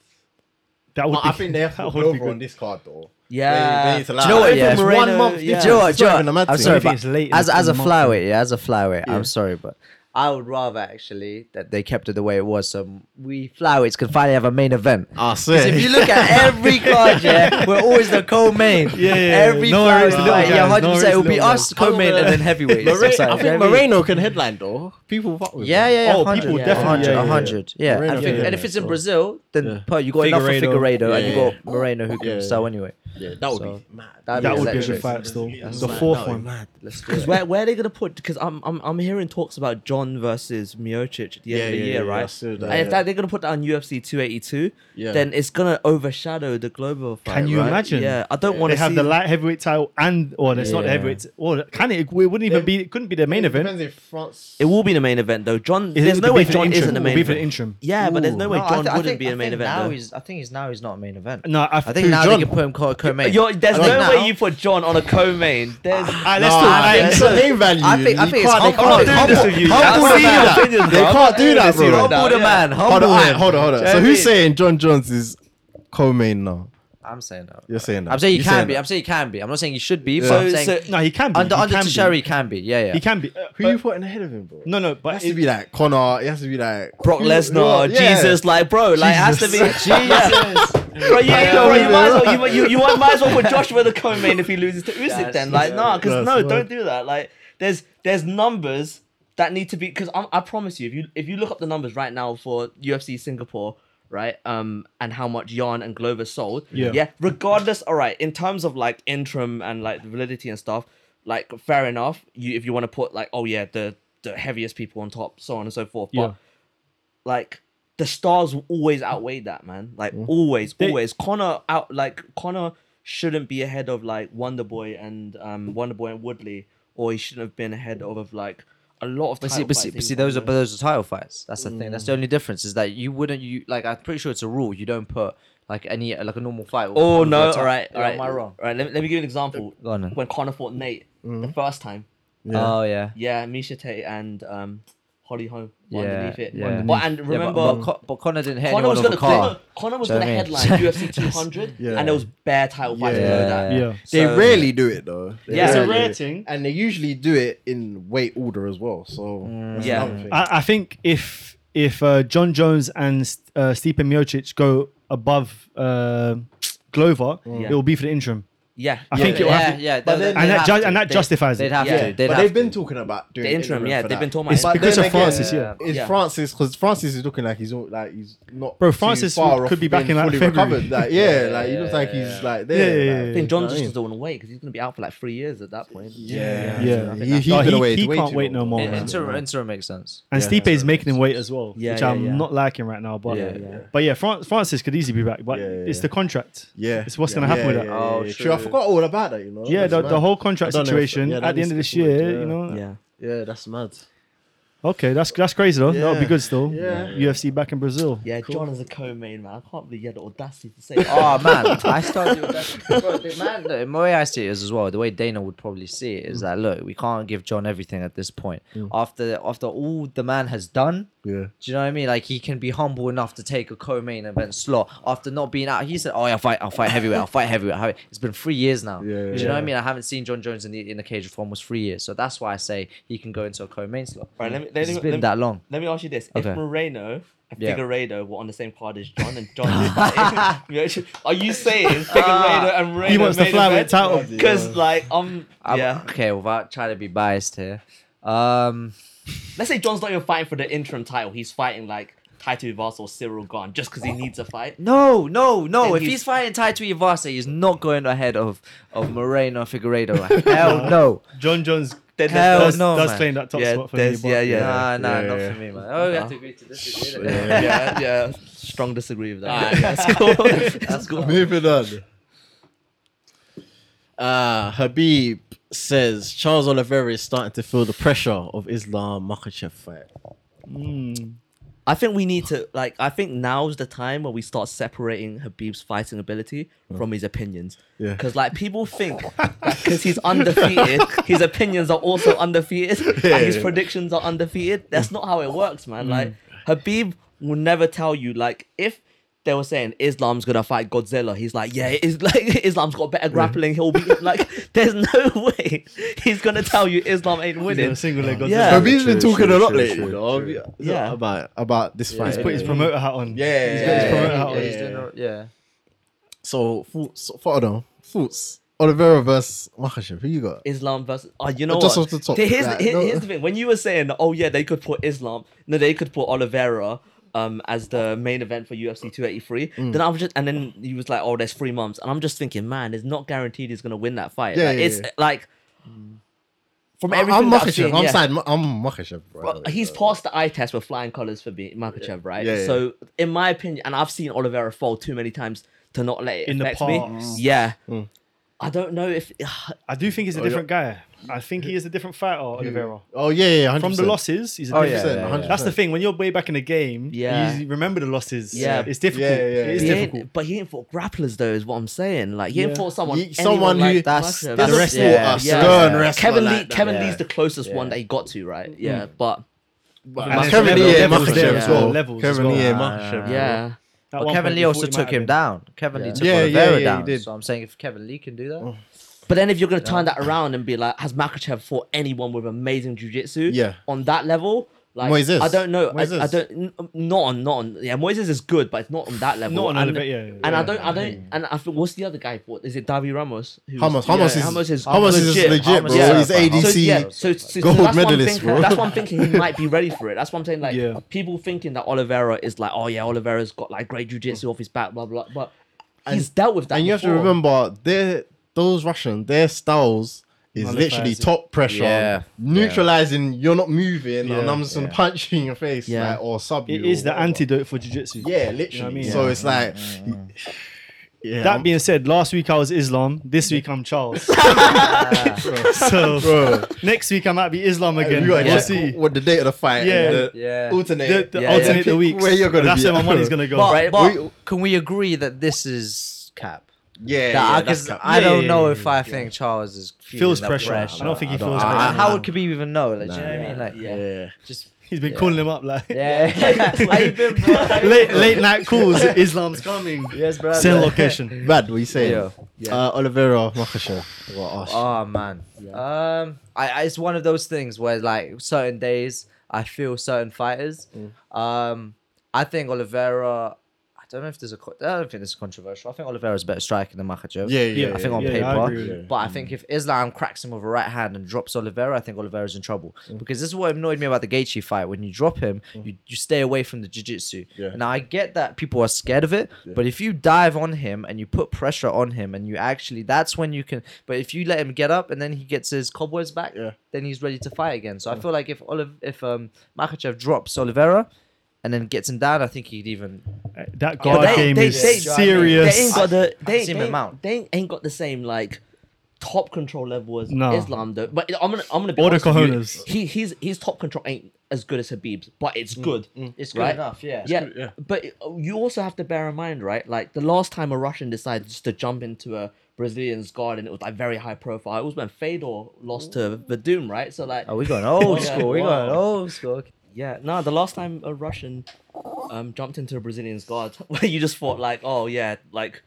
D: That would
G: But
D: be.
G: I think they have to
D: that
G: put
D: would be
G: Glover
D: good.
G: on this card though.
E: Yeah.
G: They- they need
E: Do
G: to allow
E: you know what?
G: that.
E: Yeah.
G: It's
E: Moreno,
G: one month
E: yeah.
B: Do you know what?
G: It's
B: Do you
G: not
B: know
G: even a
B: what?
G: matter
B: I'm
G: to
B: sorry,
D: me.
B: but
D: It's late in
B: as
D: the-
B: as
D: in
B: a
D: the month,
B: flyweight, yeah, as a flyweight, I'm sorry, but I would rather actually that they kept it the way it was, so we flowers can finally have a main event.
D: Oh,
C: I
B: Because if you look at every card, yeah, we're always the co-main.
D: yeah, yeah.
B: Every
D: No
B: flyweight
D: worries, the little
B: fight, yeah,
D: guys, no
B: hundred percent. It will
D: worries,
B: be
D: little
B: us co-main and then heavyweight.
G: I think Moreno can headline though. People fuck with
B: Yeah,
G: him.
B: yeah, yeah.
D: Oh,
B: 100,
D: people
B: yeah,
D: definitely-
B: 100,
D: yeah, yeah, yeah.
B: 100. Yeah,
G: Moreno,
B: I think,
G: yeah.
B: and if it's in Brazil, then per, you got enough for
D: Figueiredo.
B: Figueredo and you
G: Yeah,
B: got Moreno who can
G: Yeah,
B: sell anyway.
G: yeah. That would
B: So,
G: be mad.
B: that'd
D: That would be a
B: electric.
D: good fight still.
G: That's
D: The
G: mad,
D: fourth
G: that would be
D: one.
G: mad.
B: Let's do
E: Because
B: it.
E: where, where are they gonna put? Because I'm I'm I'm hearing talks about John versus Miocic at the end of the year, right? and if that, they're gonna put that on UFC 282,
G: Yeah.
E: then it's gonna overshadow the global fight.
D: Can you
E: right?
D: imagine?
E: Yeah, I don't want
D: They
E: to
D: have
E: see
D: the light heavyweight title and or it's not the
E: Yeah.
D: heavyweight. Or can it? It wouldn't even
G: They-
D: be. It couldn't be the main event.
G: Depends if France.
E: It will be the main event though. John,
D: It
E: there's
D: would
E: no
D: be
E: way
D: for the
E: John
D: interim.
E: isn't the
D: It would
E: main
D: be for the
E: event.
D: interim.
E: Yeah, but there's no way
B: No, I
E: John
B: thi- I
E: wouldn't
B: think-
E: be a
B: I
E: main
B: think
E: event.
B: Now
E: though.
B: he's, I think he's now he's not a main event.
D: No, I,
B: I think now they can put him co- co-main.
E: You're- there's
B: I think
E: no
B: now-
E: way you put John on a co-main. There's
D: Ah,
C: Oh,
D: let's talk.
B: I-
D: Alright,
B: I-
D: so-
C: name value.
B: I think I think it's
C: they
B: humble.
C: can't do
B: humble-
C: this
E: with you.
B: humble
E: That's
B: the
E: not
B: man.
E: your opinion,
C: They
E: bro.
C: can't do that,
E: That's your
C: bro.
E: opinion.
B: Humble the man.
C: Hold on,
B: Humble
C: all right,
B: him.
C: hold on, hold on. So
B: Jeremy.
C: who's saying John Jones is co-main now?
B: I'm saying no.
C: You're saying that.
B: I'm saying you
C: You're
B: can be.
C: that.
B: I'm saying you can be. I'm not saying you should be. But
E: So-
B: I'm saying
E: so-
D: no, he can be.
B: under
D: he
B: under
D: can be.
B: Tashari can be. Yeah, yeah.
D: He can be.
C: Who you putting ahead of him, bro?
D: No, no,
C: It
D: but
C: has to
D: it-
C: be like Connor. It has to be like
E: Brock
C: Who- who are-
E: Lesnar,
C: yeah.
E: Jesus, like bro, like it has to be.
B: Jesus.
E: Bro, you,
C: Yeah,
E: bro, you
C: yeah.
E: might as well, you, you, you might might as well put Joshua the co-main if he loses to Usyk.
B: That's-
E: then, like, nah, because
C: That's
E: no,
C: wild.
E: don't do that. Like, there's there's numbers that need to be because I promise you, if you if you look up the numbers right now for UFC Singapore, right, um, and how much Yarn and Glover sold,
D: Yeah.
E: regardless, all right, in terms of like interim and like validity and stuff, like fair enough. You if you want to put like, oh yeah, the the heaviest people on top, so on and so forth, but
D: Yeah.
E: like the stars will always outweigh that, man. Like always,
D: They-
E: always. Connor out like Connor shouldn't be ahead of like Wonderboy and um Wonderboy and Woodley, or he shouldn't have been ahead of, of like a lot of.
B: But see,
E: title
B: but see,
E: fights
B: but
E: in
B: see, those are but
E: Connor.
B: those are title fights. That's the thing. That's the only difference is that you wouldn't you like. I'm pretty sure it's a rule. You don't put like any like a normal fight.
E: Oh
B: over
E: no!
B: the top.
E: All right, all
B: Or
E: right.
B: Am I wrong?
E: All right, let me, let me give you an example.
B: Go on then.
E: Uh,
B: Mm-hmm.
E: When Connor fought Nate the first time,
B: Oh yeah.
E: yeah, Misha Tate and um Holly Holm were
B: Yeah,
E: underneath it.
B: yeah.
E: But, and
B: Yeah,
E: remember,
B: but, but, Co- but Connor didn't hit
E: Connor
B: anyone
E: was
B: with
E: gonna
B: a car.
E: Connor, Connor was
B: Do you know
E: gonna
B: what I mean?
E: headline UFC 200,
C: Yeah.
E: and there was bare title fights
G: Yeah.
E: below that.
B: Yeah.
D: yeah.
C: They
E: So-
C: rarely do it though. They
E: Yeah.
D: It's a
C: rarely
D: rare
C: do it.
D: thing.
G: And they usually do it in weight order as well. So that's
E: Yeah.
G: another thing.
D: I, I think if if uh, John Jones and uh, Stipe Miocic go above uh, Glover,
E: Yeah.
D: it will be for the interim.
E: Yeah,
D: I
E: yeah,
D: think it
E: yeah.
D: will
B: yeah,
D: have-
B: yeah,
G: but
B: they-
G: then-
B: they'd
D: And that
B: have
D: ju-
B: to.
D: and that
B: They-
D: justifies it.
B: They'd have
E: Yeah.
B: to. They'd
G: but
B: have
G: they've been
B: to.
G: talking about doing
E: the interim.
G: interim
E: Yeah,
G: for
E: they've
G: that.
E: been talking about
D: It's
E: it.
C: But
D: because
C: then
D: of Francis,
C: again,
D: yeah.
G: Is
E: Yeah.
G: Francis because Francis is looking like he's all, like he's not.
D: Bro,
G: too
D: Francis
G: far
D: would-
G: off
D: could be
G: being
D: back in, like,
G: fully
D: February.
G: recovered. Like, yeah,
B: Yeah,
G: like he
B: yeah,
G: looks like
B: yeah,
G: he's
B: yeah.
G: like there.
D: Yeah, yeah,
G: like,
D: yeah.
E: I think John
G: you know what I
E: just
G: mean?
E: doesn't want to wait because he's going to be out for like three years at that point.
G: Yeah,
D: Yeah.
E: I think
C: He-
E: that's-
C: he
D: No,
C: been
D: he-
C: away
D: he
C: way
D: can't
C: too
D: wait
C: long.
D: no more.
B: Yeah,
D: man.
B: interim, interim makes sense.
D: And
C: Yeah.
D: Stipe is making him wait as well,
E: Yeah,
D: which
E: yeah,
D: I'm
E: yeah.
D: not liking right now. But
E: Yeah, yeah.
D: but yeah, Fran- Francis could easily be back, but
G: Yeah, yeah,
D: it's
G: yeah.
D: the contract.
G: Yeah,
D: It's what's
G: yeah,
D: gonna happen
G: yeah,
D: with
G: yeah,
D: that.
G: yeah,
B: Oh,
G: yeah,
B: true.
G: true. I forgot all about that. You know.
D: Yeah,
G: That's
D: the,
G: mad.
D: the whole contract
G: I don't know if-
D: situation
G: yeah, that
D: at the end of
G: needs
D: this
G: to be
D: year,
G: worked,
D: you
G: yeah.
D: know.
E: Yeah.
G: Yeah, that's mad.
D: Okay, that's that's crazy though. That would be
G: Yeah.
D: good still.
G: Yeah.
D: UFC back in Brazil.
E: Yeah, John is a co-main man. I can't believe you had the audacity to say. "Ah,
B: Oh man, I started with that. Bro, the man, the the way I see it is as well. The way Dana would probably see it is that look, we can't give John everything at this point. After after all the man has done,
C: Yeah.
B: do you know what I mean? Like he can be humble enough to take a co-main event slot after not being out. He said, "Oh, yeah, I'll fight, I'll fight heavyweight, I'll fight heavyweight." I'll fight." It's been three years now.
C: Yeah,
B: Do you
C: yeah,
B: know what I
D: yeah.
B: mean? I haven't seen John Jones in the in the cage for almost three years, so that's why I say he can go into a co-main slot.
E: Right, let me- let
B: it's
E: me-
B: been
E: let me-
B: that long.
E: Let me ask you this:
B: Okay.
E: If Moreno and
B: Yeah.
E: Figueredo were on the same card as John and John, are you saying Figueredo and Moreno?
D: He wants the flyweight title.
E: because, like, um,
B: I'm-
E: yeah.
B: Okay, without trying to be biased here, um,
E: Let's say John's not even fighting for the interim title. He's fighting like Taito Vaz or Cyril Gone just because he needs a fight.
B: No, no, no.
E: Then
B: if
E: he's-
B: he's, fighting Taito Ivasa, he's not going ahead of of Moreno Figueredo. Hell no.
D: John Jones
E: Then
B: Hell
E: there's-
D: does,
B: no,
D: does
B: man.
D: claim that top
E: Yeah,
D: spot for me.
E: there's-
D: but-
E: yeah, yeah.
B: nah, nah,
C: yeah,
B: not
C: yeah.
B: for me, man. Oh, we have to
E: Nah.
B: agree to disagree. innit?
E: yeah, yeah. Strong disagree with that. Yeah, that's cool. That's cool.
C: Moving on.
G: Uh, Habib says Charles Oliveira is starting to feel the pressure of Islam Makhachev fight.
D: Mm.
E: I think we need to like. I think now's the time where we start separating Habib's fighting ability from his opinions.
C: Mm. Yeah.
E: Because like people think because he's undefeated, his opinions are also undefeated, and his
C: yeah. Mm.
E: predictions are undefeated. That's not how it works, man. Like Habib will never tell you. Like if they were saying Islam's gonna fight Godzilla. He's like, yeah, it is like Islam's got better grappling. He'll be like, there's no way he's gonna tell you Islam ain't winning.
D: single leg.
E: Yeah.
C: But we've been
G: True,
C: talking
G: true,
C: a lot
G: true,
C: lately,
G: true,
C: though,
G: true.
C: yeah,
E: Yeah.
C: about about this fight.
D: He's put his promoter hat on.
C: Yeah,
D: He's
C: yeah,
D: got his
C: yeah,
D: promoter
C: yeah,
D: hat on.
B: he's doing all- yeah.
C: So, thoughts, further down, thoughts. Oliveira versus Makhachev. Who you got?
E: Islam versus oh, you know
C: Just
E: what?
C: off the top,
E: Th- Here's,
C: like,
E: here-
C: no-
E: here's the thing. When you were saying, oh yeah, they could put Islam, no, they could put Oliveira um as the main event for UFC 283.
C: Mm.
E: Then I was just, and then he was like, oh, there's three months, and I'm just thinking, man, it's not guaranteed he's gonna win that fight.
C: Yeah,
E: Like,
C: yeah,
E: it's
C: yeah. Mm.
E: like from
C: I'm
E: everything that I've
C: Makhachev.
E: seen,
C: I'm
E: yeah.
C: sad. I'm Makhachev, bro.
E: But he's passed the eye test with flying colors for being Makachev, right?
C: Yeah, yeah.
E: So, in my opinion, and I've seen Oliveira fall too many times to not let it
D: In the
E: affect me.
D: past.
E: Yeah,
C: Mm.
E: I don't know if
D: I do think he's a
C: yeah.
D: different guy. I think he is a different fighter, Oliveira.
C: Oh yeah, yeah, 100%.
D: From the losses, he's a
B: Oh,
D: different.
B: yeah, yeah, yeah.
D: That's the thing. When you're way back in the game,
E: Yeah.
D: you remember the losses.
E: Yeah.
D: it's difficult.
C: Yeah, yeah,
D: It is
E: He ain't-
D: difficult.
E: but he ain't fought grapplers though, is what I'm saying. Like he ain't fought someone,
C: Ye-
E: anyone
C: someone who-
E: like
B: that's-
E: Makhachev.
B: that's
C: the
B: rest-
C: wrestler,
B: yeah,
C: a
E: yeah.
C: stern wrestler.
E: Kevin Lee.
C: like that.
E: Kevin
B: yeah.
E: Lee's the closest one
B: Yeah.
E: that he got to, right?
D: Mm-hmm.
E: Yeah, but
D: And there's
C: Kevin
D: level-
C: Lee, yeah,
D: levels
C: Makhachev
D: there
E: as
C: as
E: well.
C: well.
D: Levels as
C: Kevin
D: well.
C: Lee,
D: Ah.
C: Makhachev.
E: yeah,
D: That
B: But
D: one
B: Kevin
D: point
B: Lee
D: you
B: also
D: thought he
B: took
D: might have
B: him
D: been.
B: down. Kevin Lee took
C: Yeah, yeah,
B: Oliveira
C: yeah, he
B: down.
C: did.
B: So I'm saying if Kevin Lee can do that,
D: Oh.
E: but then if you're gonna turn that around and be like, has Makachev fought anyone with amazing jujitsu?
C: Yeah.
E: on that level. Like,
C: Moises.
E: I don't know. I, I
C: Moises.
E: don't. n- Not on. Not on. Yeah, Moises is good, but it's not on that level.
D: Not on
E: and,
D: elevate, yeah, yeah,
E: and
D: yeah.
E: I don't. I don't. And I think what's the other guy? What is it? Davi Ramos. who was-
C: Hamas, Hamas
E: yeah,
C: is
E: Ramos is
C: Hamas is
E: legit.
C: legit,
B: Hamas
C: bro. He's
E: is-
B: yeah.
C: ADC.
E: So, yeah, so, so- so
C: gold
E: that's
C: medalist,
E: one thing,
C: bro.
E: That's what I'm thinking. He might be ready for it. That's what I'm saying. Like
D: Yeah.
E: people thinking that Oliveira is like, oh yeah, Oliveira's got like great jujitsu off his back, blah blah. But he's dealt with that.
C: and you have to
E: before.
C: remember, their those Russians, their styles is
D: Nullifies
C: literally
D: it.
C: top pressure,
B: Yeah.
C: neutralizing. You're not moving, and
D: Yeah.
C: I'm just gonna
B: Yeah.
C: punch you in your face,
E: Yeah.
C: like, or sub you.
D: It is
C: or
D: the
C: whatever.
D: antidote for jiu-jitsu.
C: Yeah, literally.
D: I mean?
C: So
D: Yeah.
C: it's like, yeah,
D: That
C: I'm-
D: being said, last week I was Islam. This week I'm Charles. so
C: bro,
D: next week I might be Islam again.
C: you gotta
D: We'll
C: check
D: see.
C: what the date of the fight,
D: Yeah.
C: and the
B: Yeah.
D: The,
C: alternate,
D: the
E: Yeah, yeah.
D: alternate the
C: Pick
D: weeks.
C: where you're gonna
D: That's
C: be
D: where my
C: at.
D: money's gonna Oh, go.
B: But, but
C: We-
B: can we agree that this is cap?
C: yeah,
B: That
C: yeah,
B: I,
C: that's
B: 'cause
C: cap.
B: I
D: Yeah,
B: don't
D: yeah,
B: know
D: yeah,
B: if I think Charles is feeling
D: feels
B: that
D: pressure. I don't think he feels
B: Like,
D: pressure.
B: how would Khabib even know? Like, do you know what I mean? Like,
E: yeah.
G: Yeah.
B: just
D: He's been calling him up like
B: yeah. How you been, bro?
D: late late night calls. Islam's coming.
B: yes, bro.
D: Send location.
C: Bad, what you saying?
B: Yeah.
C: Uh, Oliveira, Makhachev. Well, oh,
B: Oh man. Um, I, I it's one of those things where like certain days I feel certain fighters. Um, I think Oliveira. I don't know if there's a. co- I don't think this is controversial. I think Oliveira's a better striker than Makhachev.
C: yeah, yeah,
D: Yeah,
B: I think on
D: yeah, I
B: paper.
D: agree with you.
B: but I think if Islam cracks him with a right hand and drops Oliveira, I think Oliveira's in trouble.
D: Mm.
B: Because this is what annoyed me about the Gaethje fight. When you drop him, you, you stay away from the jiu-jitsu.
C: Yeah.
B: Now, I get that people are scared of it, but if you dive on him and you put pressure on him and you actually, that's when you can. But if you let him get up and then he gets his cobwebs back,
C: Yeah.
B: then he's ready to fight again. So I
D: Mm.
B: feel like if Olive, if um, Makhachev drops Oliveira and then gets him down, I think he'd even
D: That
B: Yeah,
D: guard
B: they-
D: game
B: they-
D: is
B: they-
D: serious.
E: They ain't got the
B: I've
E: they, ain't-
B: seen
E: they,
B: him out.
E: ain't- they ain't- ain't got the same like top control level as
D: No.
E: Islam though. But I'm gonna I'm gonna be
D: Or the
E: honest with you,
D: cojones.
E: He he's his top control ain't as good as Habib's, but it's
C: Mm.
E: good.
B: it's
E: good Right. enough,
B: Yeah.
E: Yeah, but uh, you also have to bear in mind, right? Like the last time a Russian decided just to jump into a Brazilian's garden, it was like very high profile. It was when Fedor lost to Vadum, right? So like,
B: Oh, we going old
E: Yeah.
B: school. We going old school.
E: yeah, no, the last time a Russian um jumped into a Brazilian's guard, where you just thought like, oh yeah, like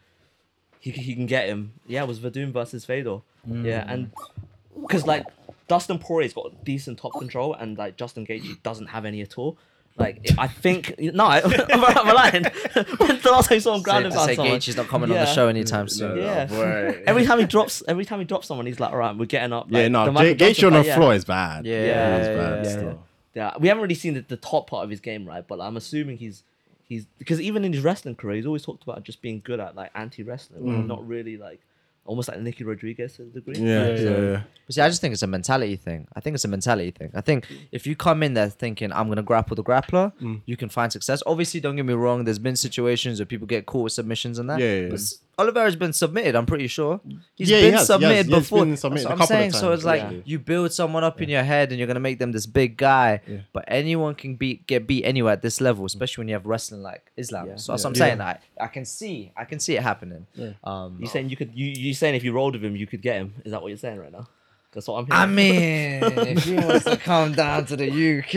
E: he he can get him. Yeah, it was Vadum versus Fedor. Yeah, and
B: Mm.
E: because like Dustin Poirier's got decent top control, and like Justin Gaethje doesn't have any at all. Like I think no, I, I'm, I'm lying. When's the last time you saw him
B: Safe
E: ground
B: to
E: and
B: say
E: pound someone?
B: Gaethje's not coming on the
E: Yeah.
B: show Oh, anytime soon.
E: Yeah.
G: boy.
E: every time he drops, every time he drops someone, he's like, "All right, we're getting up."
G: Yeah,
E: Like,
G: no,
E: the Michael
G: Jay Gaethje
E: Johnson
G: on the
E: fight, yeah.
G: floor is bad.
B: Yeah,
E: Yeah,
G: it's bad
B: yeah,
G: still.
E: Yeah, we haven't really seen the, the top part of his game, right? But like, I'm assuming he's he's because even in his wrestling career, he's always talked about just being good at like anti wrestling, not really like almost like Nicky Rodriguez to a degree.
G: Yeah, yeah, yeah.
B: But see, I just think it's a mentality thing. I think it's a mentality thing. I think if you come in there thinking I'm gonna grapple the grappler,
C: Mm.
B: you can find success. Obviously, don't get me wrong. There's been situations where people get caught with submissions and that.
C: Yeah, yeah, yeah.
B: But s- Oliveira's been submitted. I'm pretty sure he's
C: Yeah, he has, he
B: been
C: has,
B: submitted
C: he has
B: before.
C: been submitted
B: That's
C: a
B: what I'm
C: couple of
B: saying. So
C: times,
B: it's like
C: actually.
B: you build someone up in your head and you're gonna make them this big guy. But anyone can beat get beat anywhere at this level, especially when you have wrestling like Islam. So that's what I'm saying. I I can see I can see it happening. Um,
E: You saying you could you you saying if you rolled with him, you could get him? Is that what you're saying right now? That's what I'm
B: I
E: hearing.
B: mean, if he wants to come down to the UK,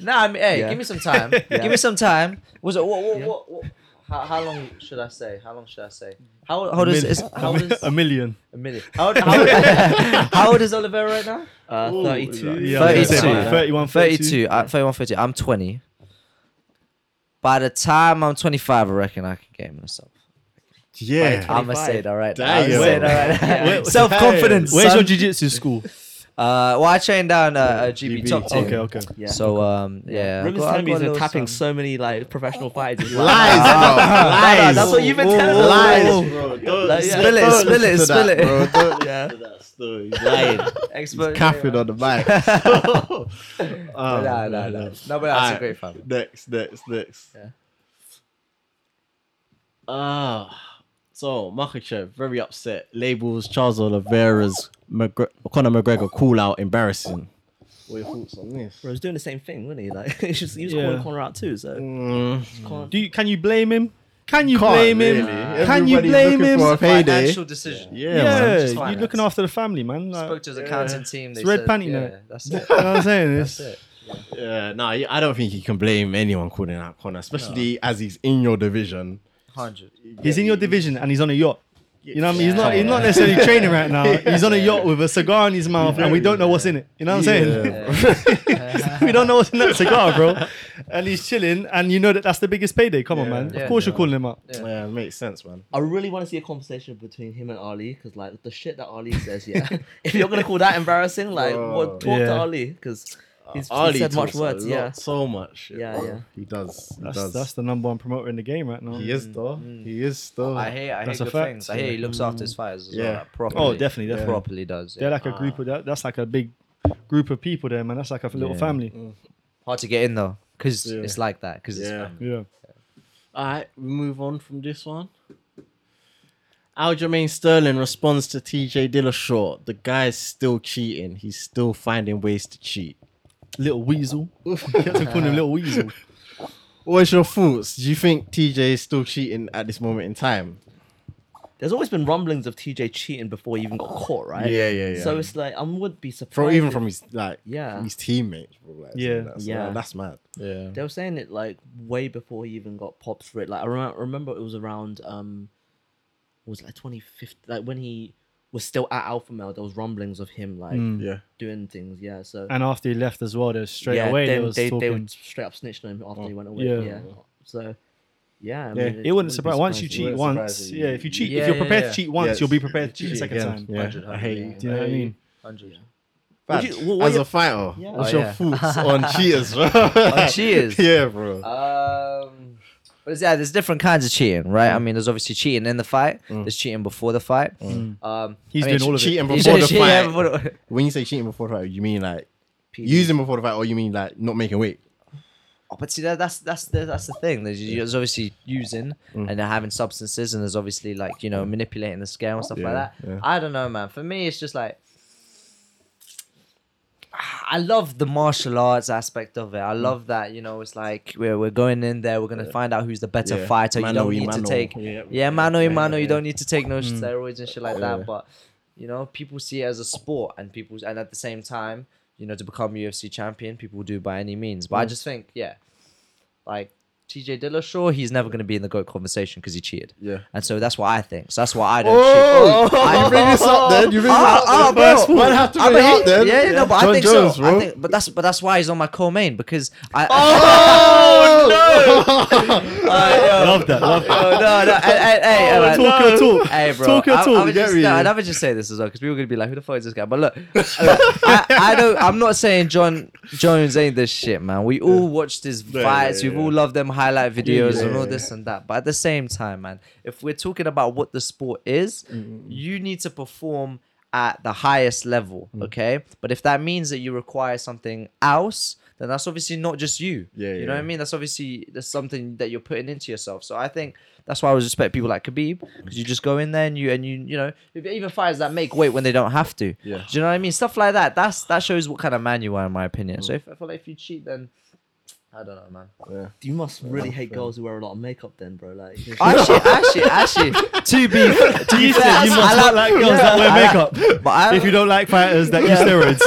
B: nah, nah I mean, hey,
E: Yeah.
B: give me some time. Give me some time. Was it what? What? What? what how, how long should I say? How long should I say? How, how old is, is how old is
D: a million.
B: a million? How old, how, old, how old is Oliveira right now?
E: uh, 32.
D: Yeah,
B: Thirty
D: I was gonna say
B: two.
D: about 31, 32.
B: 32. I'm 31, 30. I'm 20. By the time I'm 25, I reckon I can game myself.
C: Yeah.
B: I'm gonna say it all right. I'm
C: Damn.
B: gonna say it all right.
D: Where-
B: Self confidence.
D: Where's your
B: son.
D: jiu-jitsu school?
B: Uh, well, I trained down uh, uh, GB,
C: GB.
B: top team.
D: Okay, okay.
E: Yeah.
B: So um, yeah. I
E: Remember
B: got- I
E: time
B: got
E: he's
B: a
E: been
B: little
E: tapping
B: something.
E: so many like professional
C: Lies,
E: fighters.
C: bro. Lies.
B: that's what you've been telling us.
C: Lies, bro. Don't
E: Like, yeah.
B: Spill it,
C: don't
B: spill it,
C: listen to
B: spill
C: that,
B: it.
C: bro. Don't
E: Yeah.
G: to that story. He's lying.
B: Expert.
C: caffeine on the mic.
B: No,
C: Oh,
B: no, no, no. No, but that's a
G: Alright.
B: great fan.
G: next, next, next.
B: Yeah.
G: Ah, so Makachev very upset. Labels Charles Oliveira's McGre- Conor McGregor call out embarrassing. What are your thoughts on this?
E: Bro, he's doing the same thing, wasn't he? Like he's just, he was
D: Yeah.
E: calling Connor out too. So
G: Mm,
D: Do you, can you blame him? Can you
C: Can't
D: blame him?
C: really.
D: Can you
C: Everybody's
D: blame
C: looking
D: him?
C: for a payday.
B: Financial decision.
G: yeah, man.
D: Yeah,
B: just
D: you're
B: finance.
D: looking after the family, man. Like,
B: Spoke to his accounting team. They
D: It's red
B: said,
D: panty
B: yeah,
D: night.
B: That's it.
D: you know what I'm saying?
B: That's
D: It's-
B: it.
G: yeah. Nah, you- I don't think you can blame anyone calling out Conor, especially as he's in your division.
B: Hundred.
D: He's in your division and he's on a yacht. You know what I mean? He's not.
B: Yeah.
D: He's not necessarily training right now. He's on a yacht with a cigar in his mouth, and we don't know what's in it. You know what I'm saying? we don't know what's in that cigar, bro. And he's chilling, and you know that that's the biggest payday. Come on,
G: Yeah.
D: man.
B: Yeah.
D: of course you're calling him up.
B: Yeah.
G: Yeah, makes sense, man.
E: I really want to see a conversation between him and Ali because like the shit that Ali says, yeah. if you're gonna call that embarrassing, like
G: Bro. Uh,
E: what talk to
D: Yeah.
E: Ali because he's
G: Ali
E: he said much
G: talks a
E: words.
G: lot,
E: Yeah.
G: so much. shit,
E: Yeah,
G: bro.
E: yeah.
G: He does. He
D: That's
G: does.
D: that's the number one promoter in the game right now.
G: he is though. He is still.
B: I hear. I hear
D: That's a
B: good
D: fact,
B: things. I hear he looks after his fighters as
G: Yeah.
B: well. Like, properly.
D: Oh, definitely, definitely.
B: Properly does.
D: They're
B: Yeah.
D: like a group of that. That's like a big group of people there, man. That's like a little
B: Yeah.
D: family.
B: Hard to get in though, because
G: Yeah.
B: it's like that. Because
G: Yeah.
D: Yeah.
G: All right, we move on from this one. Aljamain Sterling responds to TJ Dillashaw. The guy's still cheating. He's still finding ways to cheat.
D: Little weasel. You have to call him little weasel.
G: What's your thoughts? Do you think TJ is still cheating at this moment in time?
E: There's always been rumblings of TJ cheating before he even got caught, right?
G: Yeah, yeah, yeah.
E: So it's like I wouldn't be surprised.
G: From even
E: if-
G: from his like
E: Yeah.
G: his teammates, bro, like,
D: Yeah.
G: saying that. So,
E: Yeah.
G: that's mad.
C: Yeah.
E: They were saying it like way before he even got pops for it. Like I rem- remember it was around um, was it, like 2015, like when he was still at Alpha Male. There was rumblings of him like
G: Yeah,
E: doing things. Yeah, so
D: And after he left as well, there was straight
E: yeah,
D: away
E: then
D: there was
E: they, they
D: talking.
E: would straight up snitch on him after he went away.
D: yeah.
E: Yeah. so yeah, I
G: Yeah.
E: mean,
D: it wouldn't
E: be
D: surprise once you
E: surprising.
D: cheat
G: It wouldn't
D: once.
G: surprise you.
D: Yeah, if you cheat,
B: Yeah,
D: if you're
B: yeah,
D: prepared
B: yeah.
D: to cheat once,
G: Yes.
D: you'll be prepared to cheat a second
G: again.
D: time.
G: Yeah, I hate you.
D: Do you know what I mean?
B: hundred.
G: Bad.
E: Would you- what- what
G: As
E: your-
G: a fighter,
E: Yeah.
G: what's
B: Oh,
G: your
B: yeah.
G: thoughts on cheaters, bro?
B: On cheaters? Uh,
G: yeah, bro.
B: Um, but it's- yeah, there's different kinds of cheating, right? I mean, there's obviously cheating in the fight. There's cheating before the fight. Um,
D: He's
B: I mean,
D: doing all of it.
G: cheating
B: you
G: before the
B: said cheating
G: fight.
B: before the-
G: When you say cheating before the fight, you mean like
E: PD.
G: using before the fight, or you mean like not making weight?
B: Oh, but see, that, that's that's the, that's the thing. There's, there's obviously using
G: Mm.
B: and then having substances, and there's obviously like you know manipulating the scale and stuff
G: Yeah,
B: like that.
G: yeah.
B: I don't know, man. For me, it's just like I love the martial arts aspect of it.
G: Mm.
B: I love that you know it's like we're we're going in there, we're gonna find out who's the better
G: Yeah.
B: fighter.
G: Mano
B: you don't
G: y
B: need
G: mano.
B: to take
G: Yeah.
B: yeah, mano y
G: Yeah,
B: mano.
G: yeah. Mm.
B: You don't need to take no steroids and shit like
G: Yeah.
B: that, but. You know, people see it as a sport, and people, and at the same time, you know, to become UFC champion, people do by any means.
G: Mm.
B: But I just think, yeah, like TJ Dillashaw, he's never going to be in the GOAT conversation because he cheated.
G: Yeah.
B: And so that's what I think. So that's why I don't
G: Oh,
B: cheat. I-
G: you bring this up, then you bring this
B: Oh,
G: up.
B: oh,
G: the
B: bro.
G: first one have to
B: I
G: bring it
B: mean,
G: up, then.
B: Yeah, yeah, no, but I
G: John
B: think
G: Jones,
B: so.
G: bro.
B: I think, but that's but that's why he's on my co-main because I.
G: Oh
B: I love that. Love that. No, no, hey, hey, hey,
G: Oh,
B: all right.
D: Talk your talk.
B: Hey, bro.
D: Talk your
B: I,
D: talk,
B: I would just,
G: Gary.
B: no, I'd rather just say this as well because people are gonna be like, "Who the fuck is this guy?" But look, look, I, I don't. I'm not saying John Jones ain't this shit, man. We all watched his
G: Yeah,
B: fights.
G: yeah,
B: We've
G: yeah.
B: all loved them highlight videos
G: Yeah,
B: and all
G: yeah.
B: this and that. But at the same time, man, if we're talking about what the sport is,
G: Mm-hmm.
B: you need to perform at the highest level,
G: Mm.
B: okay? But if that means that you require something else. Then that's obviously not just you.
G: Yeah,
B: you
G: yeah,
B: know what I
G: yeah.
B: mean. I mean, that's obviously that's something that you're putting into yourself. So I think that's why I always respect people like Khabib because you just go in there and you and you you know even fighters that make weight when they don't have to.
G: Yeah.
B: Do you
G: Mm.
B: know what I mean? Stuff like that. That's that shows what kind of man you are, in my opinion. So if I feel like if you cheat, then I don't know, man.
E: You must really hate girls who wear a lot of makeup, then, bro. Like,
B: Actually, actually, actually, to be to be fair,
D: you
B: I
D: must not like girls
B: yeah,
D: that wear
B: I like-
D: makeup.
B: But I,
D: If you don't like fighters that use steroids,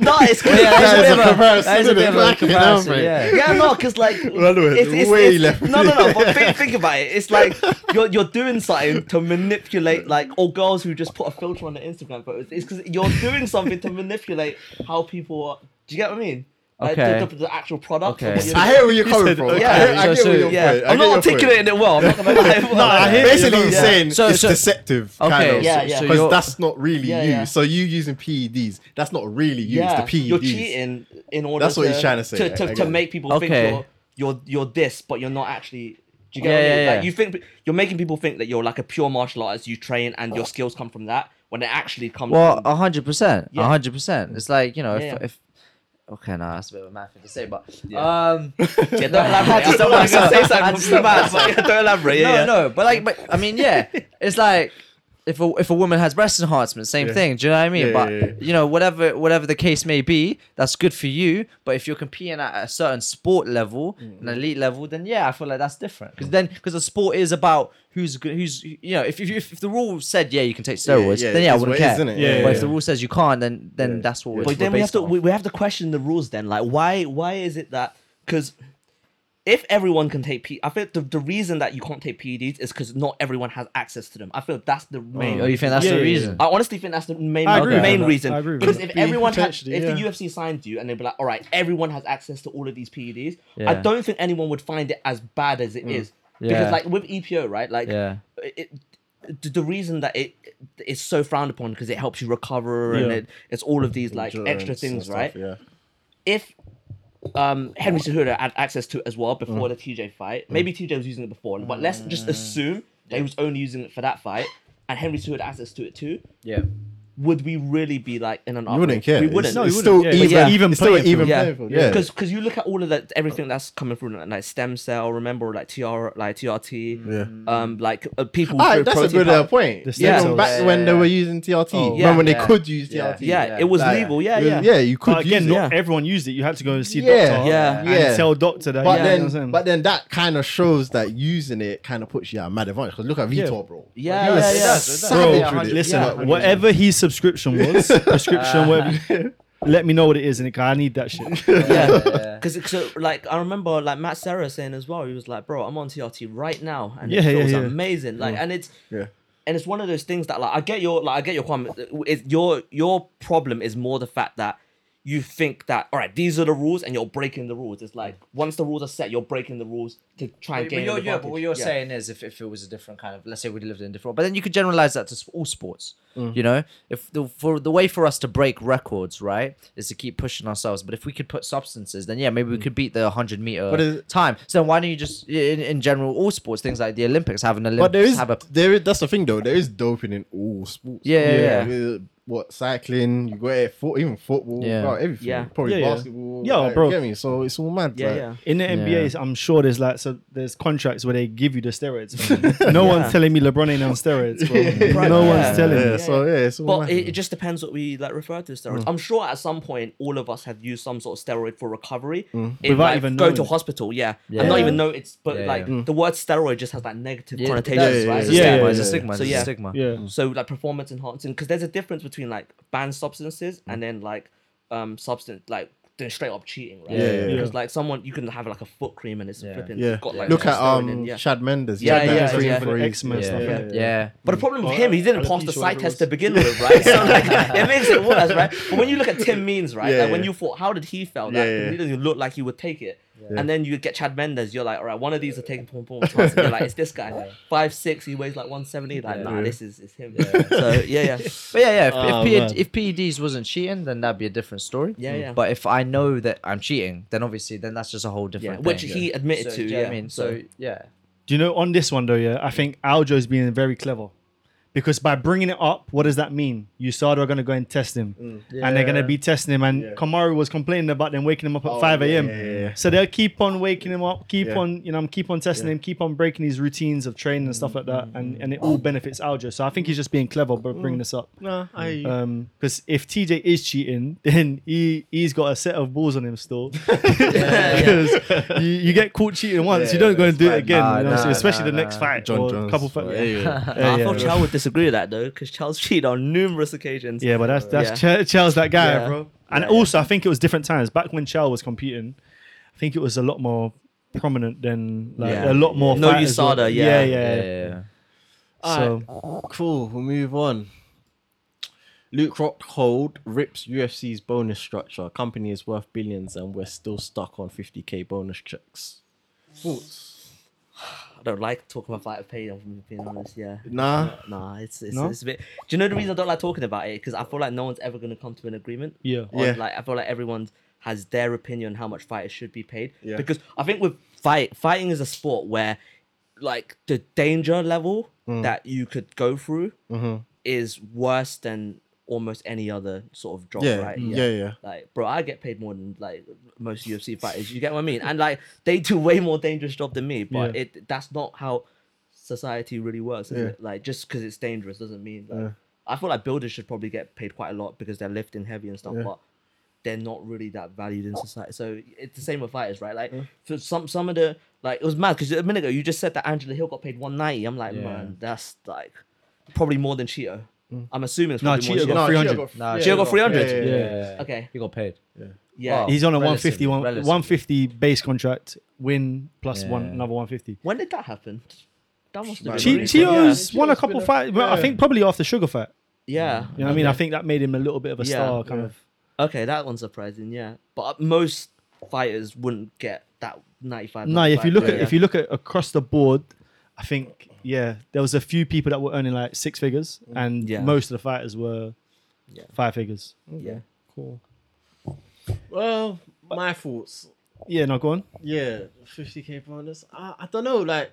E: no, it's
B: yeah, that
E: it's
B: is a bit of
C: comparison,
B: that is a
C: isn't
B: bit
C: it?
B: of a
C: Fucking hell,
B: comparison.
C: mate.
B: Yeah,
E: Yeah, no, because like
C: Runaway,
E: it's, it's,
C: way
E: it's,
C: left.
E: No, no, no. But think, think about it. It's like you're you're doing something to manipulate like or girls who just put a filter on their Instagram photos. It's because you're doing something to manipulate how people are. Do you get what I mean? Like, the-
B: Okay.
E: the, the actual product.
B: Okay.
E: you
C: I hear where you're coming
D: said,
C: from.
E: okay.
C: I, hear, I
B: So-
C: get
B: so-
C: where you're
E: yeah,
C: point. I
E: I'm
C: get your
E: not
C: point.
E: articulating it well. I'm not gonna lie. no,
D: I hear you.
C: Basically, he's
E: Yeah.
C: saying
B: So-
C: it's
B: so-
C: deceptive, kind
B: Okay,
C: of.
E: yeah, yeah. So
B: you're-
C: Because that's not really
E: Yeah,
C: you.
E: yeah.
C: So you using PEDs, that's not really you.
E: yeah,
C: It's the E PEDs.
E: you're cheating in order.
C: That's
E: to,
C: what he's trying to say,
E: To,
C: yeah, I
E: to,
C: get it.
E: make people
B: Okay.
E: think you're, you're you're this, but you're not actually. Do you get
B: Yeah,
E: what I mean?
B: yeah,
E: Like
B: yeah.
E: you think you're making people think that you're like a pure martial artist. You train and your skills come from that, when they actually come.
B: well,
E: from,
B: a hundred percent, a
E: Yeah.
B: hundred percent. It's like you know,
E: Yeah, yeah.
B: if, if okay, nah, that's a bit of a mad thing to say, but um,
E: yeah, don't elaborate. I don't want to say something
B: I
E: from
B: just-
E: the mouth, but yeah, don't elaborate. Yeah,
B: no,
E: yeah.
B: no, but like, but I mean, yeah, it's like if a if a woman has breast enhancement, same thing. Do you know what I mean?
C: Yeah,
B: but
C: yeah, yeah.
B: you know, whatever whatever the case may be, that's good for you. But if you're competing at a certain sport level, an elite level, then yeah, I feel like that's different. Because then, because the sport is about who's good, who's you know, if if, if the rule said yeah, you can take steroids,
C: yeah,
B: then yeah,
C: it
B: I
C: is
B: wouldn't
C: what it is,
B: care.
C: isn't it?
D: Yeah,
B: but
D: yeah,
B: if the rule says you can't, then then that's what. we're-
E: But
B: we're
E: then we have
B: based
E: to
B: on.
E: we, we have to question the rules. Then, like, why why is it that? Because if everyone can take P, I feel the, the reason that you can't take PEDs is because not everyone has access to them. I feel that's the main.
B: Oh, you think that's
D: Yeah,
B: the
D: yeah, yeah.
B: reason?
E: I honestly think that's the main
D: I agree
B: with
E: main
D: that.
E: reason.
D: I agree with
E: because
D: that.
E: if
D: Be
E: everyone had, if
D: potentially, yeah.
E: the UFC signed you and they'd be like, all right, everyone has access to all of these PEDs, I
B: Yeah. Mm.
E: don't think anyone would find it as bad as it is
B: Yeah.
E: Because like with EPO, right? Like
B: Yeah.
E: it, the, the reason that it is so frowned upon because it helps you recover and
D: Yeah.
E: it, it's all of these like
G: Endurance
E: extra
G: and
E: things,
G: stuff,
E: right?
G: Yeah.
E: If um, Henry Cejudo had access to it as well
C: Mm.
E: before the TJ fight, maybe TJ was using it before, but let's just assume that he was only using it for that fight, and Henry Cejudo had access to it too.
B: Yeah.
E: Would we really be like in an?
C: You Oh, wouldn't
E: uproar?
C: care.
E: We wouldn't.
C: It's,
D: No,
C: it's
D: you
C: still
D: wouldn't. Yeah,
C: even.
E: but yeah.
C: Even it's still
D: playing
C: even
D: field.
E: Yeah.
C: playing field. Yeah.
E: because because you look at all of that everything that's coming through like stem cell remember like tr like trt um like uh, people
C: All right,
E: through
C: that's a
E: protein
C: good uh,
E: powder-
C: point.
D: The
C: Yeah,
E: stem
C: from
D: cells.
C: back
B: Yeah,
C: when they
B: yeah.
C: were using TRT,
D: Oh,
C: remember when
B: yeah.
C: they could use
B: Yeah.
C: TRT.
E: yeah, it was
C: Like,
E: legal yeah
C: it was-
E: yeah
C: yeah, you could
D: but again,
C: use it.
E: yeah.
D: not everyone used it. You had to go and see a
C: Yeah.
D: doctor.
E: Yeah.
D: and
C: Yeah.
D: tell doctor that.
C: But
D: yeah, you know what I'm
C: then,
D: saying?
C: but then that kind of shows that using it kind of puts you at a mad advantage. Because look at
D: Yeah.
C: Vitor, bro.
E: Yeah,
C: He was
E: yeah, yeah.
C: savage
D: Bro,
C: with it.
D: listen,
C: Yeah.
D: whatever his subscription was, prescription, whatever, let me know what it is, and I need that shit.
E: yeah because uh, like i remember like matt Serra saying as well he was like bro i'm on trt right now and it
D: Yeah, yeah,
E: feels
D: yeah.
E: amazing
B: Mm.
E: like and it's
C: Yeah.
E: and it's one of those things that like i get your like i get your comment it's your your problem is more the fact that you think that all right these are the rules and you're breaking the rules it's like once the rules are set you're breaking the rules to try and
B: But
E: gain
B: you're,
E: an
B: yeah, but what
E: advantage.
B: you're
E: Yeah.
B: saying is if, if it was a different kind of, let's say we lived in a different, but then you could generalize that to s- all sports. You know, if the for the way for us to break records, right, is to keep pushing ourselves. But if we could put substances, then yeah, maybe we could beat the 100 meter
C: But is-
B: time. So then why don't you just in, in general all sports things like the Olympics have an Olympics
C: But there is,
B: have a
C: there is that's the thing though. There is doping in all sports.
B: Yeah, yeah, yeah.
C: With, what cycling? You got it, foot, even football.
B: Yeah.
C: bro, everything.
E: Yeah.
C: probably
D: Yeah, yeah.
C: basketball.
D: Yo,
C: like,
D: bro.
C: Get me? So it's all mad.
E: yeah
C: like-
E: yeah
D: In the NBA, I'm sure there's like so there's contracts where they give you the steroids. no one's telling me LeBron ain't on steroids, bro.
E: Right.
D: no
E: Yeah.
D: one's telling
C: Yeah,
D: me.
C: so yeah, it's all
E: But
C: mad,
E: it,
C: man.
E: it just depends what we like refer to as steroids. I'm sure at some point all of us have used some sort of steroid for recovery. It,
D: Without
E: like,
D: even
E: go
D: knowing
E: to
D: it.
E: hospital, yeah.
B: Yeah.
E: And not even know it's but
B: Yeah,
E: like
B: yeah.
E: the word steroid just has like negative
B: Yeah,
E: connotations,
B: that's-
E: right?
B: It's
E: It's
B: a
E: just
D: Yeah, yeah,
B: stigma.
E: like-
B: it's
D: yeah.
B: a stigma. it's
E: So
B: a
E: yeah.
B: stigma.
D: Yeah.
E: So like performance enhancing, because there's a difference between like banned substances and then like um substance like doing straight up cheating,
B: Yeah,
E: right?
B: yeah,
D: yeah.
E: Because like someone you can have like a foot cream and it's
B: Yeah.
E: flipping
C: yeah.
E: got like
C: Look
E: no
C: at
E: steroid
C: um
E: in, yeah.
C: Shad Mendes.
E: Yeah,
C: Shad
E: yeah,
C: Mendes
E: yeah,
C: was
E: yeah.
C: for his-
D: X-Men
B: Yeah.
D: stuff.
B: Yeah.
D: yeah.
E: But the problem with
D: Or
E: him, he didn't
D: Alopecia,
E: pass
D: whatever
E: the side
D: it
E: test
D: was.
E: to begin with, right? So like, it makes it worse, right? But when you look at Tim Means, right?
C: Yeah,
E: like, when
C: yeah.
E: you thought, how did he fail that?
C: Yeah, yeah.
E: He doesn't even look like he would take it. And then you get Chad Mendes, you're like, all right, one of these are taking performance enhancing. You're like, it's this guy, five six, he weighs like one seventy. Like, nah, this is it's him. So yeah, yeah,
B: But yeah, yeah. If,
C: Oh, man.
B: if, PED, if PEDs wasn't cheating, then that'd be a different story. Mm.
E: Yeah, yeah.
B: But if I know that I'm cheating, then obviously, then that's just a whole different.
E: yeah. Which
B: thing.
E: he admitted
B: So,
E: to.
B: do you know
E: yeah,
B: what I mean, so yeah,
D: Do you know on this one though? Yeah, I think Aljo's being very clever because by bringing it up, what does that mean? USADA are going to go and test him, and they're going to
B: Yeah.
D: be testing him. And Kamaru was complaining about them waking him up at
C: Oh,
D: five a.m.
C: yeah, yeah, yeah.
D: So they'll keep on waking him up, keep
C: Yeah.
D: on, you know, I'm keep on testing him, keep on breaking his routines of training and stuff like that, and and it all benefits Aljo. So I think he's just being clever, but bringing this up.
G: No, I.
D: Um, because if TJ is cheating, then he he's got a set of balls on him still. Because you, you get caught cheating once, you don't go and do it again.
B: Nah,
D: you know what I'm
B: nah,
D: saying? especially
B: nah,
D: the next
B: nah.
D: fight
C: John
D: or
C: Jones.
D: couple
C: Oh,
D: fights.
C: yeah,
D: Yeah.
C: yeah.
D: Yeah,
E: I
D: yeah.
E: thought Charles would disagree with that though, because Charles cheated on numerous occasions.
D: Yeah, but that's that's Ch- Chao's that guy,
E: Yeah.
D: bro. And also, I think it was different times. Back when Chell was competing, I think it was a lot more prominent than like
E: Yeah.
D: a lot more.
E: No
D: fighters were-
E: USADA,
D: yeah, yeah.
E: yeah.
B: Yeah, yeah, yeah.
D: So
G: Cool. We'll move on. Luke Rockhold rips UFC's bonus structure. Company is worth billions, and we're still stuck on 50k bonus checks.
E: I don't like talking about fighter pay. I'm being honest. Yeah.
C: Nah.
E: Nah, it's it's,
D: No?
E: it's a bit. Do you know the reason I don't like talking about it? Because I feel like no one's ever gonna come to an agreement.
D: yeah,
E: on,
C: Yeah.
E: Like I feel like everyone has their opinion on how much fighters should be paid.
C: Yeah.
E: Because I think with fight fighting is a sport where like the danger level
C: Mm.
E: that you could go through
C: Mm-hmm.
E: is worse than almost any other sort of job,
C: Yeah,
E: right?
C: mm, yeah, yeah.
E: Like, bro, I get paid more than like most UFC fighters. You get what I mean? And like they do way more dangerous job than me, but
D: Yeah.
E: it that's not how society really works, is
C: Yeah.
E: it? Like just because it's dangerous doesn't mean like I feel like builders should probably get paid quite a lot because they're lifting heavy and stuff, but they're not really that valued in society. So it's the same with fighters, right? Like for some some of the like it was mad because a minute ago you just said that Angela Hill got paid 190. I'm like, man, that's like probably more than Cheeto. I'm assuming it's
D: No,
E: probably
D: Cheeto
E: more
D: got
E: than Cheeto.
D: 300.
B: Nah,
E: Cheeto got
C: Yeah,
E: 300.
D: yeah,
E: Okay.
B: He got paid.
E: Yeah.
B: Wow.
D: he's on a
B: Relative,
D: 150 one,
B: relative.
D: 150 base contract win plus one
B: Yeah.
D: another 150.
E: When did that happen? That must have been
D: Che-
E: recent,
D: Cheo's won a
C: Cheo's
D: couple
C: been a-
D: fights. Well, I
C: yeah.
D: think probably after Sugar fight.
E: Yeah.
D: You know what I mean? I think that made him a little bit of a
E: Yeah.
D: star, kind of.
E: yeah. Okay, that one's surprising. Yeah, but uh, most fighters wouldn't get that 95.
D: No, if you
E: 95,
D: look at
E: yeah.
D: if you look at across the board, I think yeah, there was a few people that were earning like six figures, and
E: Yeah.
D: most of the fighters were
E: Yeah.
D: five figures.
E: yeah.
C: Cool.
G: Well, my thoughts.
D: Yeah, no, go on.
G: Yeah, 50k bonus. I, I don't know. Like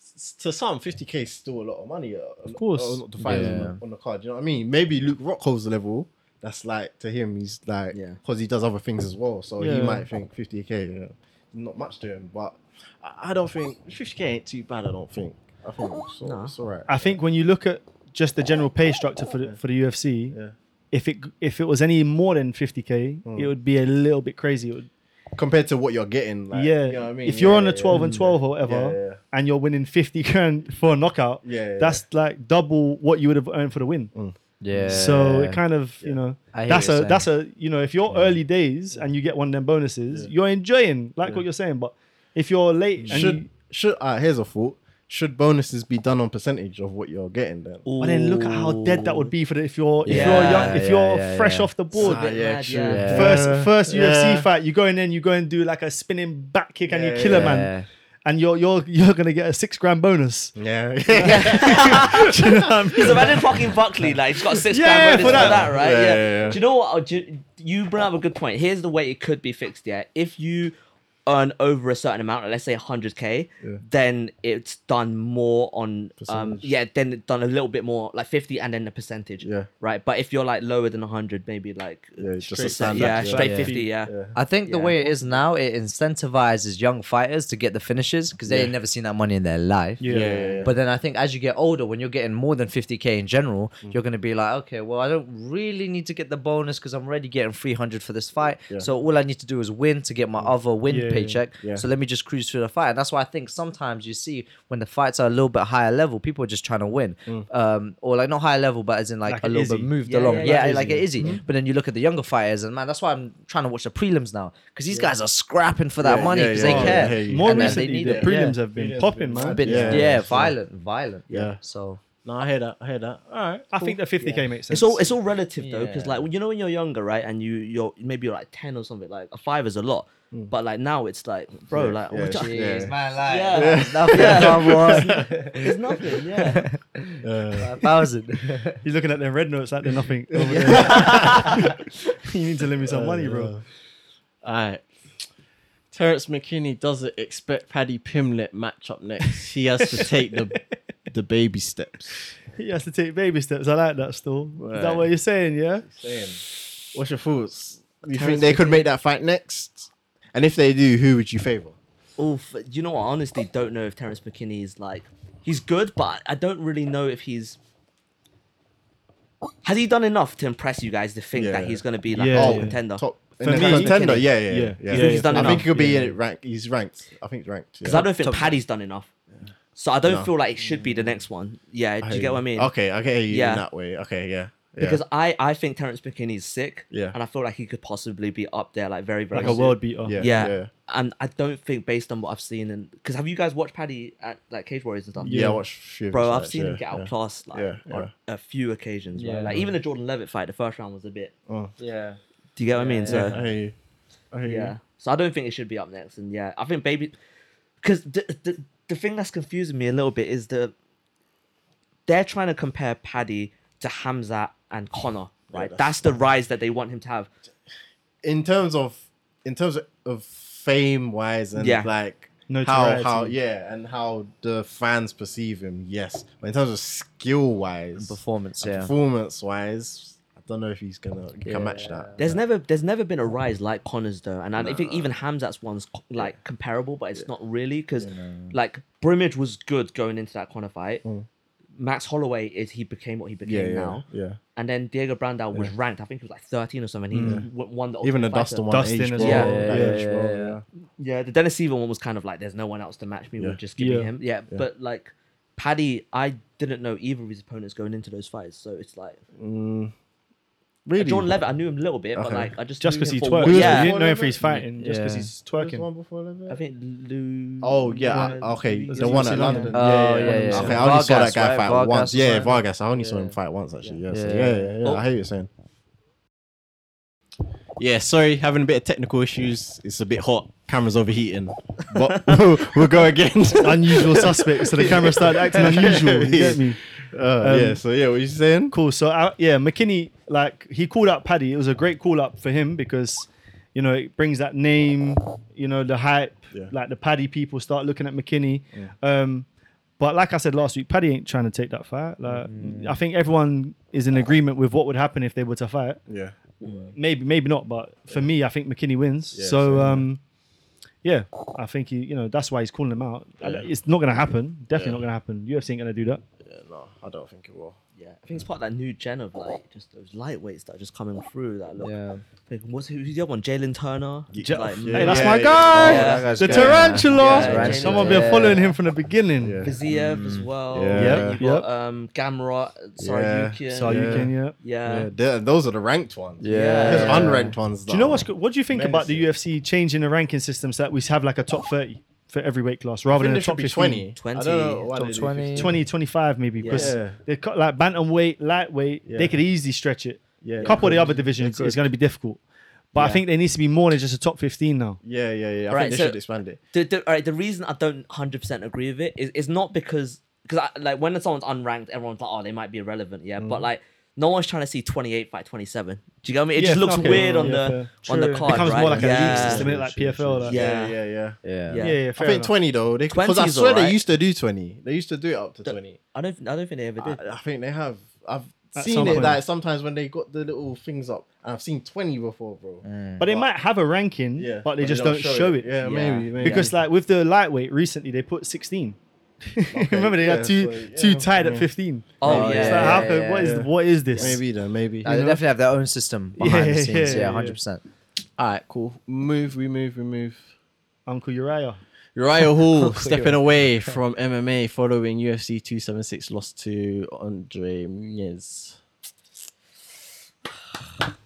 G: s- to some, 50k is still a lot of money. Of
D: course.
G: a lot to find on,
B: Yeah.
G: the, on the card. You know what I mean? Maybe Luke Rockhold's level. That's like to him, he's like
E: Yeah.
G: because he does other things as well. So
D: Yeah.
G: he might think 50k. You know, not much to him, but I, I don't think 50k ain't too bad. I don't think. I think it's, all-
E: Nah.
G: it's all right.
D: I think when you look at just the general pay structure for the, for the UFC,
G: Yeah.
D: if it if it was any more than 50k,
E: Mm.
D: it would be a little bit crazy. It would,
G: Compared to what you're getting, like,
D: yeah,
G: You know what I mean?
D: if you're
G: Yeah,
D: on a
G: yeah,
D: 12 and 12 or whatever,
G: Yeah, yeah, yeah.
D: and you're winning 50 grand for a knockout,
G: Yeah, yeah,
D: that's like double what you would have earned for the win.
B: Yeah.
D: So it kind of, you know,
B: Mm. I hear
D: that's
B: what
D: a
B: you're
D: that's a you know, if you're early days and you get one of them bonuses, you're enjoying like what you're saying. But if you're late, and
G: should
D: you,
G: should uh, here's a thought. Should bonuses be done on percentage of what you're getting then?
D: but then look at how dead that would be for the, if you're if you're
B: Yeah,
D: young, if
B: yeah,
D: you're
B: yeah,
D: fresh
B: yeah.
D: off the board.
E: Ah, yeah, true.
B: Yeah.
D: First, first
G: Yeah.
D: UFC fight, you go in and you go and do like a spinning back kick and you kill a man,
B: Yeah.
D: and you're you're you're gonna get a six grand bonus.
G: Yeah.
E: Because imagine fucking Buckley, like he's got six
D: Yeah,
E: grand
D: yeah,
E: bonus
D: for
E: for
D: that.
E: that, right?
G: Yeah,
E: Yeah,
G: yeah, yeah.
E: Do you know what? oh, do you, you bring up a good point. Here's the way it could be fixed. Yeah, if you earn over a certain amount, like, let's say 100k, then it's done more on um
G: Percentage.
E: yeah, then it's done a little bit more like 50 and then a percentage.
G: Yeah.
E: right. But if you're like lower than 100, maybe like
G: Yeah, just a
E: straight-
G: standard,
E: yeah,
G: yeah.
E: straight
B: Yeah.
E: 50, yeah.
B: I think the
E: Yeah.
B: way it is now, it incentivizes young fighters to get the finishes because they ain't never seen that money in their life.
D: Yeah. Yeah,
B: But then I think as you get older, when you're getting more than 50k in general, you're going to be like, okay, well, I don't really need to get the bonus because I'm already getting 300 for this fight. So all I need to do is win to get my other win
D: Yeah, yeah,
B: paycheck. So let me just cruise through the fight. And that's why I think sometimes you see when the fights are a little bit higher level, people are just trying to win. Um, or like not higher level, but as in like,
D: Like
B: a
D: an
B: little
D: Izzy.
B: bit moved
E: Yeah,
B: along.
E: yeah,
B: Yeah,
E: yeah.
B: like an Izzy. But then you look at the younger fighters and man, that's why I'm trying to watch the prelims now because these guys are scrapping for that
G: Yeah,
B: money
G: yeah,
B: because
G: yeah,
D: Oh,
B: they
G: yeah,
B: care.
G: yeah, yeah.
D: More
B: And then they
D: recently,
B: need
D: the
B: it, yeah.
D: prelims have been popping, man.
B: A bit,
G: Yeah.
B: yeah,
G: Yeah.
B: violent, violent.
G: Yeah.
B: So
G: No, I hear that. I hear that. All right.
D: I think the 50k makes sense.
E: It's all it's all relative though, because
B: Yeah.
E: like you know when you're younger, right, and you you're maybe you're like ten or something. Like a five is a lot, but like now it's like, bro, like
G: Hmm. yeah,
E: what do I-
G: yeah. Jeez,
B: man,
E: like, Yeah.
B: yeah.
E: there's
B: nothing.
E: it's nothing. Yeah,
B: thousand.
D: He's looking at their red notes like they're nothing. over Uh, there. you need to lend me some money, bro.
G: All right. Terrence McKinney doesn't expect Paddy Pimlet match up next. He has to take the the baby steps.
D: He has to take baby steps. I like that still. Is that
G: Right.
D: what you're saying? Yeah.
G: What's your thoughts? You
E: Terrence
G: think they could make that fight next?
C: And if they do, who would you favor?
E: Oof, you know what? I honestly don't know if Terrence McKinney is like he's good, but I don't really know if he's has he done enough to impress you guys to think
C: Yeah.
E: that he's gonna be like
D: Yeah.
E: a
D: Oh,
E: top contender?
C: Top
D: For
C: in the
D: me-
C: contender,
E: McKinney.
C: yeah, yeah,
D: Yeah.
C: yeah.
D: Yeah,
E: he's done
C: I think
E: enough,
C: he could be
E: yeah.
C: in rank. He's ranked. I think he's ranked.
E: Because I don't think Paddy's done enough, so I don't
C: No.
E: feel like it should be the next one. Yeah, do you get what I mean?
C: Okay, I get you
E: Yeah.
C: in that way. Okay, yeah. yeah.
E: Because I, I think Terrence McKinney is sick,
C: Yeah.
E: and I feel like he could possibly be up there like very very
D: like a
E: soon.
D: world beater.
C: yeah,
E: yeah.
C: yeah, yeah.
E: and I don't think based on what I've seen and because have you guys watched Paddy at like Cage Warriors and stuff?
C: I watched. a few of
E: Bro,
C: his
E: I've
C: fights,
E: seen
C: yeah,
E: him get
C: yeah.
E: outclassed like
C: Yeah,
E: on a few occasions. Yeah,
B: Yeah.
E: like even the Jordan Levitt fight, the first round was a bit.
B: Yeah.
E: Do you get what I mean?
B: Yeah,
E: so
C: Oh. I hear you. I hear
E: yeah.
C: you.
E: so I don't think it should be up next. And yeah, I think baby, because the, the the thing that's confusing me a little bit is the they're trying to compare Paddy to Hamza and Connor, right? that's,
C: that's-
E: the rise that they want him to have.
C: in terms of in terms of fame wise and
E: Yeah.
C: like how
D: Notoriety.
C: how yeah and how the fans perceive him yes but in terms of skill wise
B: Performance, yeah.
C: performance wise I don't know if he's gonna he
B: Yeah.
C: can match that
E: There's never there's never been a rise like Connor's though, and I think even Hamzat's one's co- like comparable, but it's not really because like Brimage was good going into that Connor fight. Max Holloway is he became what he became
C: Mm. yeah yeah
E: now,
C: yeah
E: and then Diego Brandao was ranked. I think he was like 13 or something. He w- won the
C: even the
E: Ultimate Fighter.
C: Dustin one
D: Dustin
C: age
D: as
C: bro,
E: well.
C: that
B: Yeah,
C: age
B: yeah,
C: bro,
B: yeah,
C: yeah.
E: Yeah, the Dennis Seaver one was kind of like, there's no one else to match me. We'll
C: Yeah.
E: just give me
D: Yeah.
E: him. Yeah, but like Paddy, I didn't know either of his opponents going into those fights, so it's like
C: really
E: John Levitt. I knew him a little bit,
C: Mm.
E: but
C: Okay.
E: like I just
D: Just
E: knew
D: because
E: him
D: he
E: for what-
D: twerks.
E: Yeah,
D: You didn't know if
C: Yeah.
D: he's fighting just because
B: Yeah.
D: he's
C: There's one
D: twerking.
C: before Levitt?
E: I think Lou.
C: Oh yeah, I-
E: Lou-
C: okay.
E: Lou-
C: The one
D: in
C: at
D: London.
C: London.
B: Oh, yeah, yeah,
C: Um, Okay,
B: yeah.
C: I only saw
B: Vargas,
C: that guy
B: right?
C: fight
B: Vargas
C: once.
B: was
C: Yeah,
B: right.
C: Vargas. I only saw him
B: Yeah.
C: fight once actually. Yeah, so,
B: Yeah.
C: yeah, yeah. yeah,
E: Oh.
C: I hear you saying.
G: Yeah, sorry, having a bit of technical issues. It's a bit hot. Camera's overheating.
C: But we'll go again.
D: Unusual suspect. So the camera started acting unusual. You get me?
C: Uh, yeah,
D: Um,
C: so yeah, what you saying?
D: Cool. So uh, yeah, McKinney, like he called out Paddy. It was a great call up for him because, you know, it brings that name, you know, the hype.
C: Yeah.
D: Like the Paddy people start looking at McKinney. Um, but like I said last week, Paddy ain't trying to take that fight. Like
C: Mm.
D: I think everyone is in agreement with what would happen if they were to fight.
C: Yeah.
D: Maybe, maybe not. But for me, I think McKinney wins.
C: Yeah,
D: so
C: same.
D: um, yeah, I think he, you know, that's why he's calling him out. It's not gonna happen. Definitely not gonna happen. UFC ain't gonna do that.
C: Yeah, no, I don't think it will.
E: Yeah, I think it's part of that new gen of like just those lightweights that are just coming through. That look.
B: Yeah.
E: Like, what's who- who's the other one? Jalen Turner.
D: Ja-
E: like,
D: hey, that's
C: yeah,
D: my
C: yeah.
D: guy.
E: Oh, that
B: guy's
D: the
B: good.
D: tarantula.
E: Yeah, tarantula.
D: Someone been
B: Yeah.
D: following him from the beginning.
C: Yeah.
E: Viziev as well.
C: Mm. Yeah.
D: Yep,
E: You got um Gamrot. Sorry,
C: Yeah.
E: Yukian.
D: So you
C: Yeah.
D: can, yeah.
E: Yeah.
C: Yeah, they're- those are the ranked ones.
E: Yeah.
C: There's unranked ones.
D: Do you know what's good? What do you think about the
C: Menacing.
D: UFC changing the ranking system so that we have like a top 30 for every weight class
C: I
D: rather
C: think
D: than
C: there
D: a
C: should
D: top
C: be
D: 15?
C: 20.
E: 20.
C: I don't know why
B: Top
C: they do
B: 20.
C: 15.
D: 20, 25 maybe because
C: Yeah.
D: they cut like bantamweight, lightweight, they
C: Yeah.
D: could easily stretch it.
C: Yeah,
D: a
C: they
D: couple of the
C: could.
D: other divisions is going to be difficult. But I
C: Yeah.
D: think there needs to be more than just a top 15 now.
C: Yeah, yeah, yeah. I
E: Right,
C: think they
E: so-
C: should expand it.
E: The, the, all right, the reason I don't 100% agree with it is, is not because, because like when someone's unranked, everyone's like, oh, they might be irrelevant, yeah. But like, no one's trying to see 28 fight 27. Do you get what I mean? It
D: Yeah,
E: just looks
D: okay.
E: weird on
D: Yeah,
E: the
D: fair.
E: on the
B: True.
E: card.
D: becomes
E: right?
D: more like
E: yeah.
D: a league system, innit? like PFL. Like,
C: yeah,
E: Yeah.
C: yeah. yeah.
B: Yeah.
E: Yeah.
D: yeah, yeah,
C: I
D: fair
C: think
D: enough.
C: 20 though. Because I
E: 20 's
C: swear
E: alright.
C: they used to do 20. They used to do it up to 20.
E: I don't, I don't think they ever
C: I,
E: did.
C: I think they have. I've
D: At some
C: seen it
D: point.
C: like sometimes when they got the little things up, and I've seen 20 before, bro.
D: But they might have a ranking,
C: Yeah,
D: but they just don't, show it.
C: Yeah,
E: Yeah.
C: Maybe, maybe.
D: Because like with the lightweight recently, they put sixteen. Remember they
C: yeah,
D: had two
C: so, yeah.
D: two tied at fifteen.
E: Oh,
B: Maybe.
E: yeah.
D: It's like,
B: yeah,
D: how
B: yeah,
D: can-
B: yeah,
D: what is
C: yeah.
D: what is this?
C: maybe then maybe.
B: Uh, They definitely have their own system behind the
D: Yeah,
B: scenes.
D: yeah,
B: Yeah,
D: yeah.
B: hundred percent.
G: All right, cool. Move, we move, we move.
D: Uncle Uriah.
G: Uriah Hall stepping away from MMA following UFC 276 loss to Andre Muniz.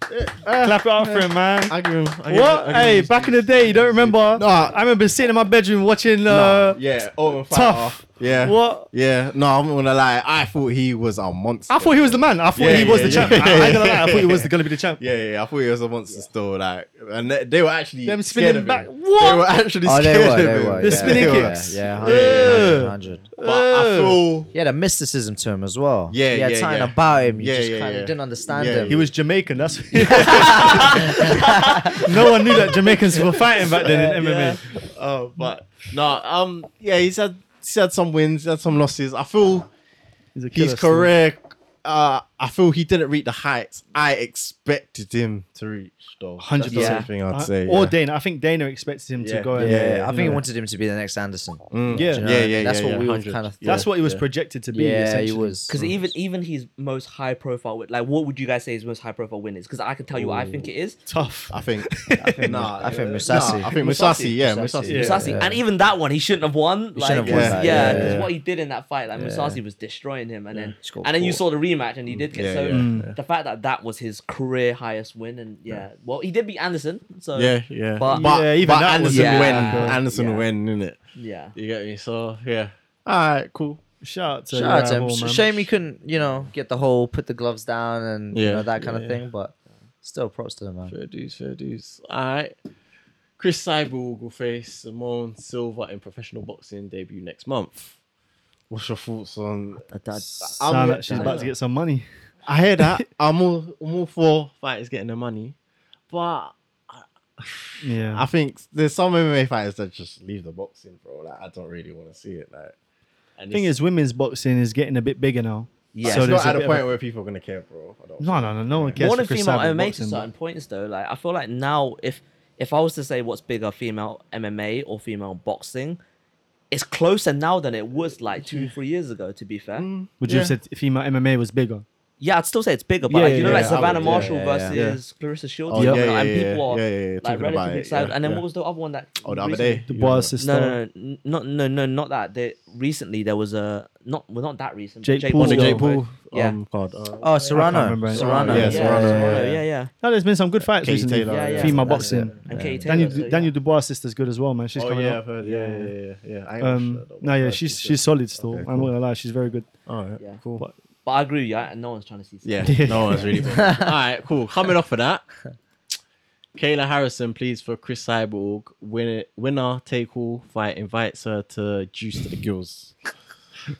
D: Clap it up for him, man.
C: I give him. I give him- I
D: what?
C: give
D: Hey,
C: him-
D: back in the day, you don't remember?
C: Nah.
D: I remember sitting in my bedroom watching.
C: Nah,
D: Uh,
C: yeah, Owen Fighter.
D: tough.
C: Yeah.
D: What?
C: Yeah, no, I'm not gonna lie. I thought he was a monster.
D: I thought he was the man. I thought
C: Yeah,
D: he was
C: yeah,
D: the champ.
C: yeah.
D: I, I ain't gonna lie. I thought he was gonna be the champ.
C: Yeah, yeah, yeah, I thought he was a monster still. Like, and they, they were actually
D: Them
C: scared
D: spinning
C: of
D: back.
C: him.
D: What?
C: They were actually
B: Oh,
C: scared
B: they were.
C: of
B: They
C: him.
B: were.
D: The
B: yeah,
D: spinning
B: yeah,
D: kicks. Oh.
B: Yeah,
D: Yeah.
B: hundred. hundred.
C: But I feel
B: He had a mysticism to him as well.
C: Yeah,
B: he had
C: yeah,
B: something
C: yeah.
B: about him. You
C: Yeah,
B: just
C: yeah,
B: kind
C: yeah.
B: of didn't understand
C: Yeah,
B: him.
D: He was Jamaican. That's no one knew that Jamaicans were fighting back then in MMA.
C: Oh, but
G: No, um,
C: yeah, he's had he's had some wins, he's had some losses. I feel
D: He's a killer
C: his
D: still.
C: career. Uh, I feel he didn't reach the heights I expected him to reach, though. That's
D: 100%.
C: the
B: Yeah.
C: only thing I'd
D: Uh,
C: say.
D: Or
C: yeah.
D: Dana. I think Dana expected him
G: Yeah.
D: to go.
C: Yeah,
D: and-
C: yeah,
B: I think
D: you
B: he
D: know.
B: wanted him to be the next Anderson.
C: Mm.
D: Yeah.
B: Do you know
C: Yeah,
B: what I
C: yeah,
B: mean? That's
C: yeah,
B: what
C: yeah,
B: we all
G: 100.
B: kind of.
G: Yeah.
D: That's what he was
G: yeah.
D: projected to be.
B: Yeah, he
D: essentially.
B: was.
E: Because even even his most high profile win, like what would you guys say his most high profile win is? Because I can tell you what I think it is.
D: tough.
C: I think.
B: I think,
C: Nah,
B: I think
C: uh,
B: Musasi.
C: nah, I think Musasi. Yeah,
B: Musasi.
C: Musasi.
D: Yeah.
E: Musasi, and even that one he shouldn't have won. Like,
B: shouldn't have
C: won
E: yeah,
C: that,
E: yeah,
C: yeah,
E: because
C: yeah.
E: what he did in that fight, like
B: Yeah.
E: Musasi was destroying him, and then
B: Scored
E: and then you
B: four.
E: saw the rematch, and he did get
C: Yeah,
E: so.
C: yeah, Mm.
E: The fact that that was his career highest win, and yeah, well, he did beat Anderson, so
C: Yeah, yeah.
E: But-
C: but,
D: Yeah, even
C: but
D: that was-
C: Anderson
E: Yeah.
C: win.
E: Yeah.
C: Anderson
E: Yeah.
C: win, innit?
E: yeah.
G: You get me? So yeah.
C: All right, cool.
D: Shout out to,
B: Shout out to him.
D: Rahul,
B: Sh-
D: man.
B: Shame he couldn't, you know, get the whole put the gloves down and you
C: Yeah,
B: know, that kind
C: yeah,
B: of thing. But still, props to him, man.
G: Fair dues, fair dues. All right. Chris Cyborg will face Simone Silva in professional boxing debut next month.
C: What's your thoughts on?
D: Sound
C: I'm-
D: like she's about to get some money.
C: I hear that.
G: I'm all, I'm all for fighters getting their money, but
D: Yeah.
C: I think there's some MMA fighters that just leave the boxing, bro. Like I don't really want to see it. Like
G: and
D: The thing
G: it's-
D: is, women's boxing is getting a bit bigger now.
E: Yeah.
D: So
C: it's
D: there's
C: not
D: a
C: at a
D: bit of
C: point where people are gonna care, bro. I don't
D: No, no, no, no one cares. for
E: More than
D: Chris
E: female
D: Cyborg
E: MMA to
D: boxing,
E: certain points though. Like I feel like now if if I was to say what's bigger, female MMA or female boxing, it's closer now than it was like two,
C: Mm.
E: three years ago, to be fair.
D: but Would you have
C: Yeah.
D: said female MMA was bigger?
E: Yeah, I'd still say it's bigger, but
D: Yeah,
E: like, you
D: yeah,
E: know, like
D: yeah, I
E: Savannah
C: would, yeah,
E: Marshall
C: yeah, yeah.
E: versus Clarissa Shields,
C: Oh,
E: you know,
C: yeah,
E: and
C: yeah,
E: people
C: yeah,
E: are
C: yeah, yeah, yeah,
E: like
C: talking about
E: relatively
C: it,
E: excited.
C: yeah,
E: and then
C: yeah.
E: what was the other one that?
C: Oh, the other
E: recently-
C: day.
D: The
C: Yeah.
D: Boa sister.
E: No, no, no, n- not no, no, not that. There recently there was a not well, not that recent. but
D: Jake Paul.
C: Oh, the
D: Paul.
C: Jake Paul.
E: Yeah.
C: Um, God. Uh,
B: Oh, Serrano.
D: remember it.
B: Serrano.
C: Oh, Yeah,
E: Yeah,
C: Serrano,
E: Serrano,
C: yeah,
E: yeah, yeah,
D: No, there's been some good fights
C: Katie
D: recently.
C: Taylor,
E: Yeah, yeah.
D: Female
E: That's
D: boxing.
E: and Katie Taylor.
D: Daniel,
E: so, yeah.
D: Daniel Dubois sister's good as well, man. She's
C: oh
D: coming
C: yeah,
D: up.
C: I've heard, yeah, yeah, yeah, yeah. yeah. I ain't watched
D: Um,
C: that, though,
D: no,
C: but
D: yeah,
C: I've
D: she's
C: seen
D: she's solid still.
C: Okay,
D: I'm not gonna lie, she's very good.
C: it. All right,
E: Yeah.
C: cool.
D: But
E: But I agree, yeah. No one's trying to see.
G: Yeah,
D: Yeah.
G: no one's really. All right, cool. Coming off of that, Kayla Harrison pleads for Chris Cyborg. Winner, winner take all fight invites her to juice to the gills.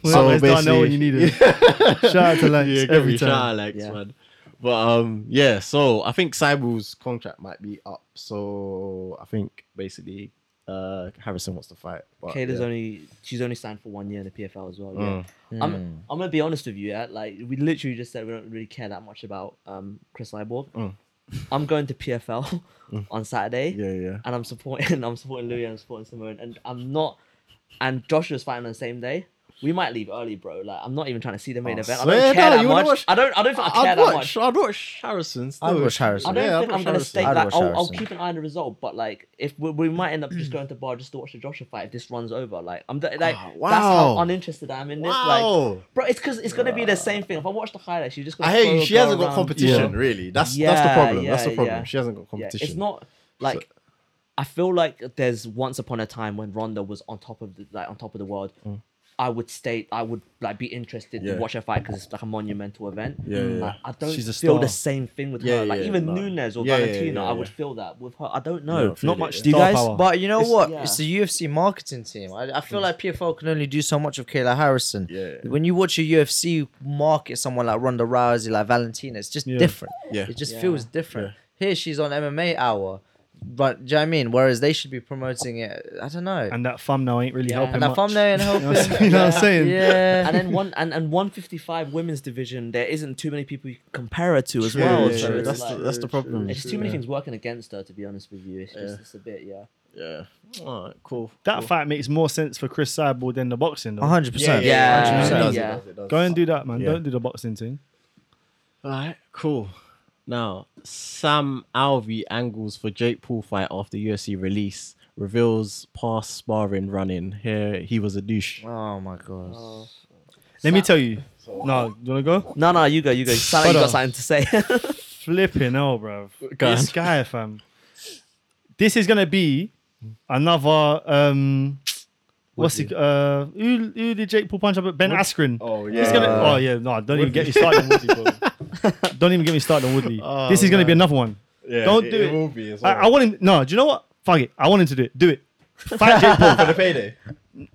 C: So
D: so I know when
C: basically-
D: you need it. Shout out to Lance
G: Yeah,
D: every
G: shout
D: time.
G: out, Alex,
E: Yeah.
G: man. But um, yeah. So I think Cyborg's contract might be up. So I think basically, uh, Harrison wants to fight. But,
E: Kayla's
G: yeah.
E: only she's only signed for one year in the PFL as well. Yeah.
G: Mm.
E: I'm I'm gonna be honest with you, yeah. Like we literally just said we don't really care that much about um Chris Cyborg.
G: Mm.
E: I'm going to PFL on Saturday
G: Yeah, yeah.
E: and I'm supporting I'm supporting Louis and I'm supporting Simone and I'm not and Joshua's fighting on the same day. We might leave early, bro. Like I'm not even trying to see the main
G: Oh,
E: event. I
G: swear
E: don't care
G: down,
E: that
G: you wanna
E: much.
G: watch-
E: I don't I don't think I care
G: I'd
E: that
G: watch.
E: much.
G: I'd watch Harrison.
B: I'd
G: still.
B: watch Harrison.
E: I don't
G: Yeah, I'd
E: think
G: watch
E: I'm gonna
G: Harrison.
E: stay.
B: I'd
E: Like,
B: watch
E: I'll, I'll
B: Harrison.
E: keep an eye on the result, but like, if we, we might end up just going to bar just to watch the Joshua fight if this runs over. Like, I'm d- like, that's how
C: Ah, wow.
E: uninterested I'm in this.
C: Wow.
E: Like, bro, it's because it's gonna be the same thing. If I watch the highlights, you just. Gonna
C: I hear you.
E: scroll,
C: She hasn't
E: go
C: got
E: around.
C: competition,
E: Yeah.
C: really. That's that's the
E: Yeah,
C: problem. that's the
E: yeah,
C: problem.
E: yeah.
C: She hasn't got
E: Yeah,
C: competition.
E: it's not like. I feel like there's once upon a time when Ronda was on top of the like on top of the world. I would stay. I would like be interested
C: Mm. Yeah.
E: to watch her fight because it's like a monumental event.
C: Yeah, yeah,
E: Like, I don't
D: She's a
E: feel the
D: star.
E: same thing with
C: Yeah,
E: her. Like
C: yeah,
E: even
C: no.
E: Nunes or
C: Yeah, yeah,
E: Valentina,
C: yeah,
E: I
C: yeah.
E: would feel that with her. I don't know.
C: No,
D: Not much.
C: Yeah.
D: Do
B: You
D: you
B: guys,
D: power.
B: but you know what?
E: yeah.
B: It's the UFC marketing team. I, I feel like PFL can only do so much of Kayla Harrison.
C: Yeah.
B: When you watch a UFC market someone like Ronda Rousey, like Valentina, it's just
D: Yeah.
B: different.
C: Yeah.
B: It just
E: Yeah.
B: feels different. Here she's on MMA hour, but do you know what I mean? Whereas they should be promoting it. I don't know.
D: And that thumbnail ain't really
E: Yeah.
D: helping.
B: And that
D: much.
B: thumbnail ain't
D: You know what I'm
B: helping.
D: saying? You know what I'm saying?
B: Yeah.
E: and then one and, and 155 women's division there isn't too many people you can compare her to as
C: True,
E: well
C: yeah,
E: so
C: true.
E: it's,
C: That's the-
E: like,
C: that's the problem.
E: it's just too many things working against her to be honest with you it's just
G: Yeah.
E: it's a bit yeah
G: Yeah. All right. Cool.
D: That
G: cool.
D: fight makes more sense for Chris Cyborg than the boxing. Though.
B: 100%.
C: It
E: Yeah.
C: does, it does, it
E: Yeah.
C: does, it does.
D: Go and do that, man.
C: Yeah.
D: Don't do the boxing thing.
G: All right, cool. Now, Sam Alvey angles for Jake Paul fight after UFC release reveals past sparring running. Here, he was a douche.
B: Oh my god.
D: Let me tell you. No, you wanna go?
E: no no you go you go Salah, you
D: Hold
E: got
D: on.
E: something to say
D: Flipping hell, bro.
G: Go
D: This guy, fam. This is gonna be another um what's it uh who, who did Jake Paul punch up at Ben Askren?
C: Oh yeah.
D: It's gonna, oh yeah, no, don't even get me started on Woodley, bro. don't even get me started on Woodley.
C: Oh,
D: this is gonna be
C: man.
D: another one.
C: yeah,
D: don't
C: it,
D: do
C: it.
D: it.
C: will be as
D: I,
C: well.
D: I want him no, do you know what? Fuck it. I want him to do it. Do it. Fight Jake Paul.
C: for the payday.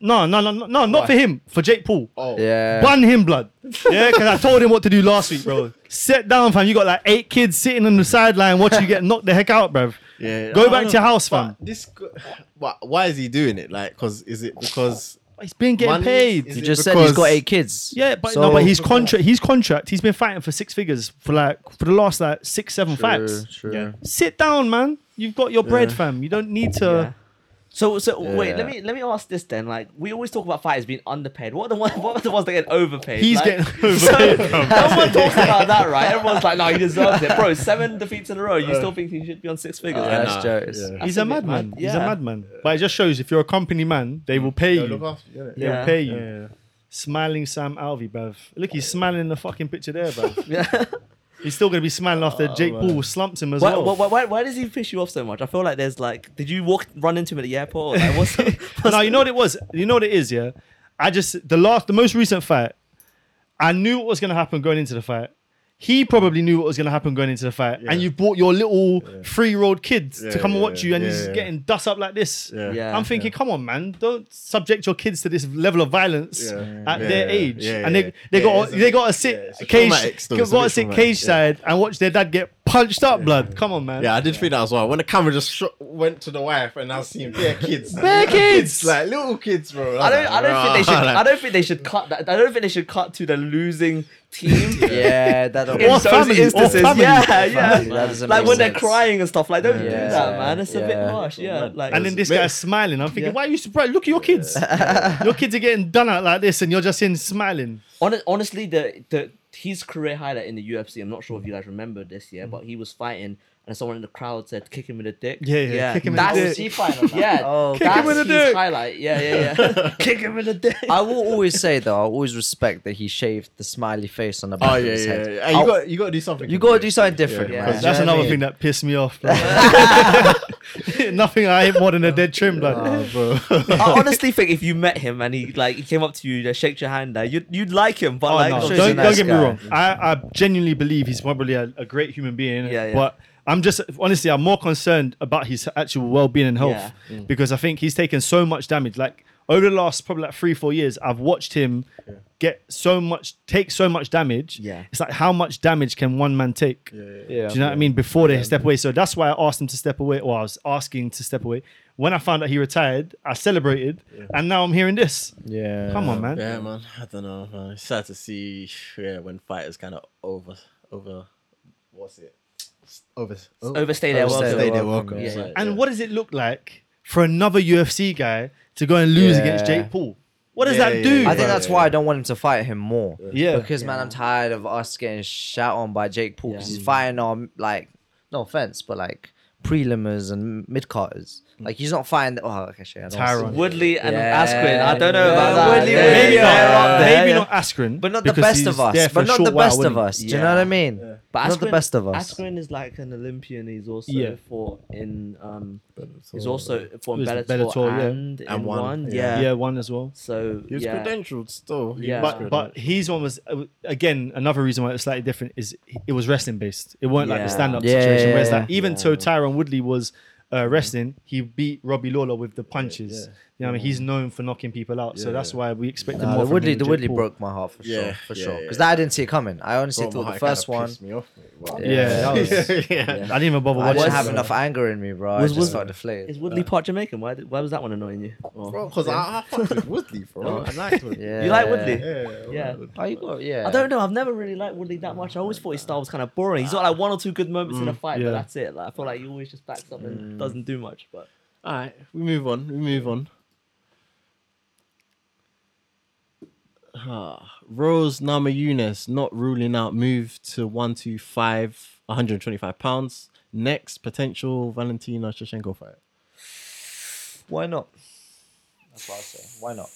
D: No, no, no, no, no, not for him. For Jake Paul.
C: Oh
B: Yeah.
D: Ban him, blood. Yeah, because I told him what to do last week, bro. Sit down, fam. You got like eight kids sitting on the sideline watching you get knocked the heck out, bruv.
C: yeah.
D: Go
C: I
D: back
C: don't
D: to your house,
C: But
D: fam.
C: this, g- but why is he doing it? Like, cause is it because
D: He's been getting
G: Money
D: paid.
G: is
B: You
G: it
B: just said he's got
G: because-
B: eight kids.
D: Yeah, but
B: So-
D: no, but his contract, his contract, he's been fighting for six figures for like for the last like six, seven
B: True,
D: fights.
B: true.
G: Yeah.
D: Sit down, man. You've got your bread, fam. You don't need to.
E: Uh, So so wait,
B: Yeah.
E: let me let me ask this then. Like we always talk about fighters being underpaid. What are the one, what are the ones that get overpaid?
D: He's
E: Like,
D: getting
E: so,
D: overpaid. fam.
E: no one talks about that, right? Everyone's like, no, he deserves it, bro. Seven defeats in a row. You
D: Uh,
E: still think he should be on six figures?
B: Yeah,
E: Like,
B: that's
G: nah.
B: jokes.
D: He's
E: That's
D: a
E: a bit
D: madman.
E: mad.
D: He's a
E: Yeah.
D: madman. But it just shows if you're a company man, they will pay
G: Look
D: you.
G: after you, innit?
D: They'll
E: Yeah.
D: pay you. Smiling Sam Alvey, bruv. Look, he's smiling in the fucking picture there, bruv.
E: yeah.
D: he's still gonna be smiling after Jake
E: Oh,
D: Paul slumps him as
E: Why,
D: well.
E: why, why, why, why does he piss you off so much? I feel like there's like, did you walk run into him at the airport? Or, like, what's, what's
D: no, you know what it was. You know what it is, yeah. I just the last, the most recent fight, I knew what was gonna happen going into the fight. He probably knew what was gonna happen going into the fight, and you brought your little three-year-old kid to
G: Yeah,
D: come and
G: yeah,
D: watch you, and
G: yeah,
D: he's
G: yeah.
D: getting dust up like this.
G: Yeah.
E: Yeah.
D: I'm thinking, come on, man, don't subject your kids to this level of violence
G: Yeah.
D: at
G: Yeah,
D: their
G: yeah,
D: age.
G: yeah,
D: and they
G: yeah.
D: they
G: Yeah,
D: got
G: it's a
D: they
G: bit-
D: got to
G: yeah,
D: sit
G: it's a traumatic
D: cage,
G: still,
D: got
G: it's a
D: to
G: bit
D: sit
G: traumatic,
D: cage
G: yeah.
D: side and watch their dad get punched up, blood. Come on, man.
G: Yeah, I did think that as well. When the camera just shot, went to the wife, and I seen bare kids,
D: Bare kids!
G: like little kids, bro.
E: I don't. I don't think they should.
G: Like,
E: I don't think they should cut that. I don't think they should cut to the losing team.
B: Yeah, that don't
E: In
D: Or
E: those
D: family, or
E: instances,
D: family.
E: yeah, yeah.
B: That doesn't
E: like
B: make
E: when they're
B: sense.
E: crying and stuff. Like, don't do
B: Yeah.
E: that, man. It's a bit
B: Yeah.
E: harsh. Yeah, like.
D: And then this
G: Mate.
D: guy's smiling. I'm thinking,
E: Yeah.
D: why are you surprised? Look at your kids. your kids are getting done out like this, and you're just in smiling.
E: Hon- honestly, the the his career highlight in the UFC. I'm not sure if you guys remember this year, but he was fighting, and someone in the crowd said, "Kick him in the dick."
D: Yeah, yeah,
E: yeah.
D: kick him in the
E: that's,
D: dick.
B: She fighting.
E: Yeah,
B: Oh,
E: that's
D: him in the
E: his
D: dick.
E: highlight. Yeah, yeah, yeah. kick him in the dick.
B: I will always say though, I always respect that he shaved the smiley face on the back
G: Oh
B: of
G: yeah,
B: his
G: yeah.
B: head.
G: yeah. Hey, You got, you got to do something.
B: You gotta do something different,
G: Yeah.
B: man.
G: Because
B: Do you
D: That's
B: know what I
D: another
B: mean?
D: thing that pissed me off. blood. Nothing I hate more than a dead trim, blood.
E: I honestly think if you met him and he like he came up to you, they shaked your hand, there, you'd you'd like him. But
D: Oh,
E: like,
D: no.
B: sure he's a
D: don't,
B: nice
D: don't get me
B: guy.
D: wrong. I, I genuinely believe he's probably a, a great human being. innit?
E: Yeah, yeah.
D: But I'm just honestly, I'm more concerned about his actual well-being and health
E: Yeah. Mm.
D: because I think he's taken so much damage. Like over the last probably like three, four years, I've watched him get so much, take so much damage.
E: Yeah.
D: it's like how much damage can one man take? Do you know what I mean? Before they step away. So that's why I asked him to step away, or I was asking to step away. When I found out he retired, I celebrated, and now I'm hearing this.
C: Yeah.
D: Come on, man.
G: Yeah, man. I don't know. Man. It's sad to see. Yeah, when fighters kind of over, over, what's it? Over,
E: overstay their
B: Overstay
E: welcome.
B: their
G: they're
B: welcome,
G: welcome.
E: yeah.
G: It's like,
D: And
G: yeah.
D: what does it look like for another UFC guy to go and lose
B: Yeah.
D: against Jake Paul? What does
G: Yeah,
D: that
G: yeah,
D: do?
G: yeah.
B: I think
G: Yeah.
B: that's why I don't want him to fight him more.
D: Yeah.
B: Because man, I'm tired of us getting shout on by Jake Paul because
E: Yeah.
B: he's fighting on like, no offense, but like prelimers and mid carters. Like he's not fighting. Oh, okay, shit. I don't wanna
D: Tyron.
B: say-
E: Woodley and
B: Yeah.
E: Askren. I don't know
B: Yeah,
E: about that.
B: Woodley,
E: Yeah,
B: Woodley,
E: maybe
D: maybe
E: they're up
D: not,
E: there,
D: maybe
E: yeah.
D: not Askren,
B: But not the
D: because
B: best
D: he's
B: of us.
D: there for a
B: But not
D: short
B: the
D: while,
B: best of
D: wasn't he?
B: us. Do you know what I mean?
E: But
B: not the
E: Askren-
B: best of us.
E: Askren is like an Olympian. He's also
D: Yeah.
E: fought in. Um, he's also fought in
D: Was
E: Bellator,
D: it Bellator, yeah.
E: and in
G: And
E: one.
G: won,
E: Yeah.
D: Yeah, one as well.
E: So
G: He was
E: yeah.
G: credentialed still. He
E: Yeah.
G: was
E: But-
G: credentialed.
D: But his one was uh, again another reason why it was slightly different is it was wrestling based. It weren't like the
E: Yeah.
D: stand up
B: Yeah,
D: situation.
B: yeah,
D: Whereas
B: yeah.
D: like even though Tyron Woodley was uh, wrestling, he beat Robbie Lawler with the punches. You know, what I mean, he's known for knocking people out, so
G: Yeah,
D: that's
G: yeah.
D: why we expected
B: Nah,
D: more.
B: the
D: from
B: Woodley,
D: him than
B: the
D: Jake
B: Woodley
D: Paul.
B: broke my heart for
G: Yeah,
B: sure, for
G: yeah,
B: sure.
G: yeah.
B: Because I didn't see it coming. I honestly
G: Bro,
B: thought
G: my
B: the
G: heart kinda
B: first one.
G: pissed me off, mate. Wow.
B: Yeah.
D: Yeah, that was-
G: yeah.
D: I didn't even bother
B: I
D: watching.
B: didn't
E: was-
B: have
D: it.
B: enough anger in me, bro. I
E: Was-
B: just
E: was-
B: started
E: Is
B: deflated.
D: Uh.
E: Woodley part Jamaican? Why, did- why was that one annoying you? Or-
G: Bro, because I, I fucked with Woodley,
E: Oh.
G: bro. I liked Woodley.
B: Yeah.
E: You like Woodley?
G: Yeah.
E: Yeah.
B: Oh, you got, yeah.
E: I don't know. I've never really liked Woodley that much. I always thought his style was kind of boring. He's got like one or two good moments in a fight,
D: Mm, yeah.
E: but that's it. Like, I feel like he always just backs up and doesn't do much. But
G: All right, we move on. We move on. Ah, Rose Namajunas not ruling out move to 125, 125 pounds. Next potential Valentina Shevchenko fight.
B: Why not? That's what I say. Why not?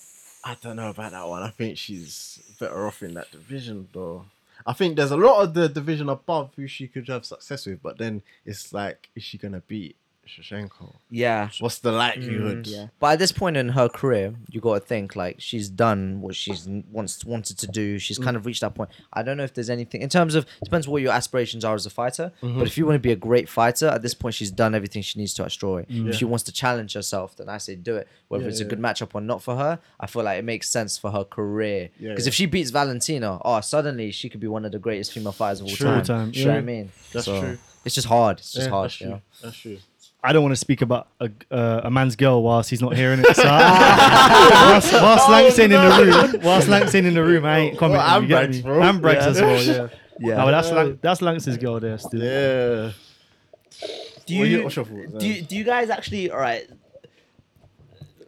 G: I don't know about that one. I think she's better off in that division, though. I think there's a lot of the division above who she could have success with, but then it's like, is she gonna beat Shevchenko?
E: yeah,
G: What's the likelihood?
E: yeah.
C: Mm,
B: But at this point in her career, you got to think like she's done what she's n- wants wanted to do. She's
G: Mm.
B: kind of reached that point. I don't know if there's anything in terms of depends what your aspirations are as a fighter.
G: Mm-hmm.
B: But if you want to be a great fighter, at this point she's done everything she needs to at Strawy.
G: Mm.
B: If she wants to challenge herself, then I say do it. Whether it's a good matchup or not for her, I feel like it makes sense for her career. Because
G: Yeah,
B: if she beats Valentina, oh, suddenly she could be one of the greatest female fighters of all
D: True.
B: time.
D: Time,
B: Do you know
D: yeah.
B: what I mean?
G: That's true.
B: It's just hard. It's just
G: Yeah,
B: hard.
G: That's
B: you
G: true.
B: know?
G: That's true.
D: I don't want to speak about a, uh, a man's girl whilst he's not hearing it. So I- whilst, whilst Langston in the room, whilst Langston in the room, I ain't commenting.
C: and
D: you get
C: Brags,
D: me?
C: bro.
D: And Brags as well. Oh, Yeah.
C: Yeah.
D: No, that's Lang- that's Langston's girl there still.
C: yeah.
E: Do
C: What are
E: you,
C: your- what's your thoughts,
E: do,
C: yeah?
E: you, do you guys actually, all right,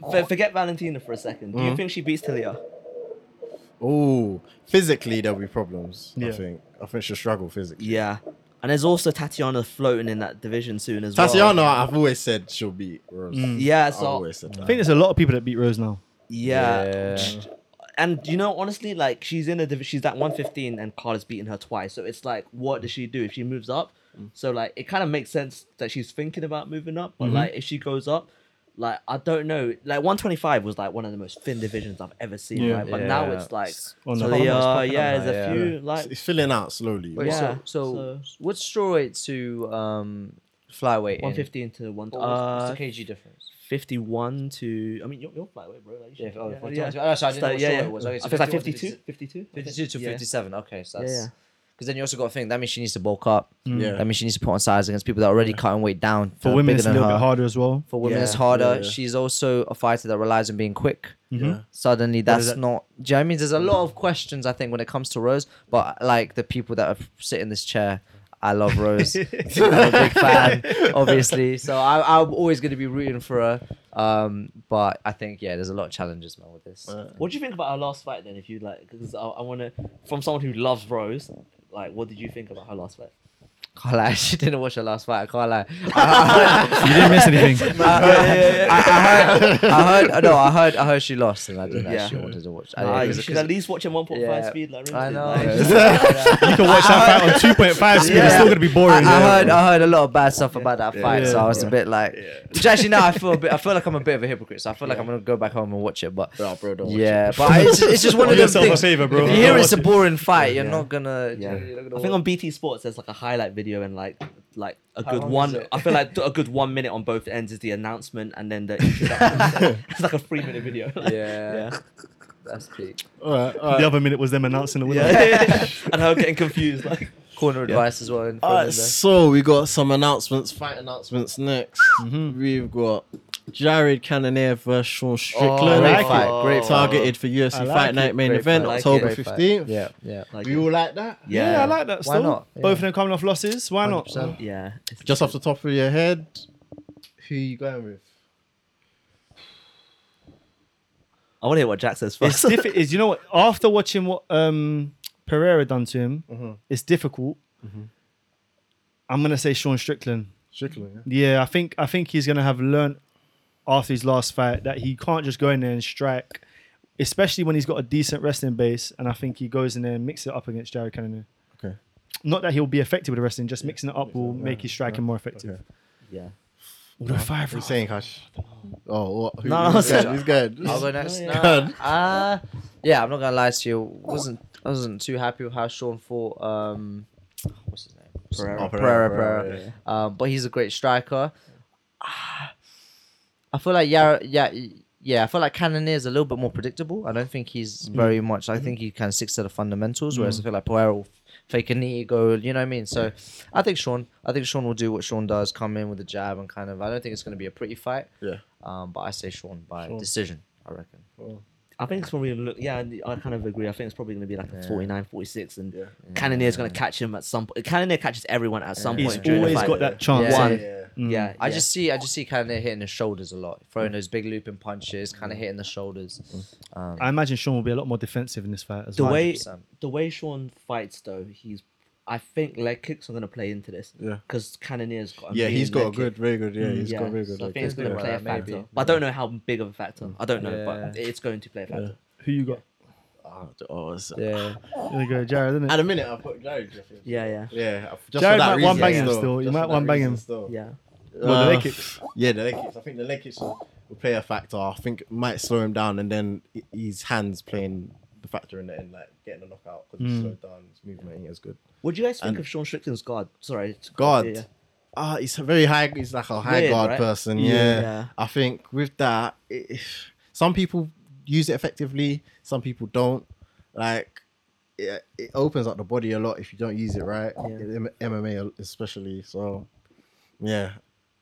E: for, forget Valentina for a second. Do
D: Mm.
E: you think she beats Talia?
C: Oh, physically there'll be problems. I
D: Yeah.
C: think. I think she'll struggle physically.
E: Yeah. And there's also Tatiana floating in that division soon as well.
C: Tatiana, I've always said she'll be. Rose.
E: Yeah,
C: I've
E: so
C: always said
D: I
C: that.
D: think there's a lot of people that beat Rose now.
E: yeah. And you know, honestly, like she's in a div- she's at 115 and Carla's beaten her twice. So it's like, what does she do if she moves up? So like it kind of makes sense that she's thinking about moving up, but like if she goes up, like I don't know. Like 125 was like one of the most thin divisions I've ever seen,
D: Yeah.
E: right? But now
B: Yeah.
E: it's like
D: On the
E: so
D: bottom,
E: yeah,
B: it's popping
E: yeah,
B: up
E: there's a
B: now,
E: few like
C: it's filling out slowly.
B: Wait,
E: Yeah.
B: so, so,
E: so-
B: what's straw weight to um flyweight? in?
E: 115 to 1
B: What was-
E: uh,
B: What's the kg difference?
E: 51 to I mean you're, you're flyweight, bro. Like, you
B: Yeah,
E: should-
B: oh,
E: yeah,
B: for-
E: yeah.
B: oh, sorry, I didn't know
E: So,
B: what
E: yeah,
B: straw
E: yeah.
B: it was. Okay, so
E: I think it's like
B: 51 to
E: 52, 52,
B: 52 to
E: Yeah.
B: 57. Okay, so
E: Yeah,
B: that's.
E: yeah.
B: Because then you also got to think that means she needs to bulk up.
C: Yeah.
B: That means she needs to put on size against people that are already cutting weight down.
D: Mm. For
B: that are
D: women,
B: bigger
D: it's a
B: than
D: little
B: her.
D: bit harder as well.
B: For women, it's
E: Yeah,
B: harder.
C: yeah, yeah.
B: She's also a fighter that relies on being quick.
C: Yeah.
B: Suddenly, that's
D: that-
B: not. Do you know what I mean? There's a lot of questions I think when it comes to Rose, but like the people that are sit in this chair. I love Rose. I'm a big fan, obviously. So I, I'm always going to be rooting for her. Um, but I think, yeah, there's a lot of challenges, man, with this.
E: What do you think about our last fight then? If you like, because I, I want to, from someone who loves Rose, like, what did you think about her last fight?
B: Can't lie, I actually didn't watch her last fight. I can't lie.
D: You didn't miss anything.
B: I, I heard, I heard, no, I heard, I heard she lost, and I didn't
E: Yeah.
B: actually wanted to watch. I,
E: Uh,
B: it
E: you
B: was
E: should
B: 'cause-
E: at least watch him 1.5
B: yeah,
E: speed. Like,
B: I
E: really,
B: know.
E: like-
D: You can watch that fight on 2.5 speed. It's still gonna be
B: I,
D: boring.
B: I heard, uh, I heard a lot of bad stuff about that fight, so
D: Yeah.
B: I was a bit like. Which actually now I feel a bit, I feel like I'm a bit of a hypocrite, so I feel like I'm gonna go back home and watch it. But
G: Bro, bro, don't watch
B: yeah, but it's, it's just one
D: Do
B: of those
D: yourself a
B: things.
D: favor, bro.
B: If you hear
D: Don't
B: it's a
D: watch
B: boring fight, you're not gonna.
E: Yeah.
B: you're not gonna
E: I think
B: watch
E: on BT Sports there's like a highlight video and like like a good
B: long is
E: one.
B: it?
E: I feel like a good one minute on both ends is the announcement and then the introduction. it's like a three minute video.
B: it.
E: Like,
B: Yeah, that's peak.
C: All right. All
D: The
C: right.
D: other minute was them announcing the winner.
E: yeah. and her getting confused. Like
B: Corner advice as well. In
C: All
B: front
C: right.
B: of there.
C: So we got some announcements, fight announcements next. We've got Jared Cannonier versus Sean
B: Oh,
C: Strickland.
B: great
D: like it.
B: fight, great fight.
C: Targeted for UFC
D: I like
C: Fight
D: it.
C: Night main
B: Great
C: event,
B: fight. I like
C: October
B: it. Great fight.
C: 15th.
B: Yeah, yeah.
E: like
C: We all like that?
D: Yeah,
E: yeah,
D: I like that.
B: Why
D: still.
B: not? Yeah.
D: Both of them coming off losses. Why not?
B: 100%.
E: yeah.
C: Just off the top of your head, who you going with?
E: I want to hear what Jack says
D: It's
E: first.
D: diff- it's- you know what? After watching what um, Pereira done to him, it's difficult. I'm gonna say Sean Strickland.
C: Strickland. Yeah.
D: Yeah, I think I think he's gonna have learned after his last fight that he can't just go in there and strike, especially when he's got a decent wrestling base. And I think he goes in there and mixes it up against Jared Cannonier.
C: Okay.
D: Not that he'll be effective with the wrestling, just mixing it up will make his striking more effective.
C: Okay.
E: yeah.
D: Although
C: What
D: five
C: are you saying, Kash? Oh, what? Who,
E: No, no,
C: who's
E: sorry.
C: good? Who's good?
B: I'll go next.
E: yeah.
B: Nah, uh, yeah, I'm not gonna lie to you. wasn't wasn't too happy with how Sean fought. Um, what's his name?
E: Pereira.
B: Oh, Pereira.
C: Pereira,
B: Pereira. Um, but he's a great striker. Ah, I feel like yeah, yeah, yeah. I feel like Cannonier is a little bit more predictable. I don't think he's very much. I think he kind of sticks to the fundamentals, whereas I feel like Pereira will fake a knee, go. You know what I mean? So I think Sean. I think Sean will do what Sean does, come in with a jab and kind of. I don't think it's gonna be a pretty fight.
C: Yeah.
B: Um, but I say Sean by decision. I reckon.
E: I think it's probably gonna look. Yeah, and I kind of agree. I think it's probably going to be like a
B: Yeah.
E: 49, 46, and Cannonier's going to catch him at some point. Cannonier catches everyone at some
D: He's
E: point during the
D: always
E: fight.
D: got that chance.
B: Yeah.
E: One.
C: Yeah.
D: Mm.
E: Yeah,
B: I
E: yeah.
B: just see, I just see kind of hitting his shoulders a lot, throwing those big looping punches, kind of hitting the shoulders. Um,
D: I imagine Sean will be a lot more defensive in this fight as
E: the
D: well.
E: way
B: 100%.
E: the way Sean fights though, he's I think leg kicks are going to play into this.
C: Yeah.
E: because Cannonier's got. A
C: Yeah,
E: mean
C: he's got a
E: leg
C: good,
E: kick.
C: very good. Yeah, he's got a very good.
E: so I
C: leg
E: think it's
C: kick.
E: going to
B: Yeah.
E: play a
B: Yeah, maybe.
E: factor. But I don't know how big of a factor. I don't know, but it's going to play a factor.
D: Who you got?
C: Oh, oh, it's-
B: yeah,
D: There you go, Jared, isn't
C: At
D: it?
C: a minute, I've got Jared. just-
E: Yeah, yeah,
C: Yeah, I've- just for that
D: Jared might one
C: reason,
D: bang him
C: still.
D: still. You
C: Just
D: might
C: for that
D: one bang
C: reason
D: him.
C: still.
E: yeah.
D: Well, the leg
C: Uh,
D: kicks.
C: Yeah, the leg kicks. I think the leg kicks will, will play a factor. I think it might slow him down, and then i- his hands playing the factor in the end, like getting a knockout because
D: Mm.
C: he's slowed down. His movement ain't as good.
E: What do you guys think
C: And-
E: of Sean Strickland's guard? Sorry, to-
C: Guard.
E: yeah, yeah.
C: Ah, he's a very high. He's like a high
E: Weird,
C: guard
E: right?
C: person.
E: Yeah.
C: Yeah.
E: Yeah.
C: I think with that, it, some people use it effectively. Some people don't. Like, it, it opens up the body a lot if you don't use it right.
E: Yeah.
C: In M- MMA especially. So, yeah,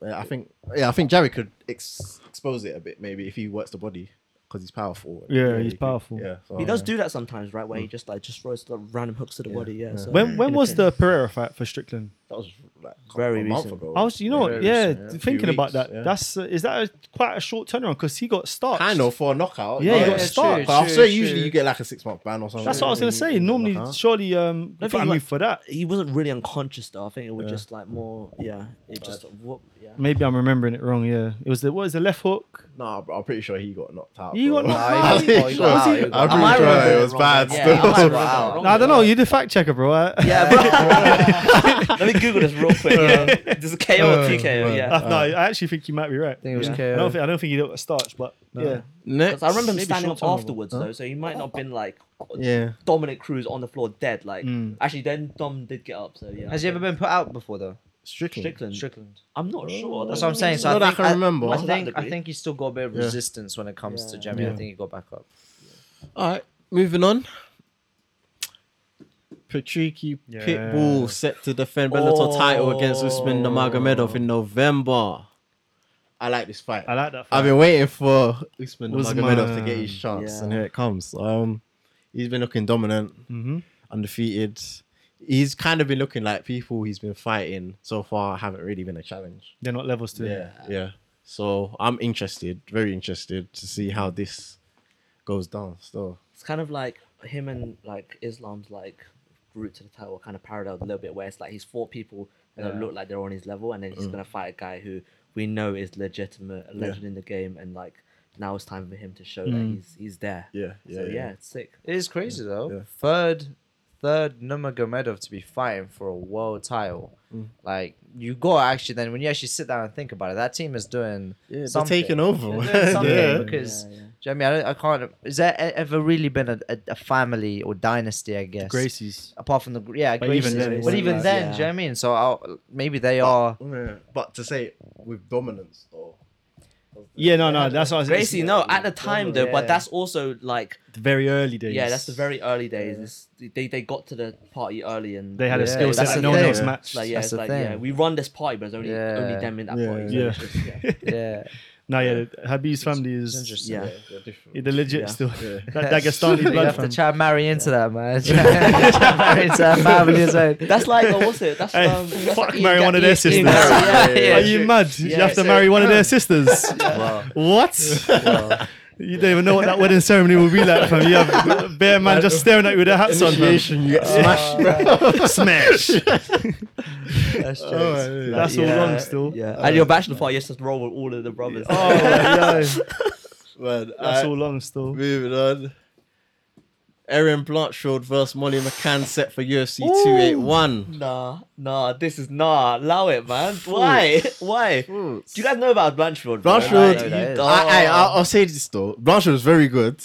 G: Yeah, I think yeah, I think Jerry could ex- expose it a bit maybe if he works the body because he's powerful.
D: Yeah,
G: he
D: he's
G: could-
D: powerful.
G: Yeah, so,
E: He
C: Oh,
E: does do that sometimes, right? Where he just like just throws like, random hooks to the body. Yeah. So
D: When when
E: in a
D: was
E: pinch.
D: the Pereira fight for Strickland?
G: That was like
E: Very
G: a month
E: recent.
C: Oh,
G: ago.
D: I was, you know, what?
G: Very
D: yeah,
G: recent, yeah.
D: thinking
G: Few
D: about
G: weeks,
D: that.
G: yeah.
D: That's uh, is that a, quite a short turnaround because he got stopped.
G: kind of for a knockout.
D: Yeah,
B: you
G: you
B: got
D: stopped.
G: But I
B: True,
G: swear,
B: true.
G: usually you get like a six month ban or something.
D: That's what I was gonna
C: Mm,
D: say. Normally,
G: Uh-huh.
D: surely, um,
E: I
D: I
E: think,
D: mean,
E: like-
D: for that,
E: He wasn't really unconscious though. I think it was just like more. Yeah. It just what. Yeah.
D: maybe I'm remembering it wrong. Yeah, it was the what is the left hook?
G: Nah, bro, I'm pretty sure he got knocked out.
D: He
G: bro.
D: got knocked
B: Nah, he
D: out.
B: got-
D: He-
B: oh, he got
D: was
B: out,
D: he-
B: he got out.
G: I'm pretty
B: I
G: sure
B: might remember
G: it was
B: wrong
G: bad
B: then.
G: still.
B: Yeah, I might remember
E: Wow.
B: wrong
D: I don't
B: then.
D: know. You're the fact checker, bro. I-
E: Yeah, but let me Google this real quick. Yeah. There's a KO or TKO. Yeah,
D: no, I actually think you might be right.
B: I think it was
E: Yeah.
D: I
B: KO.
D: don't think I don't think he got starched, but yeah.
E: Because I remember him standing up afterwards
G: Huh?
E: though, so he might not have been like
G: Yeah.
E: Dominic Cruz on the floor dead. Like
D: Mm.
E: actually, then Dom did get up. So yeah,
B: Has he ever been put out before though?
G: Uh, Strickland.
E: Strickland?
B: Strickland.
E: I'm not sure.
B: That's what I'm saying. So
G: Not
B: I
G: that I
B: think
G: can remember.
B: I
E: Not to that
B: think I
E: degree.
B: think he's still got a bit of
G: Yeah.
B: resistance when it comes to Jemmy. I
D: Yeah.
B: think he got back up.
G: All right, moving on. Patricky
D: Yeah.
G: Pitbull set to defend Bellator title against Usman Namagomedov in November. I like this fight.
D: I like that.
G: I've been waiting for Usman
D: Usman.
G: Nurmagomedov to get his chance,
E: Yeah.
G: and here it comes. Um, he's been looking dominant,
D: hmm
G: undefeated. He's kind of been looking like people he's been fighting so far haven't really been a challenge.
D: They're not levels to.
G: Yeah, yeah. So I'm interested, very interested to see how this goes down. Still,
E: It's kind of like him and like Islam's like route to the title are kind of paralleled a little bit, where it's like he's four people that
G: Yeah.
E: look like they're on his level, and then
D: Mm.
E: he's gonna fight a guy who we know is legitimate, a legend in the game, and like now it's time for him to show
D: Mm.
E: that he's he's there.
G: yeah,
E: so yeah, it's sick.
B: It is crazy though.
G: Yeah.
B: Third, third Nurmagomedov to be fighting for a world title.
G: Mm.
B: Like you got actually then when you actually sit down and think about it, that team is doing
G: Yeah, they're
B: something.
G: taking over.
B: They're doing something
D: Yeah.
B: because.
E: Yeah, yeah.
B: do you know what I mean, I, don't, I can't. Is there e- ever really been a, a, a family or dynasty? I guess.
D: Gracie's.
B: Apart from the gr- yeah,
D: But
B: Gracies.
D: even then, it
B: but
D: wasn't
B: even
D: like-
B: then,
E: Yeah.
B: do you know what I mean? So I'll, maybe they are.
D: oh,
G: Yeah. But to say with dominance though,
D: Yeah, no, no, that's what I was
E: Gracie, no, at the time though, but
B: Yeah.
E: that's also like
D: it's the very early days.
E: yeah, that's the very early days. It's- They they got to the party early and
D: They had a
B: Yeah,
D: skill set
B: that's
D: that
B: the
D: no one
B: thing.
D: else matched.
E: It's like yeah,
B: That's
E: it's
B: the
E: like yeah,
B: thing.
E: we run this party, but it's only
B: Yeah.
E: only them in that
G: Yeah,
E: party. so
D: yeah.
E: it's just- yeah.
B: Yeah,
D: No, yeah, the- Habib's family is
B: interesting.
E: Yeah.
G: they're different.
D: the legit
E: Yeah.
D: still.
G: Yeah.
D: That Dagestani
B: you
D: blood
B: have to
D: fam.
B: try and marry into that, man. Try, try and marry into that family as well.
E: That's like oh, what's it? That's
D: Hey,
E: um, that's
D: fuck
E: like Ian
D: marry
E: Ga-
D: one of
E: Ian-
D: their
E: Ian
D: sisters.
E: Ga-
B: Yeah, yeah,
D: Are you mad? you
E: Yeah,
D: have to
E: so-
D: marry one of their sisters.
B: Wow.
D: What? you don't even know what that wedding ceremony will be like, fam. You have bare man just staring at you with their hats on, fam.
G: Initiation, you get smashed.
D: Smash.
B: That's true.
D: That's all wrong still.
E: Yeah, and your bachelor party used to roll with all of the brothers.
D: Oh, yo,
G: Man,
D: that's
G: I-
D: all wrong still.
G: Moving on. Aaron Blanchfield versus Molly McCann set for UFC 281.
E: Nah, nah, this is nah. Allow it, man. Why? Why? Do you guys know about Blanchfield? bro?
G: Blanchfield,
E: Like,
B: I know that
G: I,
B: is.
G: I, I'll, I'll say this though. Blanchfield is very good.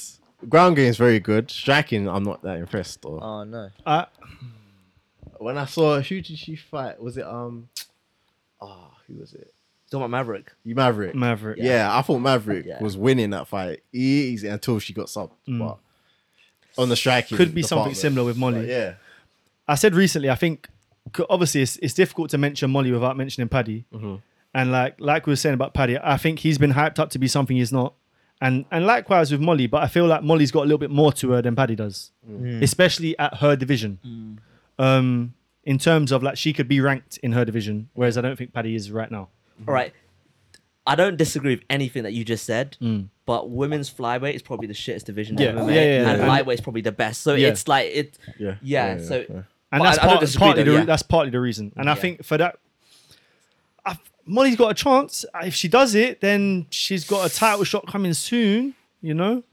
G: Ground game is very good. Striking, I'm not that impressed though.
B: Oh no.
D: Uh,
G: when I saw who did she fight? Was it um? Ah, who was it?
E: Talking about Maverick.
G: You Maverick.
D: Maverick.
G: yeah. I thought Maverick
E: Yeah. Mm.
G: was winning that fight easy until she got subbed. But on the striking,
D: Could be something
G: department.
D: similar with Molly.
G: But yeah,
D: I said recently, I think c- obviously it's, it's difficult to mention Molly without mentioning Paddy.
E: Mm-hmm.
D: And like like we were saying about Paddy, I think he's been hyped up to be something he's not. And and likewise with Molly, but I feel like Molly's got a little bit more to her than Paddy does, especially at her division. Um, in terms of like she could be ranked in her division, whereas I don't think Paddy is right now.
E: All right. I don't disagree with anything that you just said, but women's flyweight is probably the shittest division
D: Mm. Yeah,
E: in MMA,
D: yeah, yeah, yeah.
E: and
D: And-
E: lightweight is probably the best. So
D: Yeah.
E: it's like it, yeah,
G: yeah, yeah, yeah,
E: so
G: yeah.
D: and
E: But
D: that's
E: I- I don't
D: part,
E: disagree
D: partly
E: though,
D: the re-
E: yeah.
D: that's partly the reason. And I
E: Yeah.
D: think for that, i Molly's got a chance. If she does it, then she's got a title shot coming soon. You know,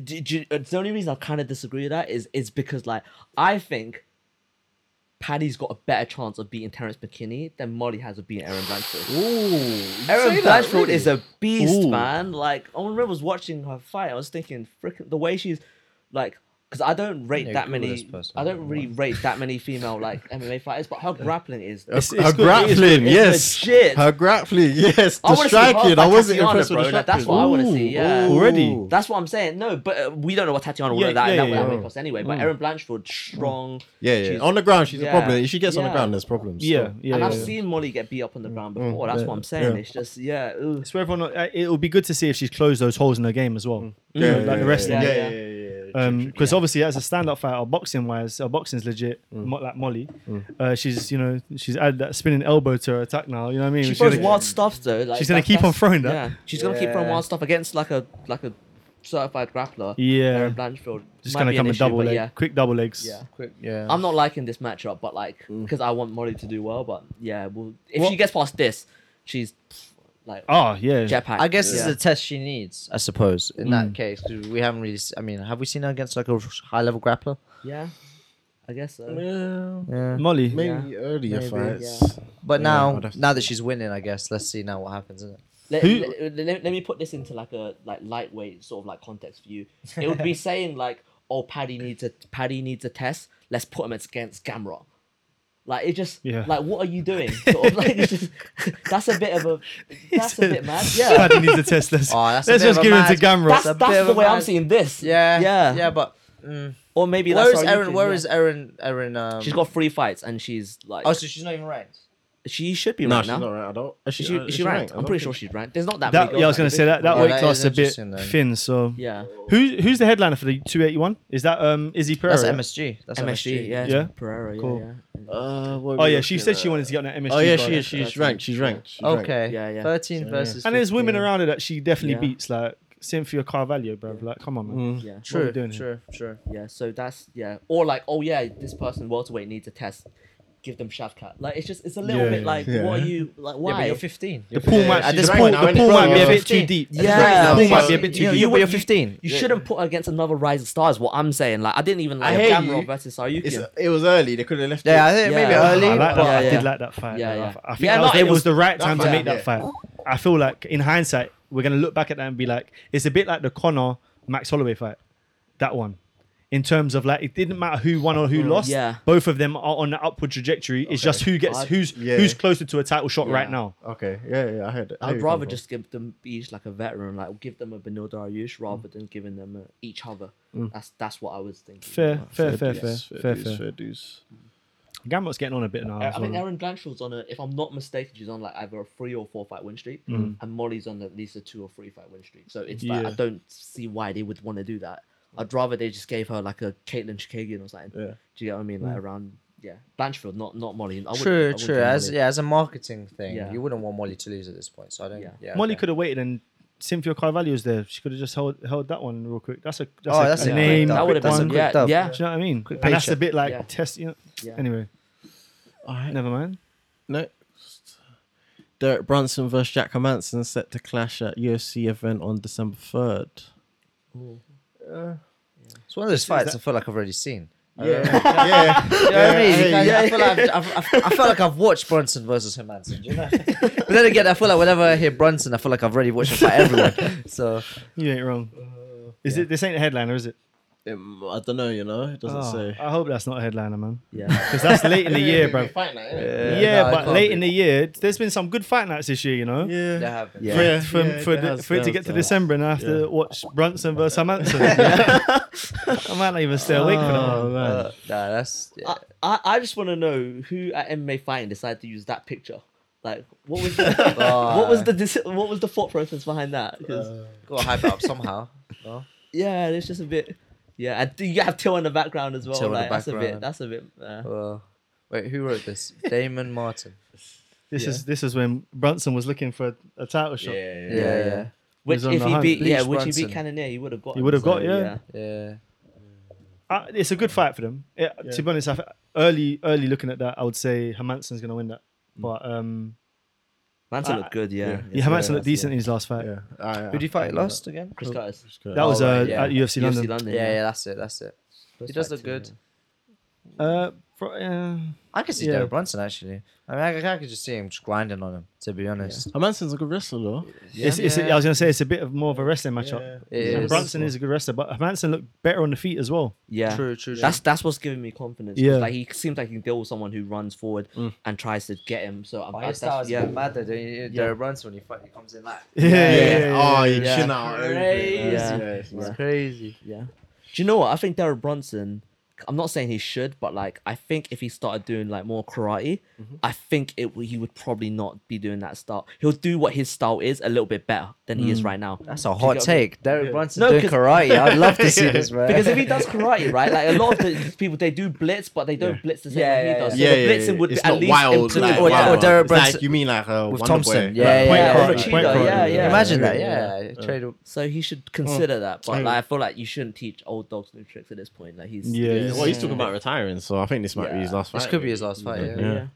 E: do, do, you- uh, the only reason I kind of disagree with that is is because like I think Paddy's got a better chance of beating Terence McKinney than Molly has of beating Aaron Blanchfield.
G: Ooh,
E: Aaron Blanchfield is a beast,
G: Ooh.
E: man. Like I remember I was watching her fight, I was thinking, frickin' the way she's like because I don't rate
B: Yeah,
E: that
B: cool,
E: many.
B: this person,
E: I don't
B: whatever.
E: really rate that many female like MMA fighters, but her grappling is.
C: Her,
D: it's
C: her
D: good, it is good,
C: grappling,
E: it's
C: yes.
E: legit.
C: Her grappling, yes.
E: I
C: The
E: wanna see her
C: striking.
E: fight
C: I wasn't
E: Tatiana,
C: impressed
E: bro,
C: with the
E: like, that's
C: striking.
E: what I wanna see,
C: Ooh,
E: yeah.
C: Already.
E: That's what I'm saying. No, but uh, we don't know what Tatiana will
D: Yeah,
E: know that
D: yeah,
E: that
D: yeah,
E: way
D: yeah. Mm.
E: make us anyway. But Erin Blanchford, strong.
C: Yeah, yeah.
E: She's-
C: on the ground, she's
E: yeah.
C: a problem. If she gets on the
E: Yeah.
C: ground, there's problems.
D: Yeah, yeah.
E: and
D: yeah, Mm,
E: I've
D: yeah.
E: seen Molly get beat up on the ground before. That's
C: yeah,
E: what I'm saying.
C: yeah.
E: It's just yeah. ooh.
D: So everyone, uh, it will be good to see if she's closed those holes in her game as well. You know, like the wrestling.
E: Mm. yeah,
D: Because Um,
E: yeah. Um,
D: obviously, as a stand-up fighter, boxing wise, her boxing's legit.
E: Mm.
D: Mo- like Molly, uh, she's you know she's added that spinning elbow to her attack now. You know what I mean?
E: She
D: She's
E: throws
D: gonna-
E: wild stuff though. Like,
D: she's gonna
E: that-
D: keep on
E: that's-
D: throwing that.
E: Yeah, she's gonna keep throwing
B: Yeah.
E: wild stuff against like a like a certified grappler.
D: Yeah.
E: Erin Blanchfield.
D: Just
E: Might
D: gonna
E: be
D: come and
E: an issue,
D: double
E: but
D: leg,
E: Yeah.
D: quick double legs.
E: Yeah.
B: Quick, yeah.
E: I'm not liking this matchup, but like
D: Mm.
E: because I want Molly to do well, but yeah, well, if
D: What-
E: she gets past this, she's like
D: Oh yeah.
E: jetpack.
B: I guess
E: yeah.
B: it's a test she needs, I suppose. In
D: Mm.
B: that case, 'cause we haven't really. s- I mean, have we seen her against like a high level grappler?
E: yeah, I guess so.
B: Yeah.
D: Molly.
C: Maybe earlier
B: Maybe,
C: fights.
B: But
C: Yeah,
B: now,
C: I'd have to
B: now that she's winning, I guess let's see now what happens. Isn't it?
E: Let,
D: Who-
E: let, let- let me put this into like a like lightweight sort of like context for you. It would be saying like, oh, Paddy needs a Paddy needs a test. Let's put him against Gamrot. Like it just
D: Yeah.
E: like what are you doing? Sort of like it's just, that's a bit of a that's a bit mad. Yeah,
D: Paddy needs a test. Let's,
B: Oh, that's a
D: let's
B: bit
D: just
B: of a
D: give it
B: mad-
D: to Gamrot.
E: that's
B: a bit
E: that's
B: of
E: the
B: a
E: way I'm
B: mad-
E: seeing this.
B: Yeah,
E: yeah,
B: yeah. But mm,
E: Or maybe
B: where
E: that's
B: is
E: how you
B: Erin?
E: can-
B: Where
E: yeah.
B: is Erin? Erin? Um,
E: She's got three fights and she's like
B: Oh, so she's not even ranked.
E: she should be
G: No,
E: right
G: she's
E: now.
G: not right. I don't.
D: Oh,
G: Is
E: She,
G: she,
E: she,
G: is
E: Uh, ranked.
G: I
E: I'm
G: don't
E: pretty sure
G: think-
E: she's ranked. There's not that,
D: That,
E: many.
D: yeah, I was gonna say that that
B: Yeah,
D: weight
B: that
D: class
B: is
D: a bit
B: interesting, though.
D: thin. So
E: Yeah,
D: who who's the headliner for the 281? Is that um Izzy Pereira?
B: That's MSG. That's
E: MSG. Yeah,
D: Yeah?
E: Pereira.
D: Cool.
E: Yeah, yeah.
G: Uh, what
D: Oh
G: were we
D: yeah, she
G: looking
D: said she
G: at?
D: wanted to get on that MSG.
G: Oh yeah,
D: card.
G: she is. She's ranked. She's ranked. She's ranked.
B: Okay.
E: Yeah, yeah.
B: Thirteen
G: yeah.
B: versus.
D: And there's women
B: 15.
D: around her that she definitely
E: Yeah.
D: beats, like Cynthia Carvalho, bro. Like, come on, man.
E: yeah.
D: What are we
B: True.
D: doing here?
B: True. True.
E: Yeah, so that's yeah, or like, oh yeah, this person welterweight needs a test. Give them shaft cut. Like it's just it's a little
D: Yeah,
E: bit
D: yeah,
E: like what
C: yeah.
E: are you like
B: Yeah,
E: why?
B: but you're 15.
D: The pool might,
G: yeah,
D: the
G: she's
D: pool,
G: ranked
D: the
G: now, innit?
D: pool might be a
G: Yeah.
D: bit too deep.
E: Yeah.
D: the pool
E: Yeah.
D: might be a bit too
B: You know,
D: deep.
B: you- but you're 15.
E: you shouldn't put her against another rising star. Is what I'm saying. Like I didn't even
G: I
E: like
G: hear
E: Gamrot
G: you.
E: versus Sayuki.
G: It's, it was early. They could have left.
B: Yeah, I
G: it.
B: think
E: Yeah.
B: maybe
E: Oh, I
B: early.
D: I like that.
E: but-
D: I
E: Yeah,
D: did
E: yeah.
D: like that fight.
E: Yeah,
D: though. I-
E: yeah.
D: I think
E: Yeah,
D: that was,
E: no,
D: it
E: it
D: was
E: was-
D: the right time to
G: fight,
D: make that
G: yeah.
D: fight. I feel like in hindsight, we're gonna look back at that and be like, it's a bit like the Connor Max Holloway fight, that one. In terms of like, it didn't matter who won or who lost.
E: yeah.
D: Both of them are on the upward trajectory. It's just who gets
E: I'd-
D: who's
G: Yeah.
D: who's closer to a title shot right
E: Yeah.
D: now.
G: Okay. Yeah, yeah. I heard. it. I heard
E: I'd
G: it
E: rather
G: from-
E: just give them each like a veteran, like give them a Benil Dariush rather than giving them a, each other. That's that's what I was thinking.
D: Fair, fair, fair, fair,
G: dues,
D: fair,
G: dues,
D: fair.
G: fair dues.
D: Gamrot's getting on a bit now.
E: I
D: as
E: think
D: well.
E: Erin Blanchfield's on a, if I'm not mistaken, she's on like either a three or four fight win streak,
B: Mm.
E: and Molly's on at least a two or three fight win streak. So it's like
D: Yeah.
E: I don't see why they would want to do that. I'd rather they just gave her like a Caitlin Chikagian or something.
G: Yeah.
E: Do you get what I mean?
B: Mm.
E: Like around yeah, Blanchfield, not not Molly. I wouldn't- I
B: True,
E: wouldn't
B: true.
E: do
B: As
E: Molly.
B: yeah, as a marketing thing,
E: Yeah.
B: you wouldn't want Molly to lose at this point. So I don't.
E: Yeah.
B: Yeah,
D: Molly
B: okay.
D: could have waited and Cynthia Carvalho's there. She could have just held held that one real quick. That's a that's
B: Oh,
D: a,
B: that's a
D: a
B: quick
D: name.
B: dub.
E: that would have been
B: That's
D: one.
B: a
E: some,
B: quick
E: yeah,
B: dub.
E: yeah.
D: Do you know what I mean? and that's a
B: paycheck.
D: bit like
E: Yeah.
D: test. You know,
E: Yeah.
D: Anyway,
G: All right.
D: never mind.
G: Next. Derek Brunson versus Jack Hermanson set to clash at UFC event on December 3rd.
B: It's one of those fights I feel like I've already seen.
G: Yeah. yeah.
B: You know what I mean? You
G: yeah,
B: can't- I feel like I've, I've, I've- I feel like I've watched Brunson versus Hermanson. do You know? but then again, I feel like whenever I hear Brunson, I feel like I've already watched it fight everyone. So
D: You ain't wrong.
E: Uh,
D: Is it? This ain't a headliner, is it?
G: Um, I don't know, you know? It doesn't
D: Oh,
G: say.
D: I hope that's not a headliner, man.
E: Yeah.
D: Because that's late in the year, bro. Yeah,
B: no, it
D: but
B: can't
D: late
B: be.
D: in the year, there's been some good fight nights this year, you know.
G: Yeah.
B: there have been.
E: Yeah.
D: For,
G: Yeah,
D: from,
G: yeah,
D: for,
G: there
D: the-
G: has-
D: for it
G: there
D: to
G: has
D: get to
G: done.
D: December and I have
G: Yeah.
D: to watch Brunson versus Hermanson. I might not even stay awake for that. one.
G: Oh, man.
B: Uh, nah, that's yeah.
E: I, I, I just want to know who at MMA fighting decided to use that picture. Like, what was the,
B: Ah.
E: what was the dis- what was the thought process behind that?
B: Uh,
E: 'Cause,
B: got to hype it up somehow. No?
E: yeah, it's just a bit. Yeah, and do you have Till in the background as well.
B: Till in the
E: like, that's a bit.
B: background.
E: That's a bit. Uh,
B: Well, wait, who wrote this? Damon Martin.
D: This
E: Yeah.
D: is this is when Brunson was looking for a title shot.
B: Yeah, yeah,
E: which
D: was on
E: if
D: the
E: he
D: hunt.
E: beat, yeah,
B: Bleach
E: which he
B: Brunson.
E: beat Cannoneer, he would have got.
D: He
E: him,
D: would've
E: so,
D: got, yeah.
B: yeah.
D: Uh, it's a good fight for them. It, To be honest, I th- early early looking at that, I would say Hermanson's going to win that. But um,
E: Manson
D: Uh,
E: looked good, yeah.
D: yeah, Hermanson looked decent in his last fight.
G: Yeah. Ah, yeah.
B: Who do you fight last again?
E: Chris Curtis.
G: Just go.
D: That was
B: Oh, right,
D: uh,
B: yeah.
D: at UFC, London.
E: London.
B: Yeah, yeah, that's it. That's it.
E: First
B: He does
E: fight
B: look
E: too,
B: good.
E: yeah.
D: Uh, fro- uh,
B: I could see
D: Yeah.
B: Derek Brunson actually. I mean, I, I could just see him just grinding on him. To be honest,
C: Hermanson's a good wrestler though.
D: it's, it's I was gonna say it's a bit of more of a wrestling matchup.
B: It
D: And
B: is.
D: Brunson is a good wrestler, but Hermanson looked better on the feet as well.
E: Yeah.
B: true, true, true.
E: That's that's what's giving me confidence.
D: Yeah.
E: Yeah. Like he seems like he can deal with someone who runs forward and tries to get him. So I'm
B: Oh,
E: that's,
B: his style
E: that's,
B: is
E: yeah.
B: yeah. mad though. Derek Brunson when he, fight, he comes in like
D: Yeah,
C: Oh, you
E: yeah.
C: chin out.
B: crazy.
E: Yeah.
B: It's crazy.
E: Yeah. Do you know what? I think Derek Brunson. I'm not saying he should, but like I think if he started doing like more karate, I think it w- he would probably not be doing that style. He'll do what his style is a little bit better than he is right now.
B: That's a
E: Do you
B: hot
E: get what I mean?
B: take. Derek Brunson
E: No,
B: doing
E: 'cause-
B: karate. I'd love to see this, man.
E: Because if he does karate, right, like a lot of the people they do blitz, but they don't blitz the same
B: Yeah,
E: way
B: yeah,
E: he does.
B: yeah.
E: so
C: Yeah,
E: the
C: yeah,
E: blitzing
C: yeah.
E: would
G: It's
E: be at
G: not
E: least
G: wild,
E: improve-
G: like,
E: or-
B: wild. Derek
E: or Derek
B: Derek
C: It's like-
B: Brunson-
C: you mean like uh,
B: with
C: Wonder
B: Thompson,
C: Boy.
B: yeah, yeah,
E: yeah,
B: yeah,
E: or
B: yeah.
E: Machida, yeah, yeah.
B: Imagine
D: Yeah,
B: that,
D: yeah.
B: yeah. Trade
E: So he should consider that, but like, I feel like you shouldn't teach old dogs new tricks at this point. Like he's
D: Yeah.
E: he's-
G: Well, he's talking about retiring, so I think this might be his last fight.
B: This could be his last fight. Yeah.
E: yeah.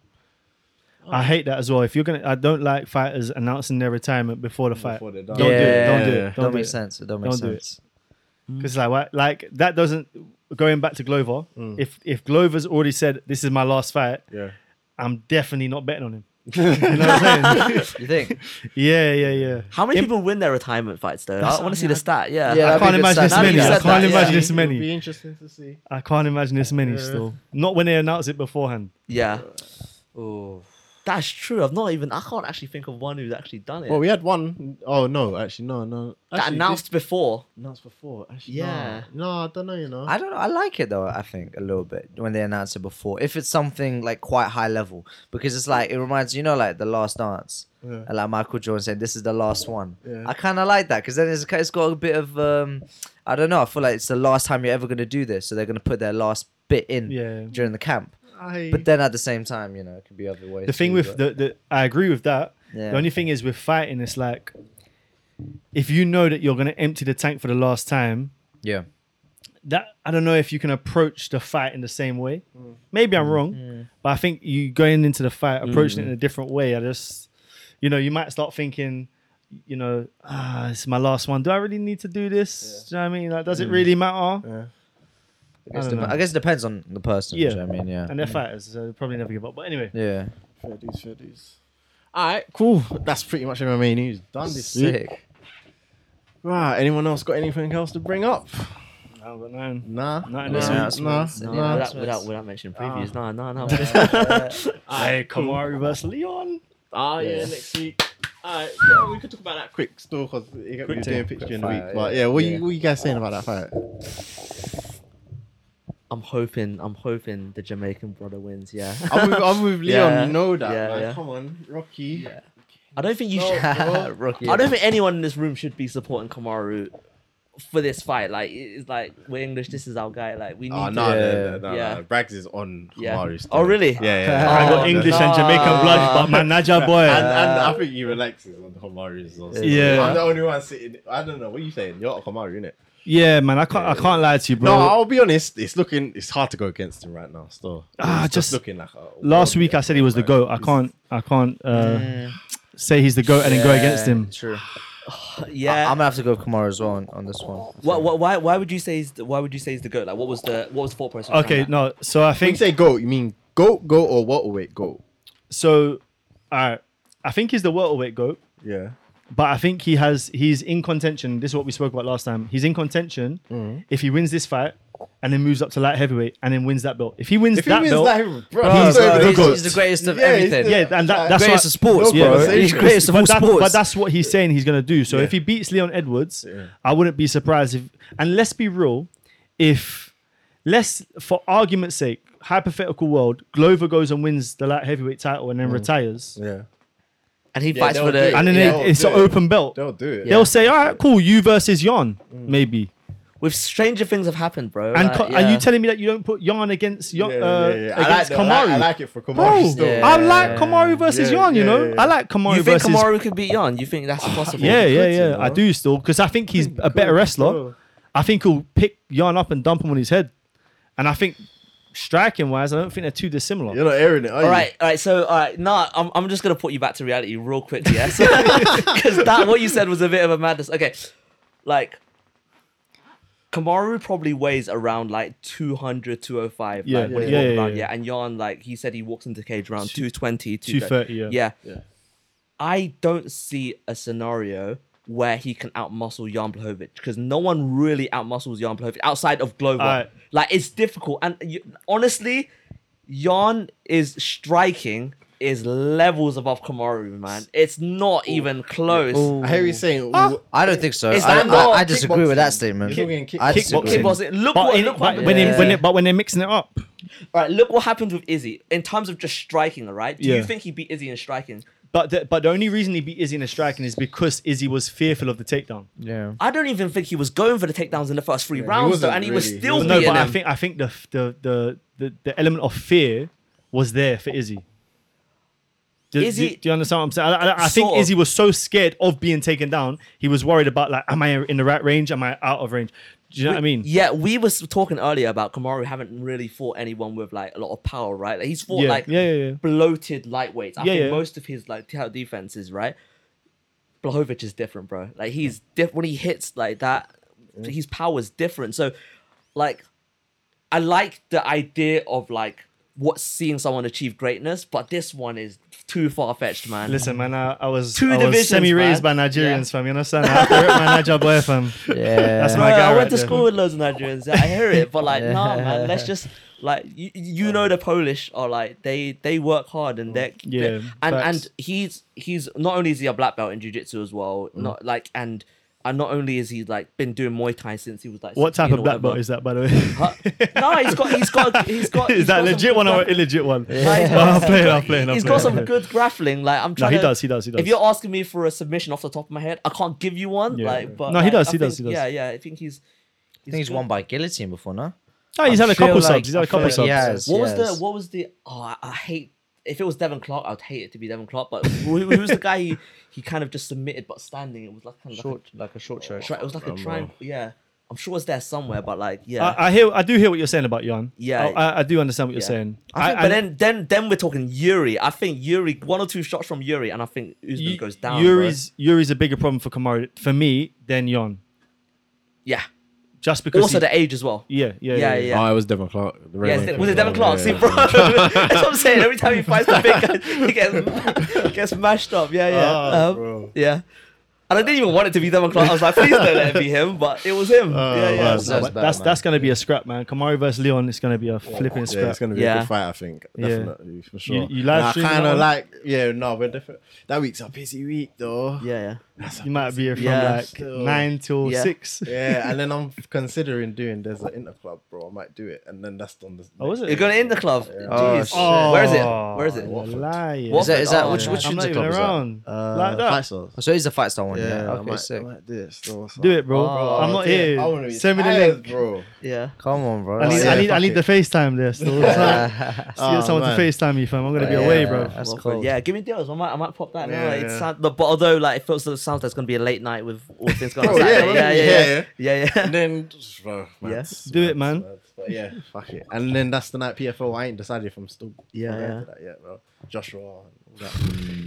D: I hate that as well. If you're gonna, I don't like fighters announcing their retirement before the fight.
G: Before they're done.
D: Don't do it. Don't do
B: Yeah.
D: it. Don't
B: Don't
D: do
B: make
D: it.
B: sense. It don't make
D: Don't do it.
B: sense.
D: Because like, why- like that doesn't. Going back to Glover, if if Glover's already said this is my last fight,
G: Mm. Yeah.
D: I'm definitely not betting on him. you know what I'm saying?
B: You think?
D: yeah, yeah, yeah.
E: How many people win their retirement fights though? I want to see the stat.
B: Yeah,
E: Yeah.
D: I can't
B: that'd be a good
D: imagine
B: sign.
D: this
B: Now that
D: many.
B: you
D: I
B: said
D: can't
B: that, yeah.
D: imagine this
G: It'll be
D: many.
G: interesting to see.
D: I can't imagine this many still. Not when they announce it beforehand.
E: yeah. Oh, that's true. I've not even. I can't actually think of one who's actually done it.
G: Well, we had one oh no, actually no, no.
E: that
G: Actually,
E: announced before.
G: this- announced before. Actually,
E: Yeah.
G: No, No, I don't know. You know.
B: I don't know. I like it though. I think a little bit when they announce it before, if it's something like quite high level, because it's like it reminds you know like the Last Dance,
G: Yeah.
B: and like Michael Jordan said, "This is the last one."
G: Yeah.
B: I kind of like that because then it's, it's got a bit of um, I don't know. I feel like it's the last time you're ever gonna do this, so they're gonna put their last bit in
D: Yeah.
B: during the camp.
G: I,
B: But then at the same time, you know, it could be other ways.
D: The thing
B: too,
D: with
B: but-
D: the, the I agree with that.
B: Yeah.
D: The only thing is with fighting, it's like if you know that you're gonna empty the tank for the last time,
B: yeah,
D: that I don't know if you can approach the fight in the same way. Maybe I'm wrong, but I think you going into the fight approaching it in a different way. I just, you know, you might start thinking, you know, ah, it's my last one. Do I really need to do this? Do you know what I mean? Like, does it really matter?
B: I guess,
D: don't
B: dep-
D: know.
B: I guess it depends on the person.
D: Yeah.
B: Yeah, I mean, yeah,
D: And they're fighters, so they probably never give up. But anyway,
B: yeah,
G: Fair dues, fair dues. All right, cool. That's pretty much MMA news done this week.
B: sick.
G: Right, anyone else got anything else to bring up?
D: I don't got none.
G: Nah,
D: Not
G: nah,
D: this
B: week.
G: nah,
B: Yeah,
G: nah.
E: without,
B: that's-
E: without without mentioning previews. No, no, no.
D: Hey, Kamaru versus Leon.
G: Ah, yeah, next week. All right, yeah, we could talk about that quick still because we were doing a picture in the week.
B: fire,
G: But
B: yeah.
G: yeah, what
B: Yeah.
G: you what you guys saying about that fight?
E: I'm hoping. I'm hoping the Jamaican brother wins. Yeah.
G: I'm with, I'm with Leon.
E: Yeah.
G: You know that.
E: Yeah,
G: man.
E: yeah.
G: Come on, Rocky.
E: I don't think you should.
G: No, bro.
B: Rocky.
E: I don't think anyone in this room should be supporting Kamaru for this fight. Like it's like we're English. This is our guy. Like
C: Ah,
E: we need.
G: Oh,
E: to-
G: no,
B: Yeah.
G: no, no, no,
E: Yeah.
G: no. Braggs is on
E: Yeah.
G: Kamaru still.
E: Oh, really?
G: Yeah, yeah. yeah.
D: I
E: Oh,
D: got English and
E: no.
D: Jamaican blood, but my Naja boy.
G: And, and I think he relaxes on Kamaru's. Also.
D: Yeah.
G: I'm the only one sitting. I don't know. What are you saying? You're Kamaru, innit?
D: yeah, man, I can't, I can't lie to you, bro.
G: No, I'll be honest. It's looking. It's hard to go against him right now. Still.
D: Ah,
G: It's
D: just-
G: looking like. A,
D: Last week I said he was the goat. I can't, I can't uh,
G: Mm.
D: say he's the goat and then go against him.
B: True. I-
E: Yeah.
B: I'm gonna have to go with Kamara as well on, on this one.
E: Why, why, why- why would you say he's the, why would you say he's the goat? Like, what was the what was the thought process? behind
D: Okay,
E: that?
D: no. So I
G: When you
D: think
G: say goat, you mean goat, goat, or welterweight goat?
D: so. All right, I think he's the welterweight goat,
G: Yeah.
D: but I think he has he's in contention. This is what we spoke about last time. He's in contention
G: Mm.
D: if he wins this fight and then moves up to light heavyweight and then wins that belt. If he wins
G: If he
D: that
G: wins
D: belt,
G: that, bro,
B: Bro,
D: Oh, he's
B: bro,
D: over the
B: he's,
D: goat.
B: he's the greatest of
G: Yeah, Uh, he's
B: everything.
G: the-
D: yeah, and that, that's
B: greatest
D: what,
B: of sports,
G: No
B: bro.
G: conversation.
B: He's greatest of all
D: but, that-
B: sports.
D: but that's what he's saying he's going to do. So if he beats Leon Edwards, I wouldn't be surprised if. And let's be real, if let's for argument's sake, hypothetical world, Glover goes and wins the light heavyweight title and then retires,
G: Mm. Yeah.
E: and he fights
G: they'll
E: for
G: do it.
E: the.
D: and then
G: Yeah.
D: it- it's an
G: They'll do it.
D: open belt.
G: They'll do it. Mm.
D: They'll say, "All right, cool, you versus Yon, maybe."
E: With stranger things have happened, bro.
D: And
E: Like,
D: co-
E: yeah.
D: are you telling me that you don't put Yon against Yon, uh,
G: I like,
D: against
G: that. I like-
D: Kamaru?
G: I like it for Kamaru
D: Bro,
G: still.
E: Yeah.
D: I like Kamaru versus
G: Yeah,
D: Yon. You
G: yeah,
D: know,
G: yeah, yeah.
D: I like Kamaru
E: you think
D: versus
E: Kamaru could beat Jan? You think that's possible?
D: Yeah, yeah,
G: could, you
D: yeah.
G: know?
D: I do still because I think he's a better wrestler. I think he'll pick Jan up and dump him on his head. And I think striking wise, I don't think they're too dissimilar.
G: You're not airing it, are you?
E: All right, all right. So, all right, nah, I'm, I'm just gonna put you back to reality real quick, yeah. Because that what you said was a bit of a madness. Okay, like Kamaru probably weighs around like 200, 205.
D: Yeah,
E: like, when he's
D: yeah,
E: walking
D: yeah,
E: around,
D: yeah.
E: And Jan, like, he said he walks into the cage around 220,
D: 230, yeah.
E: Yeah.
G: Yeah.
E: I don't see a scenario where he can outmuscle Jan Blachowicz because no one really outmuscles Jan Blachowicz outside of Glover.
D: Alright.
E: Like, it's difficult. And you, honestly, Jan is striking is levels above Kamaru, man. It's not even close.
C: Ooh.
G: I hear you saying.
B: I don't think so.
E: Is
B: I,
E: that
B: I-
E: not
B: I disagree with that
G: kickboxing?
B: statement.
G: You're talking kick-
B: I
D: kickboxing.
B: disagree.
E: Kickboxing. Look
D: But,
E: what,
D: in-
E: look what
D: but when, they, when, they, but when they're mixing it up,
E: All right, look what happened with Izzy in terms of just striking. All right, do
D: Yeah.
E: you think he beat Izzy in striking?
D: but the, but the only reason he beat Izzy in a striking is because Izzy was fearful of the takedown.
B: Yeah.
E: I don't even think he was going for the takedowns in the first three rounds, though,
G: wasn't
E: and he was
G: really. He
E: still
D: No,
E: beating
D: but I
E: him.
D: think I think the the the the, the element of fear was there for Izzy. Do,
E: Izzy-
D: do, do you understand what I'm saying? I, I, I think
E: Sort of.
D: Izzy was so scared of being taken down, he was worried about like, am I in the right range? Am I out of range? Do you know what I mean?
E: Yeah, we was talking earlier about Kamaru haven't really fought anyone with like a lot of power, right? Like, he's fought
D: Yeah,
E: like
D: yeah, yeah, yeah.
E: bloated lightweights. I
D: Yeah,
E: think
D: yeah.
E: most of his like tail defenses, right? Blahovic is different, bro. Like he's diff when he hits like that, his power's different. So, like, I like the idea of like what seeing someone achieve greatness, but this one is too far fetched, man.
D: Listen, man, I, I was
E: Two
D: I
E: divisions,
D: was semi-raised
E: man.
D: by Nigerians, fam. You understand? I have to rip my Niger boy, fam.
B: Yeah.
D: That's
E: Bro,
D: my guy
E: Uh, I went
D: right
E: to
D: there.
E: school with loads of Nigerians. yeah, I hear it, but like, nah, man. Let's just like you, you know the Polish are like they they work hard and they
D: Yeah,
E: and
D: facts.
E: and he's he's not only is he a black belt in jiu-jitsu as well,
D: Mm.
E: not like and and not only is he like been doing Muay Thai since he was like
D: What type
E: 16
D: of
E: or
D: black belt
E: whatever.
D: is that, by the way?
E: Huh? No, he's got he's got he's got
D: is
E: he's
D: that
E: got some
D: legit
E: good
D: one or
E: graph-
D: illegit one? Oh,
E: Nah, he's got-
D: I'm
E: he's
D: playing,
E: got-
D: I'm playing, I'm
E: he's
D: playing,
E: got
D: I'm
E: some
D: playing.
E: good grappling. Like I'm
D: No,
E: trying.
D: he
E: to-
D: does, he does, he does.
E: If you're asking me for a submission off the top of my head, I can't give you one.
D: Yeah.
E: Like, but
D: No, he
E: like,
D: does,
E: I
D: he does,
E: think-
D: he does.
E: Yeah, yeah. I think he's.
B: I think he's
E: good.
B: won by guillotine before, no?
D: No, he's Ah, had a
B: I feel
D: couple
B: like-
D: subs. He's had
B: I
D: a couple
B: feel
D: subs.
B: like- yes.
E: What was
B: yes.
E: the? What was the? Oh, I, I hate. If it was Devon Clark, I'd hate it to be Devon Clark. But who, who was the guy he, he kind of just submitted but standing? It was like kind of
B: Short, like a short
E: Like
B: shirt.
E: a, tri- it was like a triangle. Yeah, I'm sure it's there somewhere, but like yeah,
D: I, I hear, I do hear what you're saying about Jan.
E: Yeah.
D: I, I, I do understand what you're
E: Yeah.
D: saying.
E: I think, but then then then we're talking Yuri. I think Yuri one or two shots from Yuri, and I think Usman
D: Yu-
E: goes down. bro.
D: Yuri's Yuri's a bigger problem for Kamaru for me than Jan,
E: yeah.
D: just because.
E: Also
D: he-
E: the age as well.
D: yeah, yeah,
E: Yeah,
D: yeah,
E: yeah.
G: Oh, it was Devon Clark. The
E: Yeah,
G: Red
E: it's
G: Ranger.
E: de- was it Devon Clark?
G: Yeah,
E: See,
G: yeah.
E: bro, that's what I'm saying. Every time he fights the big guy, he gets gets mashed up. Yeah, yeah,
D: Oh,
C: Ah,
E: Um, yeah. And I didn't even want it to be Devon Clark. I was like, please don't let it be him, but it was him. yeah, yeah.
B: man.
D: That's, that's,
B: That's bad,
D: that's,
B: man.
D: gonna be a scrap, man. Kamaru versus Leon is gonna be a flipping
G: Yeah,
D: scrap.
G: it's gonna be a
E: Yeah.
G: good fight, I think.
D: Yeah.
G: Definitely, for sure.
D: you live
G: And I
D: streaming that
G: kind of
D: one?
G: like, yeah, no, we're different. That week's a busy week, though. Yeah,
E: yeah, yeah.
D: you might be here from
E: Yeah.
D: like
G: Still.
D: nine till
E: Yeah.
D: six.
G: and then I'm considering doing. There's an inter club, bro. I might do it, and then that's on the.
D: Oh, is it?
E: You're going in the club.
B: Oh,
E: Jeez.
B: shit.
E: Where is it? Where is it?
D: Oh, You're lying.
E: What-
B: Is that, is that
E: Oh,
B: which,
E: yeah.
B: which
D: I'm
B: Shinza
D: not even
B: club is that?
D: around.
G: Uh,
D: like that.
G: fight sauce.
B: So he's a fight star one, yeah.
G: Yeah, I
B: Okay,
G: might,
B: sick.
G: I might do it. Still, so.
D: Do it, bro.
E: Oh,
D: I'm not
E: yeah.
D: here.
G: I wanna be
D: Send me the
G: tired,
D: link.
G: bro.
E: Yeah.
B: Come on, bro.
D: I need,
G: Oh,
D: I
G: yeah,
D: need, I
G: fuck
D: need the
G: it.
D: FaceTime there. Still, It's like-
G: Oh,
D: see someone
G: man.
D: to FaceTime me, fam. I'm gonna be
B: Yeah,
D: away, bro.
B: That's
E: Watford.
B: cool.
E: Yeah, give me deals. I might, I might pop that.
D: Yeah,
E: Yeah, like,
D: yeah.
E: It sound, the, but although, like, it feels it sounds like it's gonna be a late night with all things going on.
G: Oh, yeah,
E: Saturday. yeah,
G: yeah,
E: yeah, yeah, yeah, yeah.
G: And then, bro,
E: Yes.
D: Do it, man.
G: But yeah, fuck it. And then that's the night PFL. I ain't decided if I'm still
E: Yeah,
G: going
E: yeah.
G: to that yet, bro. Joshua. And all that.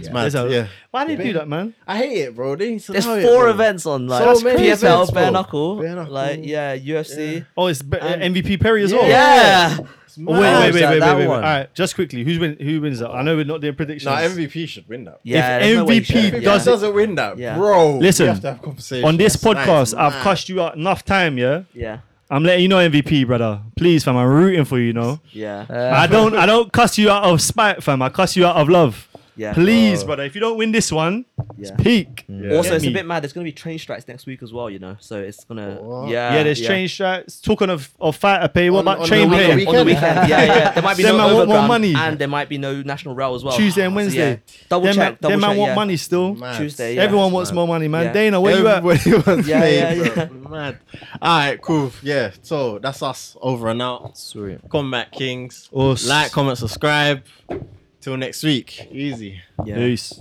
G: It's mad.
D: Is that-
G: Mm, Yeah.
D: Why do you do that, man?
G: I hate it, bro. They need to
E: There's
G: know it,
E: four
G: Oh, bro.
E: events on like
G: So many
E: PFL,
G: events, bro.
E: bare, knuckle,
G: Bare knuckle.
E: like yeah, UFC.
D: Oh, it's Be-
E: And-
D: MVP Perry as
E: Yeah.
D: well.
G: It's
D: Oh, wait, wait,
G: mad.
D: wait,
B: that-
D: wait, wait,
B: that
D: wait, wait. All
B: one?
D: right, just quickly, who's win? Who wins that? I know we're not doing predictions.
G: Nah, MVP should win that.
E: Yeah,
D: If
E: there's no way you
D: MVP
E: shouldn't,
G: If
E: yeah.
G: Josh doesn't win that,
E: Yeah.
G: bro,
D: Listen,
G: we have to have conversation.
D: on this
G: That's
D: podcast,
G: nice,
D: I've
G: man.
D: cussed you out enough time, yeah.
E: yeah,
D: I'm letting you know, MVP, brother. Please, fam, I'm rooting for you. You know,
E: yeah,
D: I don't, I don't cuss you out of spite, fam. I cuss you out of love.
E: yeah.
D: Please, brother, if you don't win this one,
E: yeah.
D: peak.
G: Yeah.
E: Also,
D: Get
E: it's a
D: me.
E: bit mad. There's gonna be train strikes next week as well, you know. So it's gonna
G: What?
E: yeah.
D: yeah, there's train strikes. Talking of of fighter pay, what
G: On-
D: about
G: on
D: train
G: the
D: pay?
G: weekend.
E: on the weekend. yeah, yeah. There might be
D: Them
E: no
D: man want more
E: overground,
D: money.
E: and there might be no national rail as well.
D: Tuesday and
E: So, yeah.
D: Wednesday.
E: Double
D: Them man,
E: check. double
D: them man
E: check,
D: want
E: yeah.
D: money still.
G: Mad.
E: Tuesday. Yeah.
D: Everyone wants
G: mad.
D: more money, man.
E: Yeah.
D: Dana, where you at?
G: Everybody wants
E: Yeah,
G: paid,
E: yeah,
G: bro. Mad. All right, cool. Yeah, so that's us over and out.
B: Sweet.
G: Combat Kings.
D: Us.
G: Like, comment, subscribe. Till next week. Easy.
E: Yeah.
D: Peace.